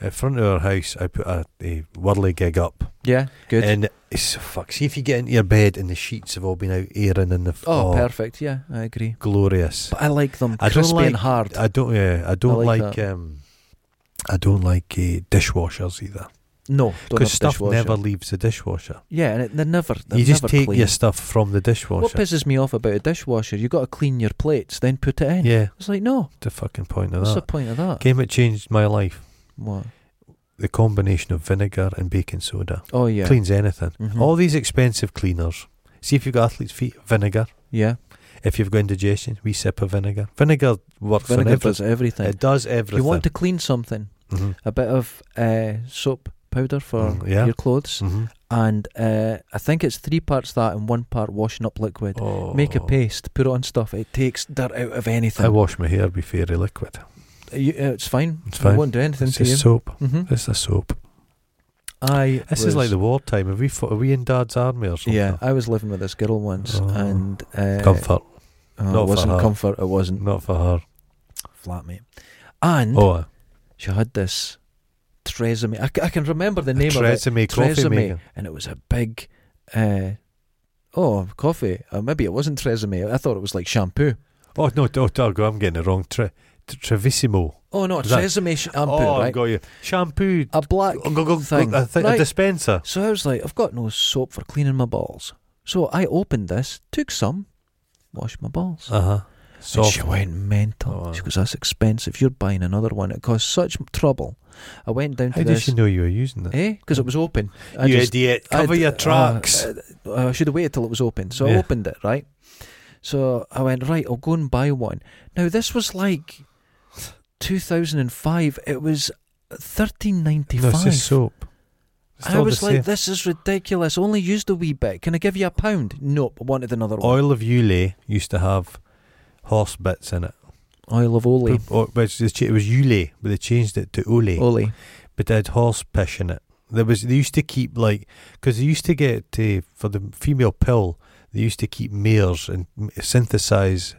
[SPEAKER 2] in front of our house, I put a, a whirly gig up.
[SPEAKER 1] yeah, good.
[SPEAKER 2] And it's oh, fuck. See if you get into your bed and the sheets have all been out airing and the f-
[SPEAKER 1] oh, perfect. Yeah, I agree.
[SPEAKER 2] glorious.
[SPEAKER 1] But I like them
[SPEAKER 2] I don't
[SPEAKER 1] crispy and
[SPEAKER 2] like-
[SPEAKER 1] hard.
[SPEAKER 2] I don't. Yeah, I don't
[SPEAKER 1] I like
[SPEAKER 2] like. um, I don't like uh, dishwashers either
[SPEAKER 1] no, don't have
[SPEAKER 2] because stuff
[SPEAKER 1] dishwasher.
[SPEAKER 2] never leaves the dishwasher.
[SPEAKER 1] Yeah, and it, they're never. They're
[SPEAKER 2] you just
[SPEAKER 1] never
[SPEAKER 2] take
[SPEAKER 1] clean.
[SPEAKER 2] your stuff from the
[SPEAKER 1] What
[SPEAKER 2] dishwasher.
[SPEAKER 1] pisses me off about a dishwasher? You got to clean your plates, then put it in.
[SPEAKER 2] yeah, Ah.
[SPEAKER 1] It's like no.
[SPEAKER 2] the fucking point of
[SPEAKER 1] What's the
[SPEAKER 2] that.
[SPEAKER 1] point of that?
[SPEAKER 2] Game that changed my life.
[SPEAKER 1] What?
[SPEAKER 2] The combination of vinegar and baking soda
[SPEAKER 1] Oh yeah.
[SPEAKER 2] cleans anything.
[SPEAKER 1] Mhm.
[SPEAKER 2] All these expensive cleaners. See if you've got athlete's feet, vinegar.
[SPEAKER 1] yeah.
[SPEAKER 2] If you've got indigestion, we sip of vinegar. Vinegar works
[SPEAKER 1] Vinegar
[SPEAKER 2] on everything.
[SPEAKER 1] does everything.
[SPEAKER 2] It does
[SPEAKER 1] If
[SPEAKER 2] everything.
[SPEAKER 1] you want to clean something,
[SPEAKER 2] Mhm.
[SPEAKER 1] a bit of uh, soap powder for
[SPEAKER 2] Mm, yeah.
[SPEAKER 1] your clothes,
[SPEAKER 2] Mhm.
[SPEAKER 1] and uh, I think it's three parts that and one part washing up liquid.
[SPEAKER 2] Oh.
[SPEAKER 1] Make a paste, put it on stuff. It takes dirt out of anything.
[SPEAKER 2] I wash my hair with fairy liquid.
[SPEAKER 1] You- uh, it's fine.
[SPEAKER 2] It's fine.
[SPEAKER 1] It won't do anything
[SPEAKER 2] It's
[SPEAKER 1] to you.
[SPEAKER 2] just soap.
[SPEAKER 1] hmm
[SPEAKER 2] It's a soap.
[SPEAKER 1] I
[SPEAKER 2] This is
[SPEAKER 1] was-
[SPEAKER 2] like the wartime. Are we, fo- are we in dad's army or something?
[SPEAKER 1] yeah. I was living with this girl once,
[SPEAKER 2] Oh.
[SPEAKER 1] and uh,
[SPEAKER 2] Comfort.
[SPEAKER 1] oh,
[SPEAKER 2] not for
[SPEAKER 1] it wasn't
[SPEAKER 2] her.
[SPEAKER 1] comfort. It wasn't
[SPEAKER 2] Not for her.
[SPEAKER 1] flatmate, and
[SPEAKER 2] Oh, a,
[SPEAKER 1] she had this tresemme. I, c- I can remember the
[SPEAKER 2] a
[SPEAKER 1] name of it,
[SPEAKER 2] Tresemme coffee
[SPEAKER 1] Tresemme.
[SPEAKER 2] maker.
[SPEAKER 1] and it was a big. Uh, Oh, coffee. Uh, maybe it wasn't Tresemme. I thought it was like shampoo.
[SPEAKER 2] Oh, no, oh, Dargo, I'm getting it wrong. Tre, Trevissimo.
[SPEAKER 1] Oh, no,
[SPEAKER 2] Is that-
[SPEAKER 1] Tresemme shampoo,
[SPEAKER 2] oh, I've
[SPEAKER 1] right?
[SPEAKER 2] got you. Shampoo.
[SPEAKER 1] A black
[SPEAKER 2] Oh, go, go, go,
[SPEAKER 1] thing.
[SPEAKER 2] I think
[SPEAKER 1] right?
[SPEAKER 2] a dispenser.
[SPEAKER 1] So I was like, I've got no soap for cleaning my balls. So I opened this, took some, washed my balls.
[SPEAKER 2] Uh huh.
[SPEAKER 1] and
[SPEAKER 2] Soft.
[SPEAKER 1] she went mental.
[SPEAKER 2] Oh, wow.
[SPEAKER 1] She goes, That's expensive. You're buying another one. It caused such trouble. I went down
[SPEAKER 2] How
[SPEAKER 1] to
[SPEAKER 2] did
[SPEAKER 1] this.
[SPEAKER 2] she know you were using that?
[SPEAKER 1] Eh? Because it was open. I
[SPEAKER 2] you
[SPEAKER 1] just-
[SPEAKER 2] idiot!
[SPEAKER 1] I'd-
[SPEAKER 2] Cover your
[SPEAKER 1] uh,
[SPEAKER 2] tracks.
[SPEAKER 1] uh, I should have waited till it was open. So I
[SPEAKER 2] Yeah.
[SPEAKER 1] opened it, right? So I went, right, I'll go and buy one. Now, this was like 2005. It was
[SPEAKER 2] no, it's
[SPEAKER 1] 1395.
[SPEAKER 2] just soap. It's
[SPEAKER 1] I
[SPEAKER 2] all the
[SPEAKER 1] was like,
[SPEAKER 2] same.
[SPEAKER 1] this is ridiculous. I only used a wee bit. Can I give you a pound? Nope, I wanted another one.
[SPEAKER 2] Oil of Yule used to have horse bits in it. Oh.
[SPEAKER 1] Oil of Oli.
[SPEAKER 2] Or, which is- it was Yule, but they changed it to Ole.
[SPEAKER 1] Oli.
[SPEAKER 2] But they had horse piss in it. There was they used to keep like because they used to get uh, for the female pill. They used to keep mares and m- synthesize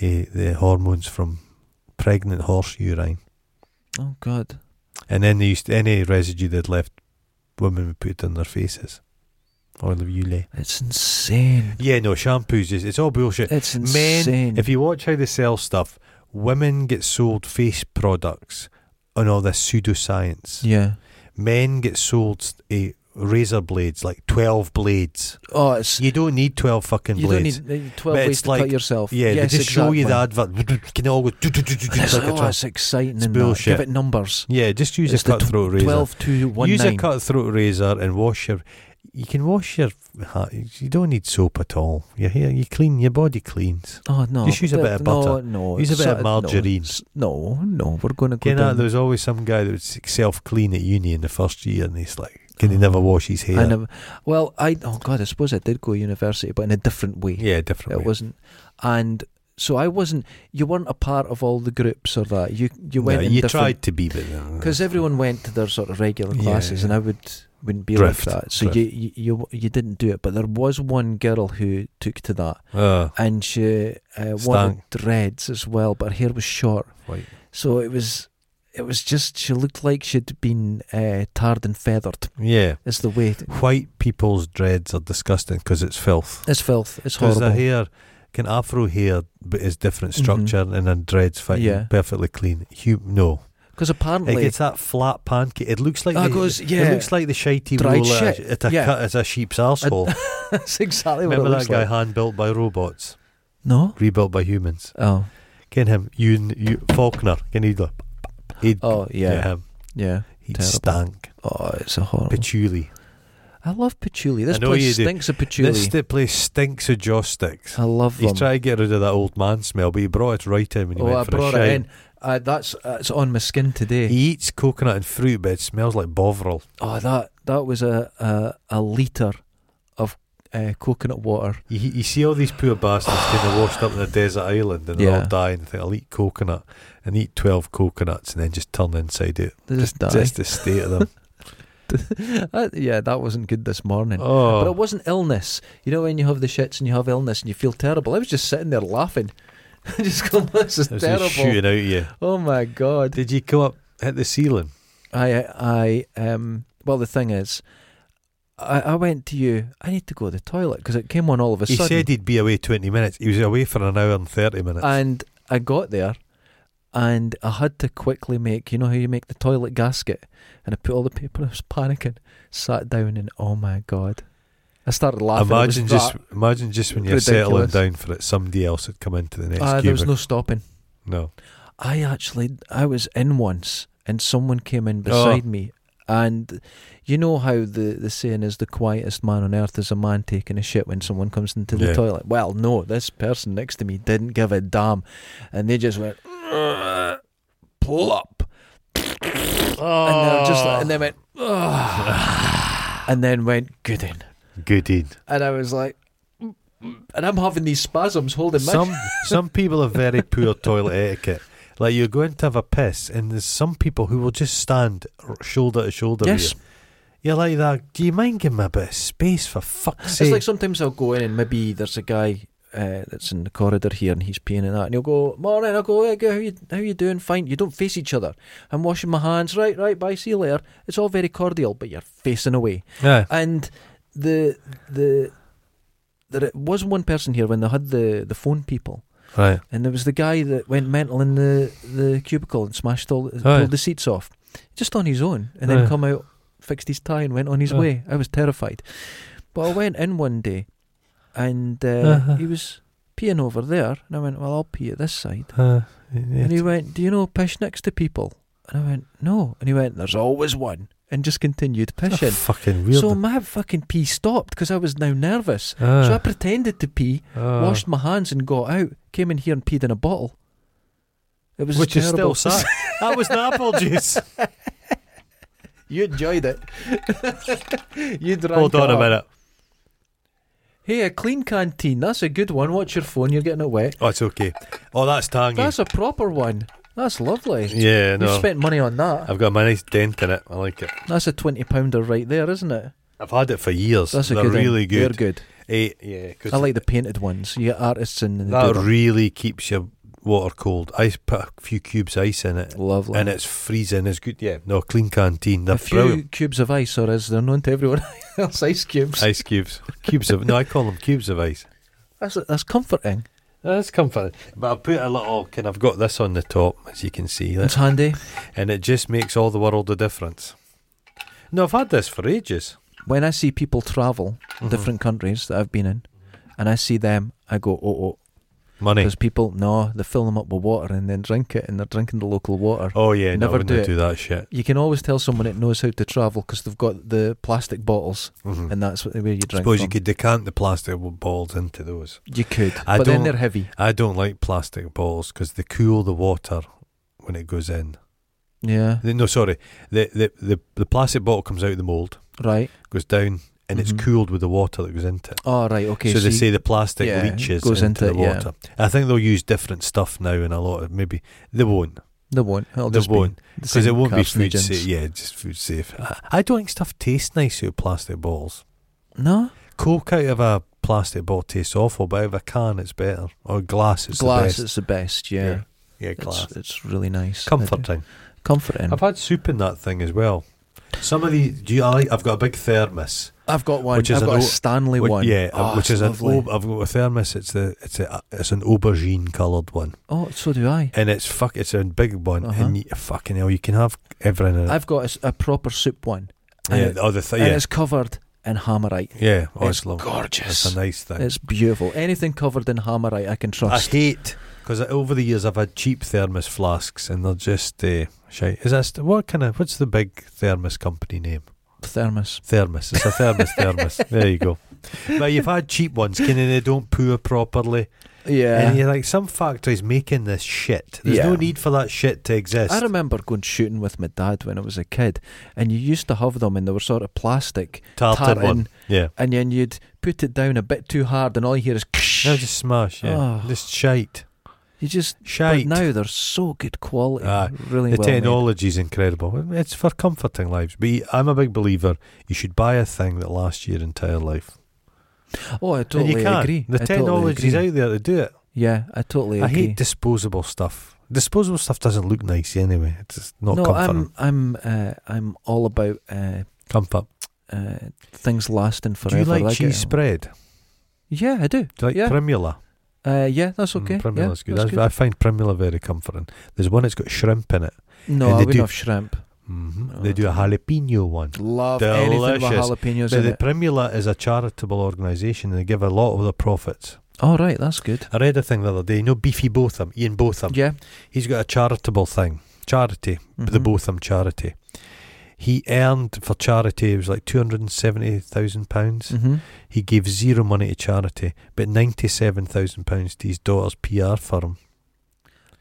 [SPEAKER 2] uh, the hormones from pregnant horse urine,
[SPEAKER 1] Oh, God.
[SPEAKER 2] and then they used any residue they'd left, women would put it in their faces. Oil of Yule.
[SPEAKER 1] It's insane.
[SPEAKER 2] Yeah, no shampoos. Is, it's all bullshit.
[SPEAKER 1] It's
[SPEAKER 2] Men,
[SPEAKER 1] insane.
[SPEAKER 2] If you watch how they sell stuff, women get sold face products and all this pseudoscience.
[SPEAKER 1] yeah.
[SPEAKER 2] Men get sold a razor blades, like 12 blades.
[SPEAKER 1] Oh, it's.
[SPEAKER 2] You don't need 12 fucking
[SPEAKER 1] You don't
[SPEAKER 2] blades.
[SPEAKER 1] need uh, 12
[SPEAKER 2] But
[SPEAKER 1] ways
[SPEAKER 2] it's
[SPEAKER 1] to
[SPEAKER 2] like-
[SPEAKER 1] cut yourself.
[SPEAKER 2] yeah,
[SPEAKER 1] yes,
[SPEAKER 2] they just show you the
[SPEAKER 1] exactly.
[SPEAKER 2] advert. Can all go. do, do, do, do, do,
[SPEAKER 1] It's
[SPEAKER 2] like a
[SPEAKER 1] oh,
[SPEAKER 2] truck.
[SPEAKER 1] it's exciting
[SPEAKER 2] It's
[SPEAKER 1] and that.
[SPEAKER 2] bullshit.
[SPEAKER 1] Give it numbers.
[SPEAKER 2] Yeah, just use
[SPEAKER 1] It's
[SPEAKER 2] a
[SPEAKER 1] the tw-
[SPEAKER 2] cutthroat razor.
[SPEAKER 1] 12 to 1
[SPEAKER 2] use a
[SPEAKER 1] nine.
[SPEAKER 2] cutthroat razor and wash your. You can wash your. ha- You don't need soap at all. Your hair, you clean, your body cleans.
[SPEAKER 1] Oh, no.
[SPEAKER 2] Just use a
[SPEAKER 1] but-
[SPEAKER 2] bit of butter.
[SPEAKER 1] No, no.
[SPEAKER 2] Use a
[SPEAKER 1] it's
[SPEAKER 2] bit of
[SPEAKER 1] sort no,
[SPEAKER 2] margarine.
[SPEAKER 1] it's- No, no, we're going to go
[SPEAKER 2] You know,
[SPEAKER 1] down.
[SPEAKER 2] there was always some guy that would self clean at uni in the first year, and he's like, "Can he never wash his hair?"
[SPEAKER 1] Oh. I never, um, well, I, oh God, I suppose I did go to university, but in a different way.
[SPEAKER 2] yeah, different.
[SPEAKER 1] It
[SPEAKER 2] way.
[SPEAKER 1] wasn't, and so I wasn't. You weren't a part of all the groups or that. You you
[SPEAKER 2] No,
[SPEAKER 1] went. in
[SPEAKER 2] you
[SPEAKER 1] different,
[SPEAKER 2] tried to be, but no.
[SPEAKER 1] because everyone went to their sort of regular
[SPEAKER 2] Yeah,
[SPEAKER 1] classes,
[SPEAKER 2] yeah.
[SPEAKER 1] and I would wouldn't be
[SPEAKER 2] Drift,
[SPEAKER 1] like that. So you,
[SPEAKER 2] drift.
[SPEAKER 1] you you you didn't do it, but there was one girl who took to that,
[SPEAKER 2] Uh,
[SPEAKER 1] and she uh, wanted
[SPEAKER 2] Stank.
[SPEAKER 1] dreads as well, but her hair was short,
[SPEAKER 2] right.
[SPEAKER 1] so it was. It was just she looked like she'd been uh, tarred and feathered.
[SPEAKER 2] Yeah,
[SPEAKER 1] Is the way it-
[SPEAKER 2] white people's dreads are disgusting because it's filth.
[SPEAKER 1] it's filth. It's
[SPEAKER 2] Because
[SPEAKER 1] horrible. Mm-hmm.
[SPEAKER 2] the hair, can afro hair, but is different structure, and then dreads fighting
[SPEAKER 1] Yeah.
[SPEAKER 2] perfectly clean. Hu- no,
[SPEAKER 1] Because apparently
[SPEAKER 2] it gets that flat pancake. It looks like
[SPEAKER 1] Ah,
[SPEAKER 2] the,
[SPEAKER 1] goes-
[SPEAKER 2] it
[SPEAKER 1] yeah.
[SPEAKER 2] looks like the shitey
[SPEAKER 1] Dried
[SPEAKER 2] roll at a-
[SPEAKER 1] shit.
[SPEAKER 2] at a,
[SPEAKER 1] Yeah.
[SPEAKER 2] cut as a sheep's asshole.
[SPEAKER 1] that's exactly what
[SPEAKER 2] Remember
[SPEAKER 1] it
[SPEAKER 2] that
[SPEAKER 1] looks
[SPEAKER 2] guy
[SPEAKER 1] like.
[SPEAKER 2] hand built by robots,
[SPEAKER 1] No.
[SPEAKER 2] rebuilt by humans.
[SPEAKER 1] Oh.
[SPEAKER 2] Ken him, you, you Faulkner, Ken he'd, like, he'd
[SPEAKER 1] Oh yeah.
[SPEAKER 2] yeah,
[SPEAKER 1] Yeah.
[SPEAKER 2] him, he
[SPEAKER 1] Terrible.
[SPEAKER 2] stank
[SPEAKER 1] Oh, it's a horrible.
[SPEAKER 2] patchouli.
[SPEAKER 1] I love patchouli. This
[SPEAKER 2] I know you
[SPEAKER 1] place
[SPEAKER 2] do.
[SPEAKER 1] stinks of patchouli.
[SPEAKER 2] This st- place stinks of joss sticks.
[SPEAKER 1] I love
[SPEAKER 2] He's
[SPEAKER 1] them.
[SPEAKER 2] trying to get rid of that old man smell, but he brought it right in when he
[SPEAKER 1] oh,
[SPEAKER 2] went
[SPEAKER 1] I
[SPEAKER 2] for
[SPEAKER 1] brought
[SPEAKER 2] a
[SPEAKER 1] it
[SPEAKER 2] shine.
[SPEAKER 1] in. Uh, that's uh, it's on my skin today.
[SPEAKER 2] He eats coconut and fruit, but it smells like bovril.
[SPEAKER 1] oh, that that was a a, a liter of uh, coconut water.
[SPEAKER 2] You, you see all these poor bastards kind of washed up in a desert island and they all
[SPEAKER 1] Yeah.
[SPEAKER 2] die and think, I'll eat coconut and eat 12 coconuts and then just turn inside out.
[SPEAKER 1] They just, died.
[SPEAKER 2] Just the state of them.
[SPEAKER 1] Uh, yeah, that wasn't good this morning. But it
[SPEAKER 2] oh,
[SPEAKER 1] wasn't illness. You know when you have the shits and you have illness and you feel terrible. I was just sitting there laughing. just going, this is
[SPEAKER 2] it was
[SPEAKER 1] terrible.
[SPEAKER 2] just shooting out at you.
[SPEAKER 1] Oh my god.
[SPEAKER 2] Did you come up, hit the ceiling?
[SPEAKER 1] I I um well the thing is I, I went to you I need to go to the toilet because it came on all of a
[SPEAKER 2] He
[SPEAKER 1] sudden
[SPEAKER 2] said he'd be away 20 minutes. He was away for an hour and 30 minutes.
[SPEAKER 1] and I got there and I had to quickly make you know how you make the toilet gasket and I put all the paper I was panicking sat down and oh my god I started laughing It was
[SPEAKER 2] imagine just
[SPEAKER 1] that-
[SPEAKER 2] imagine just when you're settling
[SPEAKER 1] Ridiculous.
[SPEAKER 2] down for it, somebody else had come into the next
[SPEAKER 1] Ah, there was
[SPEAKER 2] cubicle.
[SPEAKER 1] no stopping
[SPEAKER 2] no.
[SPEAKER 1] I actually I was in once and someone came
[SPEAKER 2] Oh.
[SPEAKER 1] in beside me and you know how the, the saying is the quietest man on earth is a man taking a shit when someone comes into the
[SPEAKER 2] Yeah.
[SPEAKER 1] toilet. Well, no, this person next to me didn't give a damn and they just went "Ugh," plop and they were
[SPEAKER 2] Oh.
[SPEAKER 1] just like- and they went "Ugh," and then went good in.
[SPEAKER 2] Good in.
[SPEAKER 1] And I was like and I'm having these spasms holding my
[SPEAKER 2] Some, some people have very poor toilet etiquette. Like you're going to have a piss, and there's some people who will just stand r- shoulder to shoulder
[SPEAKER 1] Yes.
[SPEAKER 2] with you. You're like that. Do you mind giving me a bit of space for fuck's sake?
[SPEAKER 1] It's like sometimes I'll go in and maybe there's a guy uh, that's in the corridor here and he's peeing and that, and he'll go, "Morning." I'll go, "Hey, how you how you doing? Fine." You don't face each other. I'm washing my hands. Right, right. Bye. See you later. It's all very cordial, but you're facing away.
[SPEAKER 2] yeah.
[SPEAKER 1] And the the there was one person here when they had the the phone people,
[SPEAKER 2] Right.
[SPEAKER 1] and there was the guy that went mental in the the cubicle and smashed all
[SPEAKER 2] Aye.
[SPEAKER 1] pulled the seats off, just on his own, and then
[SPEAKER 2] Aye.
[SPEAKER 1] come out, fixed his tie, and went on his
[SPEAKER 2] Aye.
[SPEAKER 1] way. I was terrified, but I went in one day, and uh,
[SPEAKER 2] Uh-huh.
[SPEAKER 1] he was peeing over there, and I went, "Well, I'll pee at this side,"
[SPEAKER 2] Uh,
[SPEAKER 1] and he went, "Do you know pish next to people?" And I went, no. And he went, there's always one. And just continued
[SPEAKER 2] What a
[SPEAKER 1] pushing.
[SPEAKER 2] fucking weird.
[SPEAKER 1] So my fucking pee stopped because I was now nervous. So I pretended to pee,
[SPEAKER 2] Uh,
[SPEAKER 1] washed my hands and got out, came in here and peed in a bottle. It was
[SPEAKER 2] which is
[SPEAKER 1] terrible.
[SPEAKER 2] still sad. that was the apple juice.
[SPEAKER 1] You enjoyed it. you drank
[SPEAKER 2] Hold
[SPEAKER 1] it
[SPEAKER 2] on a
[SPEAKER 1] up.
[SPEAKER 2] minute.
[SPEAKER 1] Hey, a clean canteen. That's a good one. Watch your phone. You're getting it wet.
[SPEAKER 2] Oh, it's okay. Oh, that's tangy.
[SPEAKER 1] That's a proper one. That's lovely.
[SPEAKER 2] yeah,
[SPEAKER 1] You
[SPEAKER 2] no.
[SPEAKER 1] spent money on that.
[SPEAKER 2] I've got my nice dent in it. I like it.
[SPEAKER 1] That's a twenty pounder right there, isn't it?
[SPEAKER 2] I've had it for years.
[SPEAKER 1] That's a
[SPEAKER 2] They're
[SPEAKER 1] good. one.
[SPEAKER 2] really
[SPEAKER 1] They're
[SPEAKER 2] good.
[SPEAKER 1] good.
[SPEAKER 2] Eh, yeah, 'cause
[SPEAKER 1] I like the painted ones. You get artists in. And they
[SPEAKER 2] that
[SPEAKER 1] do
[SPEAKER 2] really keeps your water cold. I put a few cubes ice in it,
[SPEAKER 1] that. lovely.
[SPEAKER 2] and it's freezing. It's good. Yeah, no clean canteen. They're
[SPEAKER 1] a few
[SPEAKER 2] brilliant.
[SPEAKER 1] cubes of ice, or as they're known to everyone else, ice cubes.
[SPEAKER 2] Ice cubes, cubes of no, I call them cubes of ice.
[SPEAKER 1] That's that's comforting.
[SPEAKER 2] That's comforting. But I put a little, kind of got this on the top, as you can see,
[SPEAKER 1] It's handy.
[SPEAKER 2] and it just makes all the world a difference. No, I've had this for ages.
[SPEAKER 1] When I see people travel
[SPEAKER 2] Mhm.
[SPEAKER 1] different countries that I've been in, and I see them, I go, oh, oh,
[SPEAKER 2] Money.
[SPEAKER 1] Because people, no, they fill them up with water and then drink it, and they're drinking the local water.
[SPEAKER 2] Oh yeah, no,
[SPEAKER 1] Never
[SPEAKER 2] I wouldn't
[SPEAKER 1] do
[SPEAKER 2] do that shit.
[SPEAKER 1] You can always tell someone that knows how to travel because they've got the plastic bottles,
[SPEAKER 2] Mhm.
[SPEAKER 1] and that's what, where you drink.
[SPEAKER 2] Suppose you
[SPEAKER 1] from.
[SPEAKER 2] could decant the plastic balls into those.
[SPEAKER 1] You could,
[SPEAKER 2] I
[SPEAKER 1] but then
[SPEAKER 2] don't-
[SPEAKER 1] they're heavy.
[SPEAKER 2] I don't like plastic balls because they cool the water when it goes in.
[SPEAKER 1] Yeah,
[SPEAKER 2] The- No, sorry. The the, the, the plastic bottle comes out of the mould,
[SPEAKER 1] right.
[SPEAKER 2] goes down, and it's
[SPEAKER 1] Mhm.
[SPEAKER 2] cooled with the water that goes into it.
[SPEAKER 1] Oh, right. Okay.
[SPEAKER 2] so they
[SPEAKER 1] you-
[SPEAKER 2] say the plastic
[SPEAKER 1] yeah,
[SPEAKER 2] leaches
[SPEAKER 1] goes
[SPEAKER 2] into,
[SPEAKER 1] into
[SPEAKER 2] the
[SPEAKER 1] it, yeah.
[SPEAKER 2] water. I think they'll use different stuff now in a lot of maybe they won't
[SPEAKER 1] they won't. It'll
[SPEAKER 2] they
[SPEAKER 1] just be
[SPEAKER 2] won't
[SPEAKER 1] the
[SPEAKER 2] because it
[SPEAKER 1] same
[SPEAKER 2] won't be food
[SPEAKER 1] carcinogens.
[SPEAKER 2] safe. Yeah, just food safe. I, I don't think stuff tastes nice out of plastic balls.
[SPEAKER 1] No
[SPEAKER 2] Coke out of a plastic bottle tastes awful, but out of a can it's better or glass it's
[SPEAKER 1] glass.
[SPEAKER 2] the best.
[SPEAKER 1] It's the best. Yeah,
[SPEAKER 2] yeah, yeah, glass.
[SPEAKER 1] It's, it's really nice.
[SPEAKER 2] Comforting.
[SPEAKER 1] Comforting.
[SPEAKER 2] I've
[SPEAKER 1] I've,
[SPEAKER 2] had soup in that thing as well. Some of these, do you, I like, I've got a big thermos,
[SPEAKER 1] got one.
[SPEAKER 2] which is
[SPEAKER 1] I've
[SPEAKER 2] an
[SPEAKER 1] got a
[SPEAKER 2] old-
[SPEAKER 1] Stanley
[SPEAKER 2] which-
[SPEAKER 1] one.
[SPEAKER 2] yeah, uh,
[SPEAKER 1] oh,
[SPEAKER 2] which
[SPEAKER 1] it's
[SPEAKER 2] is an
[SPEAKER 1] lovely.
[SPEAKER 2] au- I've got a thermos. It's the it's a it's an aubergine coloured one,
[SPEAKER 1] oh, so do I.
[SPEAKER 2] and it's fuck, it's a big one,
[SPEAKER 1] Uh-huh.
[SPEAKER 2] and you, fucking hell, you can have everything in it.
[SPEAKER 1] I've got a s- a, proper soup one, and,
[SPEAKER 2] yeah,
[SPEAKER 1] it-
[SPEAKER 2] oh, the th-
[SPEAKER 1] and
[SPEAKER 2] yeah,
[SPEAKER 1] it's covered in hammerite.
[SPEAKER 2] yeah, oh, it's,
[SPEAKER 1] it's
[SPEAKER 2] lovely.
[SPEAKER 1] gorgeous.
[SPEAKER 2] It's a nice thing.
[SPEAKER 1] It's beautiful. Anything covered in hammerite, I can
[SPEAKER 2] I
[SPEAKER 1] trust.
[SPEAKER 2] hate because over the years I've had cheap thermos flasks, and they're just uh, shite. Is that st- what kind of what's the big thermos company name?
[SPEAKER 1] Thermos.
[SPEAKER 2] Thermos. It's a thermos. thermos. There you go. But you've had cheap ones, kind of they don't pour properly, and
[SPEAKER 1] Yeah.
[SPEAKER 2] you're like, some factories making this shit. There's no
[SPEAKER 1] Yeah.
[SPEAKER 2] need for that shit to exist.
[SPEAKER 1] I remember going shooting with my dad when I was a kid, and you used to have them, and they were sort of plastic,
[SPEAKER 2] Tartan,
[SPEAKER 1] tartan,
[SPEAKER 2] one. Yeah.
[SPEAKER 1] and then you'd put it down a bit too hard, and all you hear is.
[SPEAKER 2] No, just smash. Yeah.
[SPEAKER 1] Oh.
[SPEAKER 2] Just shite.
[SPEAKER 1] you just.
[SPEAKER 2] Shite.
[SPEAKER 1] But now they're so good quality.
[SPEAKER 2] Aye.
[SPEAKER 1] really
[SPEAKER 2] the
[SPEAKER 1] well made.
[SPEAKER 2] technology's incredible. It's for comforting lives. But I'm a big believer. You should buy a thing that lasts your entire life.
[SPEAKER 1] Oh, I totally
[SPEAKER 2] and you can.
[SPEAKER 1] agree.
[SPEAKER 2] The
[SPEAKER 1] I totally
[SPEAKER 2] technology's
[SPEAKER 1] agree.
[SPEAKER 2] out there to do it.
[SPEAKER 1] Yeah, I totally
[SPEAKER 2] I
[SPEAKER 1] agree.
[SPEAKER 2] hate disposable stuff. Disposable stuff doesn't look nice anyway. It's just not
[SPEAKER 1] no,
[SPEAKER 2] comforting.
[SPEAKER 1] I'm I'm uh, I'm all about uh,
[SPEAKER 2] Comfort.
[SPEAKER 1] uh, things lasting
[SPEAKER 2] Do
[SPEAKER 1] forever.
[SPEAKER 2] you like
[SPEAKER 1] I get
[SPEAKER 2] cheese
[SPEAKER 1] it.
[SPEAKER 2] spread?
[SPEAKER 1] Yeah, I do.
[SPEAKER 2] Do you like
[SPEAKER 1] Yeah.
[SPEAKER 2] primula?
[SPEAKER 1] Uh, yeah, that's
[SPEAKER 2] Mm,
[SPEAKER 1] okay. yeah,
[SPEAKER 2] Primula's good.
[SPEAKER 1] that's
[SPEAKER 2] I- I find primula very comforting. There's one that's got shrimp in it.
[SPEAKER 1] No,
[SPEAKER 2] And
[SPEAKER 1] I
[SPEAKER 2] they
[SPEAKER 1] wouldn't
[SPEAKER 2] do-
[SPEAKER 1] have shrimp.
[SPEAKER 2] hmm
[SPEAKER 1] Oh,
[SPEAKER 2] they do a
[SPEAKER 1] that's
[SPEAKER 2] jalapeno one.
[SPEAKER 1] Love anything
[SPEAKER 2] Delicious.
[SPEAKER 1] with jalapenos
[SPEAKER 2] So
[SPEAKER 1] in
[SPEAKER 2] the
[SPEAKER 1] it.
[SPEAKER 2] Primula is a charitable organisation and they give a lot of their profits.
[SPEAKER 1] All right, that's good.
[SPEAKER 2] I read a thing the other day, you know Beefy Botham, Ian Botham.
[SPEAKER 1] Yeah,
[SPEAKER 2] He's got a charitable thing. Charity. the
[SPEAKER 1] mhm.
[SPEAKER 2] Botham charity. He earned for charity, it was like £270,000.
[SPEAKER 1] Mhm.
[SPEAKER 2] He gave zero money to charity, but £97,000 to his daughter's PR firm.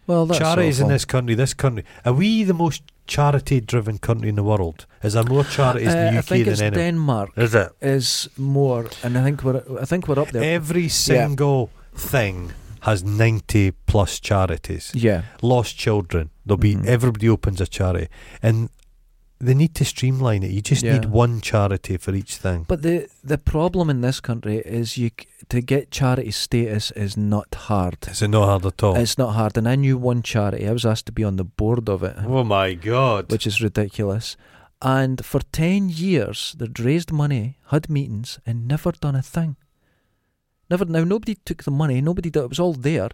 [SPEAKER 1] Well, that's
[SPEAKER 2] Charities in
[SPEAKER 1] awful.
[SPEAKER 2] this country, this country, are we the most charity driven country in the world? Is there more charities
[SPEAKER 1] Uh,
[SPEAKER 2] in the
[SPEAKER 1] I
[SPEAKER 2] UK
[SPEAKER 1] think
[SPEAKER 2] than
[SPEAKER 1] it's
[SPEAKER 2] any?
[SPEAKER 1] Denmark
[SPEAKER 2] is it?
[SPEAKER 1] is more, and I think we're I think we're up there.
[SPEAKER 2] Every single thing has 90 plus charities.
[SPEAKER 1] yeah,
[SPEAKER 2] Lost children, there'll be
[SPEAKER 1] Mhm.
[SPEAKER 2] everybody opens a charity. And they need to streamline it. You just need
[SPEAKER 1] Yeah.
[SPEAKER 2] one charity for each thing.
[SPEAKER 1] but the the problem in this country is you c- to get charity status is not hard.
[SPEAKER 2] Is it not hard at all?
[SPEAKER 1] It's not hard, and I knew one charity. I was asked to be on the board of it.
[SPEAKER 2] oh my god.
[SPEAKER 1] which is ridiculous. And for 10 years, they'd raised money, had meetings, and never done a thing. Never, now nobody took the money, nobody did, it was all there,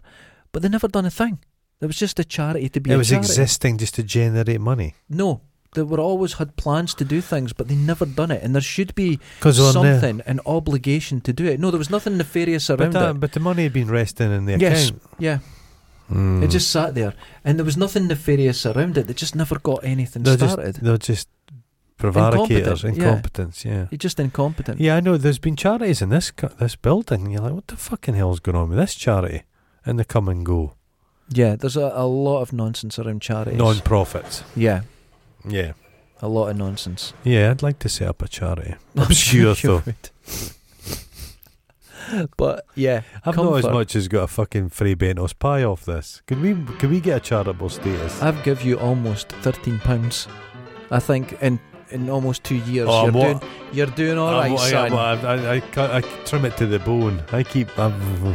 [SPEAKER 1] but they never done a thing. It was just a charity to be
[SPEAKER 2] It
[SPEAKER 1] a
[SPEAKER 2] was
[SPEAKER 1] charity.
[SPEAKER 2] existing just to generate money.
[SPEAKER 1] no, they were always had plans to do things, but they never done it. And there should be
[SPEAKER 2] Because on there.
[SPEAKER 1] something, an obligation to do it. No, there was nothing nefarious
[SPEAKER 2] But,
[SPEAKER 1] around
[SPEAKER 2] that,
[SPEAKER 1] it.
[SPEAKER 2] but the money had been resting in the
[SPEAKER 1] Yes.
[SPEAKER 2] account.
[SPEAKER 1] Yeah,
[SPEAKER 2] Mm.
[SPEAKER 1] It just sat there, and there was nothing nefarious around it. They just never got anything
[SPEAKER 2] they're
[SPEAKER 1] started.
[SPEAKER 2] just they're just prevaricators,
[SPEAKER 1] Incompetent, yeah.
[SPEAKER 2] incompetence. Yeah.
[SPEAKER 1] You're just incompetent.
[SPEAKER 2] Yeah, I know. There's been charities in this co- this building, and you're like, what the fucking hell's going on with this charity? And they come and go.
[SPEAKER 1] Yeah, there's a, a lot of nonsense around charities.
[SPEAKER 2] Non profits.
[SPEAKER 1] yeah,
[SPEAKER 2] Yeah.
[SPEAKER 1] a lot of nonsense.
[SPEAKER 2] Yeah, I'd like to set up a charity. I'm sure, though.
[SPEAKER 1] would. but yeah,
[SPEAKER 2] I've not as
[SPEAKER 1] comfort.
[SPEAKER 2] much as got a fucking free Bentos pie off this. Can we can we get a charitable status?
[SPEAKER 1] I've give you almost thirteen pounds. I think in in almost two years
[SPEAKER 2] Oh,
[SPEAKER 1] you're
[SPEAKER 2] I'm wa-
[SPEAKER 1] doing you're doing all right,
[SPEAKER 2] I'm- I,
[SPEAKER 1] son.
[SPEAKER 2] I, I, I, cut- I trim it to the bone. I keep. I'm,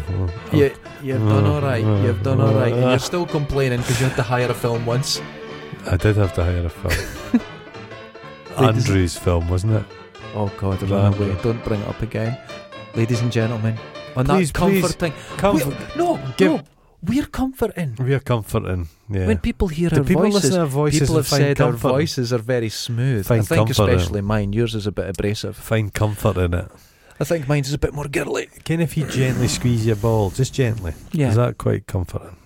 [SPEAKER 1] You, you've done all right. You've done all right, and
[SPEAKER 2] Uh.
[SPEAKER 1] you're still complaining because you had to hire a film once.
[SPEAKER 2] I did have to hire a film.
[SPEAKER 1] They just-
[SPEAKER 2] Andrew's film, wasn't it?
[SPEAKER 1] Oh God, run
[SPEAKER 2] Blimey.
[SPEAKER 1] away! Don't bring it up again, ladies and gentlemen. On
[SPEAKER 2] Please,
[SPEAKER 1] that comfort
[SPEAKER 2] please,
[SPEAKER 1] thing,
[SPEAKER 2] Comfort.
[SPEAKER 1] We- no,
[SPEAKER 2] give-
[SPEAKER 1] no, we're comforting.
[SPEAKER 2] We are comforting. Yeah.
[SPEAKER 1] When people hear
[SPEAKER 2] Do
[SPEAKER 1] our
[SPEAKER 2] people
[SPEAKER 1] voices,
[SPEAKER 2] listen to our voices and
[SPEAKER 1] people have
[SPEAKER 2] find
[SPEAKER 1] said
[SPEAKER 2] comfort?
[SPEAKER 1] our voices are very smooth. I
[SPEAKER 2] Find
[SPEAKER 1] think
[SPEAKER 2] comfort in it.
[SPEAKER 1] especially mine. Yours is a bit abrasive.
[SPEAKER 2] Find comfort in it.
[SPEAKER 1] I think mine's is a bit more girly.
[SPEAKER 2] Ken, if you gently squeeze your ball, just gently,
[SPEAKER 1] Yeah,
[SPEAKER 2] is that quite comforting?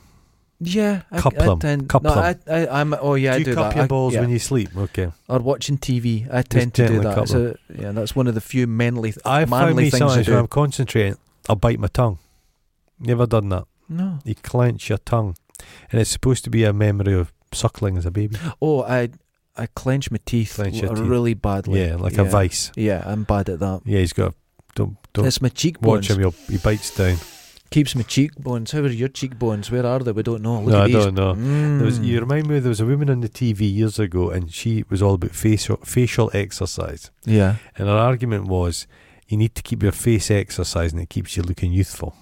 [SPEAKER 1] yeah. I,
[SPEAKER 2] Cup
[SPEAKER 1] I
[SPEAKER 2] them,
[SPEAKER 1] tend-
[SPEAKER 2] cup
[SPEAKER 1] no,
[SPEAKER 2] them.
[SPEAKER 1] I, I, I'm. Oh yeah,
[SPEAKER 2] do
[SPEAKER 1] I
[SPEAKER 2] you
[SPEAKER 1] do
[SPEAKER 2] cup
[SPEAKER 1] that.
[SPEAKER 2] your
[SPEAKER 1] I-
[SPEAKER 2] balls
[SPEAKER 1] yeah.
[SPEAKER 2] when you sleep? Okay.
[SPEAKER 1] or watching TV. I tend to do
[SPEAKER 2] gently
[SPEAKER 1] that.
[SPEAKER 2] cup
[SPEAKER 1] It's a, yeah, that's one of the few manly, th-
[SPEAKER 2] I find
[SPEAKER 1] manly
[SPEAKER 2] me
[SPEAKER 1] things I
[SPEAKER 2] sometimes when
[SPEAKER 1] do.
[SPEAKER 2] I'm concentrating, I'll bite my tongue. Never done that.
[SPEAKER 1] No.
[SPEAKER 2] You clench your tongue, and it's supposed to be a memory of suckling as a baby.
[SPEAKER 1] Oh, I I clench my teeth
[SPEAKER 2] Clench your
[SPEAKER 1] l-
[SPEAKER 2] teeth.
[SPEAKER 1] really badly.
[SPEAKER 2] yeah, like a
[SPEAKER 1] yeah.
[SPEAKER 2] vice.
[SPEAKER 1] Yeah, I'm bad at that.
[SPEAKER 2] Yeah, he's got. A, don't don't
[SPEAKER 1] It's my
[SPEAKER 2] watch
[SPEAKER 1] cheekbones.
[SPEAKER 2] him. He'll, he bites down.
[SPEAKER 1] Keeps my cheekbones. How are your cheekbones? Where are they? We don't know. Look
[SPEAKER 2] no,
[SPEAKER 1] at
[SPEAKER 2] I
[SPEAKER 1] these.
[SPEAKER 2] don't know.
[SPEAKER 1] Mm.
[SPEAKER 2] There was, you remind me there was a woman on the TV years ago, and she was all about facial facial exercise.
[SPEAKER 1] yeah.
[SPEAKER 2] And her argument was, you need to keep your face exercised, and it keeps you looking youthful.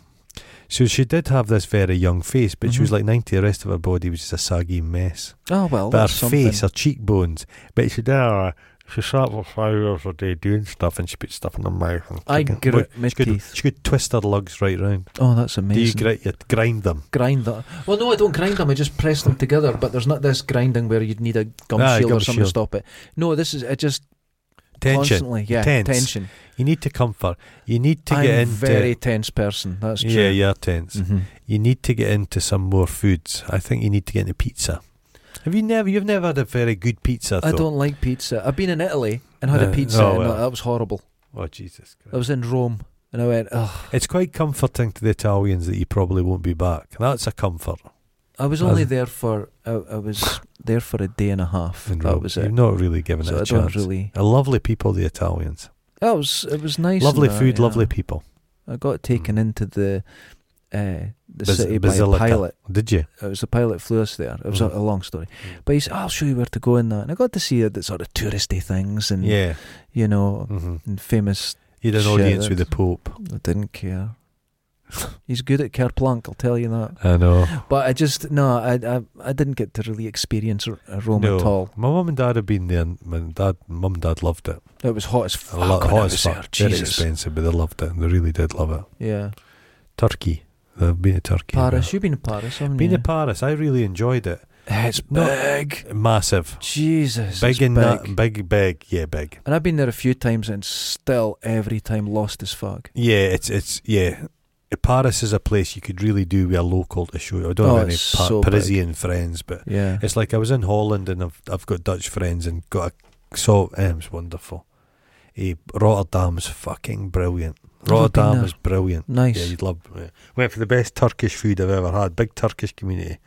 [SPEAKER 2] So she did have this very young face, but she was
[SPEAKER 1] Mhm.
[SPEAKER 2] like ninety. The rest of her body was just a saggy mess.
[SPEAKER 1] Oh well,
[SPEAKER 2] but her
[SPEAKER 1] that's something.
[SPEAKER 2] face, her cheekbones. But she did. Uh, she sat for five hours a day doing stuff, and she put stuff in her mouth. And
[SPEAKER 1] I
[SPEAKER 2] fucking-
[SPEAKER 1] grit my
[SPEAKER 2] she could,
[SPEAKER 1] teeth.
[SPEAKER 2] she could twist her lugs right round.
[SPEAKER 1] Oh, that's
[SPEAKER 2] Do you
[SPEAKER 1] amazing.
[SPEAKER 2] grit? You grind them.
[SPEAKER 1] grind that? Well, no, I don't grind them. I just press them together. But there's not this grinding where you'd need a gum
[SPEAKER 2] Ah,
[SPEAKER 1] shield
[SPEAKER 2] gum
[SPEAKER 1] or something
[SPEAKER 2] shield.
[SPEAKER 1] to stop it. No, this is I just
[SPEAKER 2] Tension.
[SPEAKER 1] constantly. Yeah,
[SPEAKER 2] Tense.
[SPEAKER 1] tension.
[SPEAKER 2] You need to comfort. You need to
[SPEAKER 1] I'm
[SPEAKER 2] get into.
[SPEAKER 1] very tense person. That's true.
[SPEAKER 2] yeah, you're tense.
[SPEAKER 1] Mhm.
[SPEAKER 2] You need to get into some more foods. I think you need to get into pizza. Have you never? You've never had a very good pizza.
[SPEAKER 1] I
[SPEAKER 2] though.
[SPEAKER 1] don't like pizza. I've been in Italy and had
[SPEAKER 2] Uh,
[SPEAKER 1] a pizza,
[SPEAKER 2] oh,
[SPEAKER 1] and
[SPEAKER 2] well.
[SPEAKER 1] that- that was horrible.
[SPEAKER 2] Oh Jesus!
[SPEAKER 1] I
[SPEAKER 2] Christ.
[SPEAKER 1] was in Rome, and I went. Ugh.
[SPEAKER 2] It's quite comforting to the Italians that you probably won't be back. That's a comfort.
[SPEAKER 1] I was only
[SPEAKER 2] As-
[SPEAKER 1] there for I, I was there for a day and a half.
[SPEAKER 2] in Rome.
[SPEAKER 1] that was
[SPEAKER 2] You've
[SPEAKER 1] it.
[SPEAKER 2] not really given
[SPEAKER 1] So
[SPEAKER 2] it a
[SPEAKER 1] I
[SPEAKER 2] chance.
[SPEAKER 1] don't really.
[SPEAKER 2] They're lovely people, the Italians.
[SPEAKER 1] That was it was nice. and
[SPEAKER 2] lovely
[SPEAKER 1] that,
[SPEAKER 2] food,
[SPEAKER 1] yeah.
[SPEAKER 2] lovely people.
[SPEAKER 1] I got taken into the uh, the
[SPEAKER 2] Bas-
[SPEAKER 1] city
[SPEAKER 2] basilica.
[SPEAKER 1] by a pilot.
[SPEAKER 2] Did you?
[SPEAKER 1] It was the pilot flew us there. It was
[SPEAKER 2] Mhm.
[SPEAKER 1] a, a long story,
[SPEAKER 2] Mhm.
[SPEAKER 1] but he said, "Oh, "I'll show you where to go in that." And I got to see the sort of touristy things and
[SPEAKER 2] Yeah.
[SPEAKER 1] you know
[SPEAKER 2] Mm-hmm.
[SPEAKER 1] and famous.
[SPEAKER 2] You had an
[SPEAKER 1] Shit,
[SPEAKER 2] audience with the
[SPEAKER 1] that's-
[SPEAKER 2] Pope.
[SPEAKER 1] I didn't care. He's good at Kerplunk, I'll tell you that.
[SPEAKER 2] I know.
[SPEAKER 1] But I just no, I I, I didn't get to really experience R- uh, Rome
[SPEAKER 2] No.
[SPEAKER 1] at all.
[SPEAKER 2] My mum and dad have been there. and My dad, mum and dad loved it.
[SPEAKER 1] It was hot as
[SPEAKER 2] A
[SPEAKER 1] fuck.
[SPEAKER 2] lot,
[SPEAKER 1] when I
[SPEAKER 2] hot as
[SPEAKER 1] was
[SPEAKER 2] fuck.
[SPEAKER 1] there,
[SPEAKER 2] Very
[SPEAKER 1] Jesus.
[SPEAKER 2] expensive, but they loved it. They really did love it.
[SPEAKER 1] Yeah.
[SPEAKER 2] Turkey. They've been to Turkey.
[SPEAKER 1] Paris. You've been to Paris, haven't
[SPEAKER 2] Been
[SPEAKER 1] you?
[SPEAKER 2] to Paris. I really enjoyed it.
[SPEAKER 1] it's
[SPEAKER 2] No.
[SPEAKER 1] big.
[SPEAKER 2] Massive.
[SPEAKER 1] Jesus.
[SPEAKER 2] big
[SPEAKER 1] it's
[SPEAKER 2] in that.
[SPEAKER 1] big.
[SPEAKER 2] Big, big. Yeah, big.
[SPEAKER 1] And I've been there a few times and still every time lost as fuck.
[SPEAKER 2] Yeah, it's it's yeah. Paris is a place you could really do with a local to show you. I don't
[SPEAKER 1] Oh,
[SPEAKER 2] have any
[SPEAKER 1] it's
[SPEAKER 2] pa-
[SPEAKER 1] so big.
[SPEAKER 2] Parisian friends, but
[SPEAKER 1] Yeah.
[SPEAKER 2] It's like I was in Holland and I've I've got Dutch friends and got a so um, it's wonderful. Eh, Rotterdam's fucking brilliant.
[SPEAKER 1] been
[SPEAKER 2] Rotterdam
[SPEAKER 1] there.
[SPEAKER 2] is brilliant.
[SPEAKER 1] Nice.
[SPEAKER 2] Yeah, you'd love. Yeah. Went for the best Turkish food I've ever had. Big Turkish community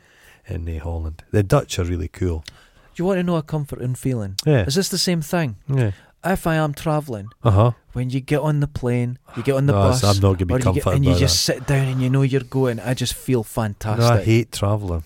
[SPEAKER 2] in eh, Holland. The Dutch are really cool.
[SPEAKER 1] you want to know a comforting feeling?
[SPEAKER 2] Yeah,
[SPEAKER 1] Is Uh-huh. this the same thing?
[SPEAKER 2] yeah.
[SPEAKER 1] If I am travelling,
[SPEAKER 2] Uh huh.
[SPEAKER 1] when you get on the plane, you get on the bus,
[SPEAKER 2] I'm not gonna be
[SPEAKER 1] or you
[SPEAKER 2] comforted
[SPEAKER 1] get, and you
[SPEAKER 2] by
[SPEAKER 1] just sit down and you know you're going, I just feel
[SPEAKER 2] that.
[SPEAKER 1] fantastic.
[SPEAKER 2] No, I hate traveling.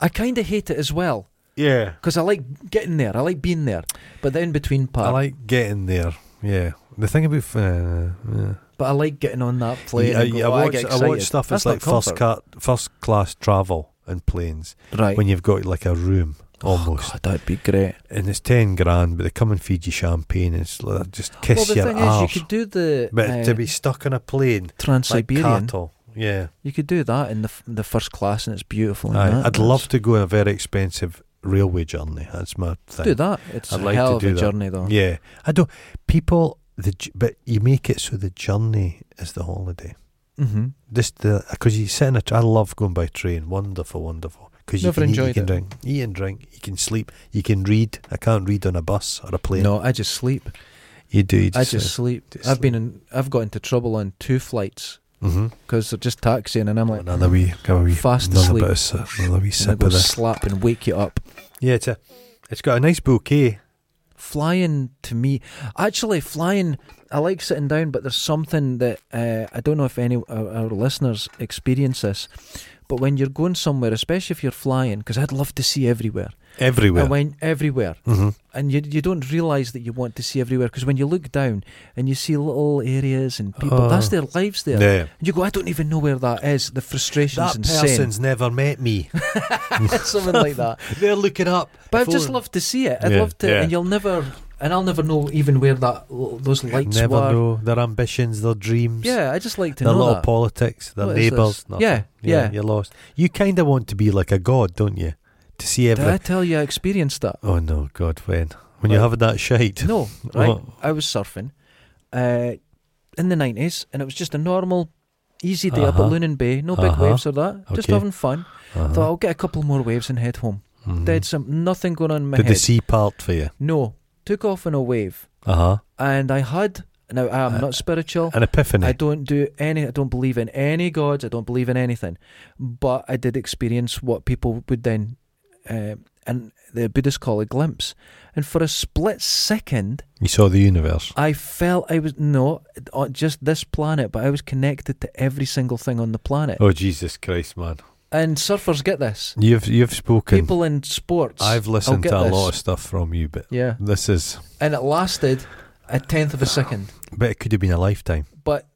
[SPEAKER 1] I kind of hate it as well
[SPEAKER 2] Yeah,
[SPEAKER 1] because I like getting there, I like being there, but the in between part,
[SPEAKER 2] I like getting there. Yeah, the thing about f- uh, yeah.
[SPEAKER 1] but I like getting on that plane.
[SPEAKER 2] I,
[SPEAKER 1] and go,
[SPEAKER 2] I
[SPEAKER 1] "Oh, I,
[SPEAKER 2] watch
[SPEAKER 1] get
[SPEAKER 2] I watch
[SPEAKER 1] excited."
[SPEAKER 2] stuff. It's
[SPEAKER 1] That's not
[SPEAKER 2] like first
[SPEAKER 1] comfort.
[SPEAKER 2] car, first class travel in planes.
[SPEAKER 1] right? Oh,
[SPEAKER 2] when you've got like a room almost,
[SPEAKER 1] God, that'd be great.
[SPEAKER 2] and it's ten grand, but they come and feed you champagne and it's like, just kiss
[SPEAKER 1] well, the
[SPEAKER 2] your
[SPEAKER 1] thing
[SPEAKER 2] arse.
[SPEAKER 1] is, you could do the
[SPEAKER 2] but
[SPEAKER 1] uh,
[SPEAKER 2] to be stuck in a plane
[SPEAKER 1] Trans
[SPEAKER 2] like
[SPEAKER 1] Siberian.
[SPEAKER 2] cattle, yeah,
[SPEAKER 1] you could do that in the f- the first class, and it's beautiful. and
[SPEAKER 2] Aye,
[SPEAKER 1] that,
[SPEAKER 2] I'd
[SPEAKER 1] and
[SPEAKER 2] love to go on a very expensive railway journey. That's my
[SPEAKER 1] it's-
[SPEAKER 2] thing.
[SPEAKER 1] do that. It's
[SPEAKER 2] I'd
[SPEAKER 1] a
[SPEAKER 2] like to
[SPEAKER 1] hell of
[SPEAKER 2] do
[SPEAKER 1] a
[SPEAKER 2] that.
[SPEAKER 1] journey, though.
[SPEAKER 2] Yeah, I don't. People, the j- but you make it so the journey is the holiday.
[SPEAKER 1] Mm-hmm.
[SPEAKER 2] Just the because you sit in a. Tra- I love going by train. Wonderful, wonderful. Because you
[SPEAKER 1] Never
[SPEAKER 2] can eat, you
[SPEAKER 1] enjoyed
[SPEAKER 2] can
[SPEAKER 1] it.
[SPEAKER 2] drink, eat and drink. You can sleep. You can read. I can't read on a bus or a plane.
[SPEAKER 1] No, I just sleep.
[SPEAKER 2] you do. You
[SPEAKER 1] I
[SPEAKER 2] just,
[SPEAKER 1] just sleep.
[SPEAKER 2] just
[SPEAKER 1] I've been in. I've got into trouble on two flights
[SPEAKER 2] hmm
[SPEAKER 1] because they're just taxiing, and I'm like,
[SPEAKER 2] another wee, have a wee
[SPEAKER 1] fast
[SPEAKER 2] another
[SPEAKER 1] asleep.
[SPEAKER 2] Bit of, sip- another wee
[SPEAKER 1] and I
[SPEAKER 2] sip
[SPEAKER 1] go
[SPEAKER 2] of this.
[SPEAKER 1] slap and wake you up.
[SPEAKER 2] Yeah, it's a, it's got a nice bouquet.
[SPEAKER 1] Flying to me, actually, flying. I like sitting down, but there's something that uh, I don't know if any of our listeners experience this. But when you're going somewhere, especially if you're flying, because I'd love to see everywhere. I
[SPEAKER 2] Everywhere.
[SPEAKER 1] went everywhere.
[SPEAKER 2] hmm
[SPEAKER 1] and you you don't realise that you want to see everywhere because when you look down and you see little areas and people,
[SPEAKER 2] Oh.
[SPEAKER 1] that's their lives there.
[SPEAKER 2] Yeah.
[SPEAKER 1] And you go, I don't even know where that is. The frustration's
[SPEAKER 2] That
[SPEAKER 1] insane.
[SPEAKER 2] person's never met me.
[SPEAKER 1] Something like that.
[SPEAKER 2] They're looking up.
[SPEAKER 1] But I'd
[SPEAKER 2] If
[SPEAKER 1] just
[SPEAKER 2] only-
[SPEAKER 1] love to see it. I'd
[SPEAKER 2] Yeah,
[SPEAKER 1] love to,
[SPEAKER 2] yeah.
[SPEAKER 1] and you'll never, and I'll never know even where that those lights
[SPEAKER 2] never
[SPEAKER 1] were.
[SPEAKER 2] know their ambitions, their dreams.
[SPEAKER 1] Yeah, I just like to
[SPEAKER 2] Their
[SPEAKER 1] know
[SPEAKER 2] little
[SPEAKER 1] that.
[SPEAKER 2] politics, their
[SPEAKER 1] What is
[SPEAKER 2] neighbours.
[SPEAKER 1] this?
[SPEAKER 2] nothing.
[SPEAKER 1] Yeah, yeah.
[SPEAKER 2] You're lost. You kind of want to be like a god, don't you? To see
[SPEAKER 1] Did I
[SPEAKER 2] everything.
[SPEAKER 1] tell you I experienced that?
[SPEAKER 2] Oh no, God, when when you're
[SPEAKER 1] Right.
[SPEAKER 2] having that shite.
[SPEAKER 1] No, right?
[SPEAKER 2] Oh.
[SPEAKER 1] I was surfing uh, in the 90s and it was just a normal, easy day up
[SPEAKER 2] Uh-huh.
[SPEAKER 1] at Lunan Bay. No big
[SPEAKER 2] Uh-huh.
[SPEAKER 1] waves or that. Just
[SPEAKER 2] Okay.
[SPEAKER 1] having fun.
[SPEAKER 2] Uh-huh.
[SPEAKER 1] Thought I'll get a couple more waves and head home.
[SPEAKER 2] Mhm.
[SPEAKER 1] Dead some nothing going on in my
[SPEAKER 2] Did the
[SPEAKER 1] head.
[SPEAKER 2] sea part for you?
[SPEAKER 1] no, took off on a wave,
[SPEAKER 2] Uh huh.
[SPEAKER 1] and I had. Now I am
[SPEAKER 2] Uh,
[SPEAKER 1] not spiritual.
[SPEAKER 2] An epiphany.
[SPEAKER 1] I don't do any. I don't believe in any gods. I don't believe in anything. But I did experience what people would then, uh, and the Buddhists call a glimpse. And for a split second,
[SPEAKER 2] you saw the universe.
[SPEAKER 1] I felt I was no, on just this planet, but I was connected to every single thing on the planet.
[SPEAKER 2] Oh Jesus Christ, man!
[SPEAKER 1] And surfers get this.
[SPEAKER 2] You've you've spoken.
[SPEAKER 1] People in sports.
[SPEAKER 2] I've listened
[SPEAKER 1] get
[SPEAKER 2] to a
[SPEAKER 1] this.
[SPEAKER 2] lot of stuff from you, but
[SPEAKER 1] yeah.
[SPEAKER 2] this is.
[SPEAKER 1] and it lasted a tenth of a second.
[SPEAKER 2] But it could have been a lifetime.
[SPEAKER 1] But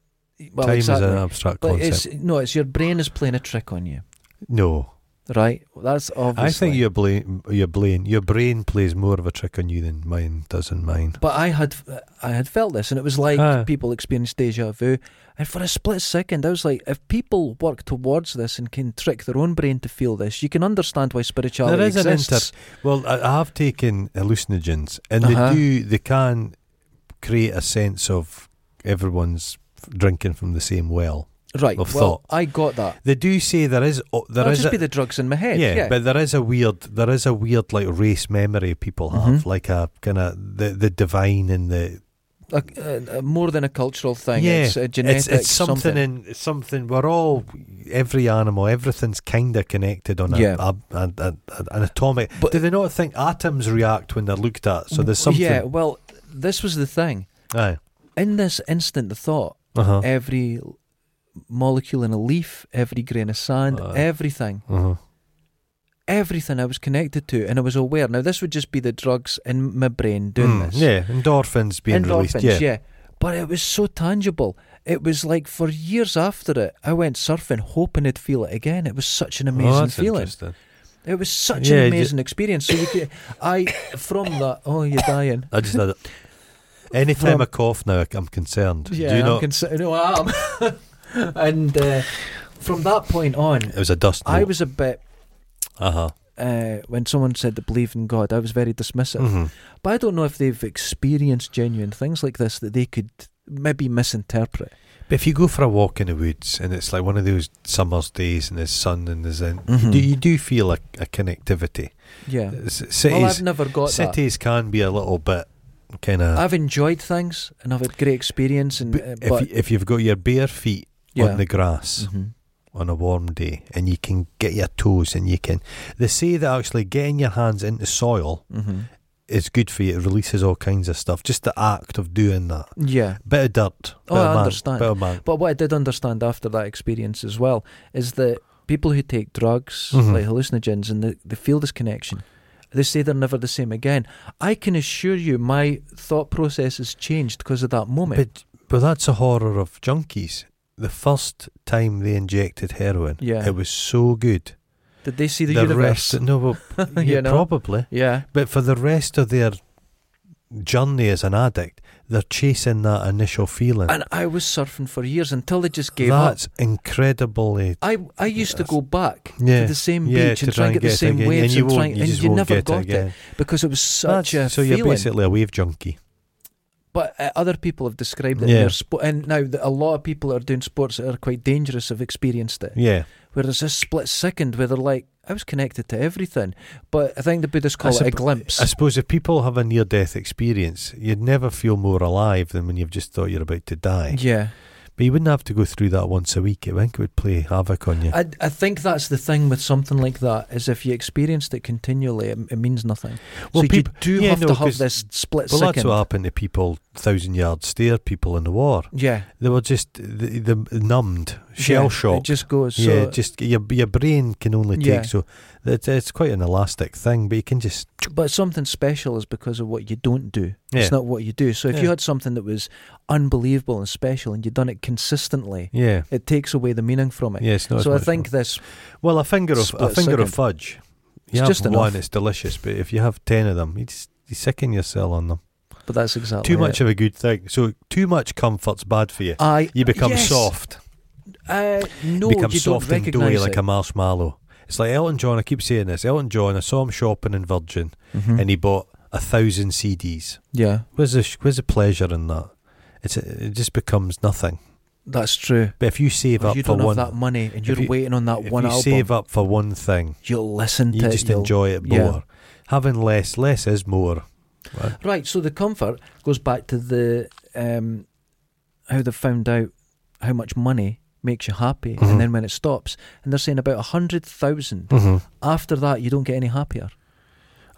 [SPEAKER 1] well,
[SPEAKER 2] Time
[SPEAKER 1] exactly.
[SPEAKER 2] is an abstract
[SPEAKER 1] but
[SPEAKER 2] concept.
[SPEAKER 1] it's no, it's your brain is playing a trick on you,
[SPEAKER 2] No,
[SPEAKER 1] right? That's obviously.
[SPEAKER 2] I think your brain, your brain, your brain plays more of a trick on you than mine does in mine.
[SPEAKER 1] But I had I had felt this, and it was like
[SPEAKER 2] Aye.
[SPEAKER 1] people experience deja vu, and for a split second, I was like, if people work towards this and can trick their own brain to feel this, you can understand why spirituality
[SPEAKER 2] There is an
[SPEAKER 1] exists.
[SPEAKER 2] Well, I, I have taken hallucinogens, and
[SPEAKER 1] Uh-huh.
[SPEAKER 2] they do, they can create a sense of everyone's f- drinking from the same well.
[SPEAKER 1] right?
[SPEAKER 2] of
[SPEAKER 1] well,
[SPEAKER 2] thought.
[SPEAKER 1] I got that.
[SPEAKER 2] They do say there is, o- there
[SPEAKER 1] That'll
[SPEAKER 2] is
[SPEAKER 1] just
[SPEAKER 2] a,
[SPEAKER 1] be the drugs in my head.
[SPEAKER 2] yeah,
[SPEAKER 1] Yeah,
[SPEAKER 2] but there is a weird, there is a weird like race memory people have,
[SPEAKER 1] Mhm.
[SPEAKER 2] like a kind of the the divine and the
[SPEAKER 1] A- a- a- uh, more than a cultural thing.
[SPEAKER 2] Yeah,
[SPEAKER 1] it's uh, a genetic
[SPEAKER 2] it's, it's something, in it's something we're all every animal everything's kind of connected on a,
[SPEAKER 1] Yeah.
[SPEAKER 2] a, a, a- a- an atomic
[SPEAKER 1] But-
[SPEAKER 2] do they not think atoms react when they're looked at so there's something
[SPEAKER 1] Yeah, well, this was the thing.
[SPEAKER 2] Aye.
[SPEAKER 1] In this instant, the thought
[SPEAKER 2] uh-huh
[SPEAKER 1] every molecule in a leaf, every grain of sand,
[SPEAKER 2] Aye.
[SPEAKER 1] everything,
[SPEAKER 2] uh-huh
[SPEAKER 1] everything I was connected to, and I was aware. Now, this would just be the drugs in my brain doing
[SPEAKER 2] Mm,
[SPEAKER 1] this.
[SPEAKER 2] yeah endorphins being
[SPEAKER 1] Endorphins,
[SPEAKER 2] released yeah,
[SPEAKER 1] But it was so tangible. It was like for years after it, I went surfing hoping I'd feel it again. It was such an
[SPEAKER 2] Oh,
[SPEAKER 1] amazing
[SPEAKER 2] that's
[SPEAKER 1] feeling.
[SPEAKER 2] interesting.
[SPEAKER 1] It was such
[SPEAKER 2] Yeah,
[SPEAKER 1] an
[SPEAKER 2] you-
[SPEAKER 1] amazing experience. So you could, I, from that, oh, you're dying.
[SPEAKER 2] I just had it anytime
[SPEAKER 1] From-
[SPEAKER 2] I cough now I'm concerned
[SPEAKER 1] Yeah,
[SPEAKER 2] do you
[SPEAKER 1] I'm
[SPEAKER 2] not
[SPEAKER 1] consi- no, I am. and uh, from that point on,
[SPEAKER 2] it was a dust
[SPEAKER 1] I
[SPEAKER 2] note.
[SPEAKER 1] was a bit.
[SPEAKER 2] uh-huh
[SPEAKER 1] Uh, when someone said to believe in God, I was very dismissive.
[SPEAKER 2] Mhm.
[SPEAKER 1] But I don't know if they've experienced genuine things like this that they could maybe misinterpret.
[SPEAKER 2] But if you go for a walk in the woods and it's like one of those summer's days and there's sun and there's in,
[SPEAKER 1] Mhm.
[SPEAKER 2] you, do, you do feel a, a connectivity.
[SPEAKER 1] Yeah.
[SPEAKER 2] S- Uh, Cities,
[SPEAKER 1] Well, I've never got that.
[SPEAKER 2] cities can be a little bit kind of.
[SPEAKER 1] I've enjoyed things and I've had great experience, and uh,
[SPEAKER 2] If,
[SPEAKER 1] but
[SPEAKER 2] you- if you've got your bare feet
[SPEAKER 1] yeah.
[SPEAKER 2] on the grass
[SPEAKER 1] Mhm.
[SPEAKER 2] on a warm day and you can get your toes and you can. They say that actually getting your hands into soil
[SPEAKER 1] Mhm.
[SPEAKER 2] is good for you. It releases all kinds of stuff. Just the act of doing that.
[SPEAKER 1] yeah.
[SPEAKER 2] Bit of dirt.
[SPEAKER 1] Oh,
[SPEAKER 2] bit
[SPEAKER 1] I
[SPEAKER 2] of man,
[SPEAKER 1] understand.
[SPEAKER 2] Bit of man.
[SPEAKER 1] But what I did understand after that experience as well is that people who take drugs
[SPEAKER 2] Mhm.
[SPEAKER 1] like hallucinogens and they, they feel this connection, they say they're never the same again. I can assure you, my thought process has changed because of that moment.
[SPEAKER 2] But but that's a horror of junkies. The first time they injected heroin,
[SPEAKER 1] Yeah.
[SPEAKER 2] it was so good.
[SPEAKER 1] Did they see the,
[SPEAKER 2] the
[SPEAKER 1] universe?
[SPEAKER 2] rest, no, well, yeah,
[SPEAKER 1] You know?
[SPEAKER 2] probably.
[SPEAKER 1] yeah,
[SPEAKER 2] But for the rest of their journey as an addict, they're chasing that initial feeling.
[SPEAKER 1] and I was surfing for years until they just gave up.
[SPEAKER 2] That's incredibly.
[SPEAKER 1] I I used to
[SPEAKER 2] Yes.
[SPEAKER 1] go back to
[SPEAKER 2] Yeah.
[SPEAKER 1] the same
[SPEAKER 2] yeah,
[SPEAKER 1] beach
[SPEAKER 2] to
[SPEAKER 1] and try and get the
[SPEAKER 2] it
[SPEAKER 1] same
[SPEAKER 2] again,
[SPEAKER 1] waves
[SPEAKER 2] and you
[SPEAKER 1] and try
[SPEAKER 2] won't,
[SPEAKER 1] and
[SPEAKER 2] you just
[SPEAKER 1] you
[SPEAKER 2] won't
[SPEAKER 1] never
[SPEAKER 2] get
[SPEAKER 1] got
[SPEAKER 2] it, again.
[SPEAKER 1] because it was such
[SPEAKER 2] That's-
[SPEAKER 1] a
[SPEAKER 2] so
[SPEAKER 1] feeling.
[SPEAKER 2] you're basically a wave junkie.
[SPEAKER 1] But uh, other people have described it.
[SPEAKER 2] Yeah.
[SPEAKER 1] Yeah. Spo- and now that a lot of people that are doing sports that are quite dangerous have experienced it.
[SPEAKER 2] Yeah.
[SPEAKER 1] Where there's this split second where they're like, I was connected to everything. But I think the Buddhists
[SPEAKER 2] I
[SPEAKER 1] call it a
[SPEAKER 2] suppo-
[SPEAKER 1] glimpse.
[SPEAKER 2] I suppose if people have a near death experience, you'd never feel more alive than when you've just thought you're about to die.
[SPEAKER 1] yeah.
[SPEAKER 2] But you wouldn't have to go through that once a week. I think it would play havoc on you.
[SPEAKER 1] I, I think that's the thing with something like that is if you experienced it continually, it, it means nothing.
[SPEAKER 2] Well,
[SPEAKER 1] so
[SPEAKER 2] peop-
[SPEAKER 1] you do
[SPEAKER 2] yeah,
[SPEAKER 1] have
[SPEAKER 2] no,
[SPEAKER 1] to have
[SPEAKER 2] 'cause-
[SPEAKER 1] this split
[SPEAKER 2] well,
[SPEAKER 1] second.
[SPEAKER 2] that's what happened to people, thousand yard stare people in the war.
[SPEAKER 1] yeah,
[SPEAKER 2] They were just the, the numbed,
[SPEAKER 1] yeah,
[SPEAKER 2] shell
[SPEAKER 1] It
[SPEAKER 2] shocked.
[SPEAKER 1] just goes. So
[SPEAKER 2] yeah, just your your brain can only take
[SPEAKER 1] Yeah.
[SPEAKER 2] so. It's, it's quite an elastic thing, but you can just
[SPEAKER 1] But something special is because of what you don't do.
[SPEAKER 2] Yeah.
[SPEAKER 1] It's not what you do. So if
[SPEAKER 2] Yeah.
[SPEAKER 1] you had something that was unbelievable and special and you'd done it consistently,
[SPEAKER 2] yeah
[SPEAKER 1] it takes away the meaning from it.
[SPEAKER 2] yeah. It's not
[SPEAKER 1] so I
[SPEAKER 2] as much
[SPEAKER 1] think this,
[SPEAKER 2] fun. well, a finger of a
[SPEAKER 1] Split
[SPEAKER 2] finger of
[SPEAKER 1] second.
[SPEAKER 2] fudge. You
[SPEAKER 1] It's
[SPEAKER 2] have
[SPEAKER 1] just
[SPEAKER 2] one,
[SPEAKER 1] enough.
[SPEAKER 2] it's delicious, but if you have ten of them, you just you sicken yourself on them.
[SPEAKER 1] but that's exactly
[SPEAKER 2] Too much
[SPEAKER 1] It.
[SPEAKER 2] of a good thing. So too much comfort's bad for you.
[SPEAKER 1] I
[SPEAKER 2] You become
[SPEAKER 1] yes.
[SPEAKER 2] soft.
[SPEAKER 1] Uh, no,
[SPEAKER 2] become
[SPEAKER 1] you
[SPEAKER 2] soft
[SPEAKER 1] don't
[SPEAKER 2] and doughy
[SPEAKER 1] recognize
[SPEAKER 2] like a marshmallow. It's like Elton John. I keep saying this. Elton John. I saw him shopping in Virgin,
[SPEAKER 1] hmm
[SPEAKER 2] and he bought a thousand CDs.
[SPEAKER 1] yeah,
[SPEAKER 2] Where's the sh- where's the pleasure in that? It's it just becomes nothing.
[SPEAKER 1] that's true.
[SPEAKER 2] But if you save
[SPEAKER 1] If
[SPEAKER 2] up
[SPEAKER 1] you
[SPEAKER 2] for
[SPEAKER 1] don't have
[SPEAKER 2] one,
[SPEAKER 1] that money and
[SPEAKER 2] if
[SPEAKER 1] you're
[SPEAKER 2] you-
[SPEAKER 1] waiting on that
[SPEAKER 2] if
[SPEAKER 1] one
[SPEAKER 2] you
[SPEAKER 1] album,
[SPEAKER 2] save up for one thing,
[SPEAKER 1] you'll listen to
[SPEAKER 2] you just
[SPEAKER 1] it. you'll-
[SPEAKER 2] enjoy it more.
[SPEAKER 1] yeah.
[SPEAKER 2] Having less, less is more. Right?
[SPEAKER 1] Right, so the comfort goes back to the um, how they found out how much money makes you happy,
[SPEAKER 2] Mhm.
[SPEAKER 1] and then when it stops, and they're saying about a hundred thousand. After that, you don't get any happier.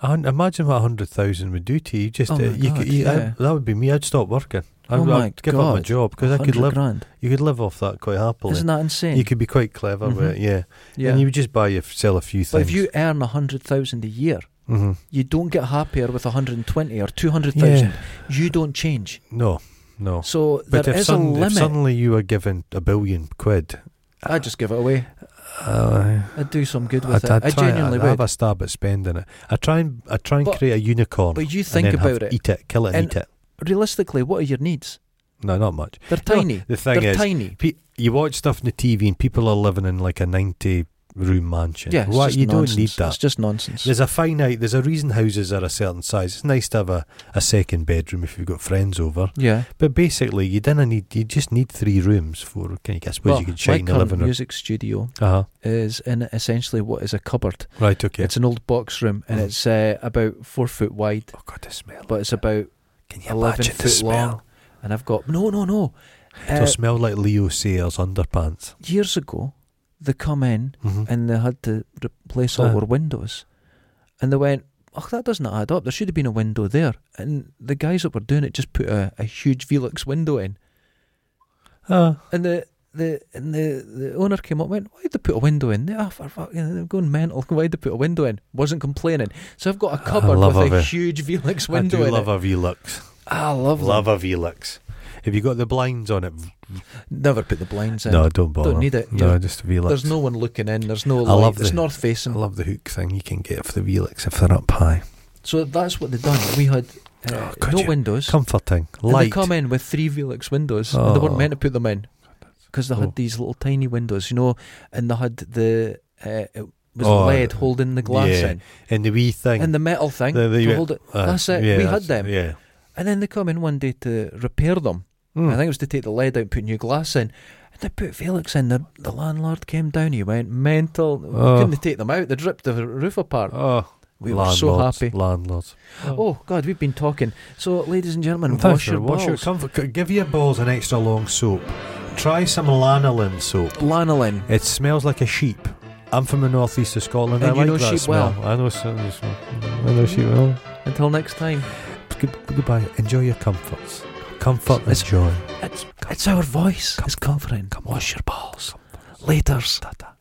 [SPEAKER 2] A hun- Imagine what hundred thousand would do to you. Just
[SPEAKER 1] Oh
[SPEAKER 2] uh,
[SPEAKER 1] my
[SPEAKER 2] you,
[SPEAKER 1] God,
[SPEAKER 2] could- you- I-
[SPEAKER 1] yeah.
[SPEAKER 2] that would be me. I'd stop working. I'd,
[SPEAKER 1] Oh my
[SPEAKER 2] I'd give up my
[SPEAKER 1] God.
[SPEAKER 2] job because I could
[SPEAKER 1] 100
[SPEAKER 2] live.
[SPEAKER 1] grand.
[SPEAKER 2] You could live off that quite happily.
[SPEAKER 1] Isn't that insane?
[SPEAKER 2] You could be quite clever with
[SPEAKER 1] Mhm.
[SPEAKER 2] it, yeah.
[SPEAKER 1] yeah.
[SPEAKER 2] And you would just buy your, sell a few things.
[SPEAKER 1] but if you earn a hundred thousand a year,
[SPEAKER 2] hmm
[SPEAKER 1] you don't get happier with a hundred and twenty or two hundred thousand. You don't change.
[SPEAKER 2] no, no.
[SPEAKER 1] So
[SPEAKER 2] But
[SPEAKER 1] there
[SPEAKER 2] if,
[SPEAKER 1] is
[SPEAKER 2] sudden-
[SPEAKER 1] a
[SPEAKER 2] if
[SPEAKER 1] limit.
[SPEAKER 2] suddenly you were given a billion quid,
[SPEAKER 1] I just give it away.
[SPEAKER 2] uh,
[SPEAKER 1] I'd do some good
[SPEAKER 2] I'd,
[SPEAKER 1] with
[SPEAKER 2] I'd
[SPEAKER 1] it. I
[SPEAKER 2] try,
[SPEAKER 1] genuinely
[SPEAKER 2] I'd
[SPEAKER 1] would.
[SPEAKER 2] have a stab at spending it. I try and I try and
[SPEAKER 1] But-
[SPEAKER 2] create a unicorn.
[SPEAKER 1] but you
[SPEAKER 2] and
[SPEAKER 1] think
[SPEAKER 2] then have-
[SPEAKER 1] about it.
[SPEAKER 2] Eat it, kill it, and,
[SPEAKER 1] And-
[SPEAKER 2] eat it.
[SPEAKER 1] Realistically, what are your needs?
[SPEAKER 2] No, not much.
[SPEAKER 1] They're tiny.
[SPEAKER 2] The thing
[SPEAKER 1] They're
[SPEAKER 2] is,
[SPEAKER 1] tiny.
[SPEAKER 2] pe- you watch stuff on the TV and people are living in like a ninety-room mansion.
[SPEAKER 1] Yeah, it's
[SPEAKER 2] Why-
[SPEAKER 1] just
[SPEAKER 2] you
[SPEAKER 1] nonsense.
[SPEAKER 2] don't need
[SPEAKER 1] It's
[SPEAKER 2] that.
[SPEAKER 1] just nonsense.
[SPEAKER 2] There's a finite. There's a reason houses are a certain size. It's nice to have a, a second bedroom if you've got friends over.
[SPEAKER 1] yeah.
[SPEAKER 2] But basically, you didn't need. You just need three rooms for. Can you guess? Suppose
[SPEAKER 1] Well,
[SPEAKER 2] you could shine
[SPEAKER 1] my
[SPEAKER 2] the
[SPEAKER 1] current
[SPEAKER 2] living room.
[SPEAKER 1] music studio
[SPEAKER 2] Uh huh.
[SPEAKER 1] is in essentially what is a cupboard.
[SPEAKER 2] Right. Okay.
[SPEAKER 1] It's an old box room, and
[SPEAKER 2] Mm.
[SPEAKER 1] it's uh, about four foot wide,
[SPEAKER 2] oh God, the smell.
[SPEAKER 1] but it's about
[SPEAKER 2] Can you
[SPEAKER 1] eleven
[SPEAKER 2] imagine the
[SPEAKER 1] foot long.
[SPEAKER 2] smell?
[SPEAKER 1] And I've got no, no, no.
[SPEAKER 2] It'll
[SPEAKER 1] Uh,
[SPEAKER 2] smell like Leo Sayers underpants.
[SPEAKER 1] years ago, they come in
[SPEAKER 2] hmm
[SPEAKER 1] and they had to replace all
[SPEAKER 2] Ah.
[SPEAKER 1] our windows, and they went, "Oh, that doesn't add up. There should have been a window there." And the guys that were doing it just put a, a huge Velux window in,
[SPEAKER 2] Uh,
[SPEAKER 1] And the the and the, the owner came up and went, Why'd they put a window in? They, oh, for fucking, they're going mental. Why'd they put a window in? Wasn't complaining. So I've got a
[SPEAKER 2] I
[SPEAKER 1] cupboard
[SPEAKER 2] love
[SPEAKER 1] with a
[SPEAKER 2] a-
[SPEAKER 1] huge Velux
[SPEAKER 2] I
[SPEAKER 1] window
[SPEAKER 2] do
[SPEAKER 1] in
[SPEAKER 2] love
[SPEAKER 1] it. Ah,
[SPEAKER 2] a Velux.
[SPEAKER 1] I love,
[SPEAKER 2] Love
[SPEAKER 1] them.
[SPEAKER 2] a Velux. Have you got the blinds on it?
[SPEAKER 1] Never put the blinds in.
[SPEAKER 2] No, don't bother.
[SPEAKER 1] Don't need it.
[SPEAKER 2] No,
[SPEAKER 1] You're-
[SPEAKER 2] just a Velux.
[SPEAKER 1] There's no one looking in. There's no
[SPEAKER 2] I
[SPEAKER 1] light.
[SPEAKER 2] love
[SPEAKER 1] it's
[SPEAKER 2] the-
[SPEAKER 1] north
[SPEAKER 2] I
[SPEAKER 1] facing.
[SPEAKER 2] love the hook thing you can get for the Velux if they're up high.
[SPEAKER 1] So that's what they've done. We had
[SPEAKER 2] Oh,
[SPEAKER 1] uh,
[SPEAKER 2] could
[SPEAKER 1] no
[SPEAKER 2] you-
[SPEAKER 1] windows.
[SPEAKER 2] Comforting.
[SPEAKER 1] and they
[SPEAKER 2] Light.
[SPEAKER 1] come in with three Velux windows. And they weren't
[SPEAKER 2] Oh.
[SPEAKER 1] meant to put them in because they had
[SPEAKER 2] Oh.
[SPEAKER 1] these little tiny windows, you know, and they had the. Uh, it was
[SPEAKER 2] Oh,
[SPEAKER 1] lead holding the glass
[SPEAKER 2] yeah.
[SPEAKER 1] in.
[SPEAKER 2] And the wee thing.
[SPEAKER 1] And the metal thing.
[SPEAKER 2] The- the-
[SPEAKER 1] to
[SPEAKER 2] yeah.
[SPEAKER 1] hold it.
[SPEAKER 2] Uh,
[SPEAKER 1] That's it. We had them.
[SPEAKER 2] Yeah.
[SPEAKER 1] And then they come in one day to repair them.
[SPEAKER 2] Hmm. Mm.
[SPEAKER 1] I think it was to take the lead out and put new glass in. And they put Felix in. The, the landlord came down. He went mental. We
[SPEAKER 2] Oh.
[SPEAKER 1] Couldn't they take them out? They ripped the roof apart.
[SPEAKER 2] Oh,
[SPEAKER 1] We were so
[SPEAKER 2] landlords,
[SPEAKER 1] happy.
[SPEAKER 2] Landlords.
[SPEAKER 1] Oh God, we've been talking. So, ladies and gentlemen,
[SPEAKER 2] Thanks
[SPEAKER 1] wash
[SPEAKER 2] for-
[SPEAKER 1] your
[SPEAKER 2] wash your
[SPEAKER 1] balls.
[SPEAKER 2] comfort. c- Give your balls an extra long soap. Try some lanolin soap.
[SPEAKER 1] Lanolin.
[SPEAKER 2] It smells like a sheep. I'm from the northeast of Scotland.
[SPEAKER 1] And
[SPEAKER 2] I
[SPEAKER 1] you
[SPEAKER 2] like
[SPEAKER 1] know
[SPEAKER 2] that
[SPEAKER 1] sheep
[SPEAKER 2] smell.
[SPEAKER 1] well.
[SPEAKER 2] I know, s- I know s- I know sheep well.
[SPEAKER 1] Until next time,
[SPEAKER 2] Good- goodbye. Enjoy your comforts. Comfort
[SPEAKER 1] It's-
[SPEAKER 2] and joy.
[SPEAKER 1] it's it's our voice. It's comforting. Wash your balls. Later's.
[SPEAKER 2] Ta-ta.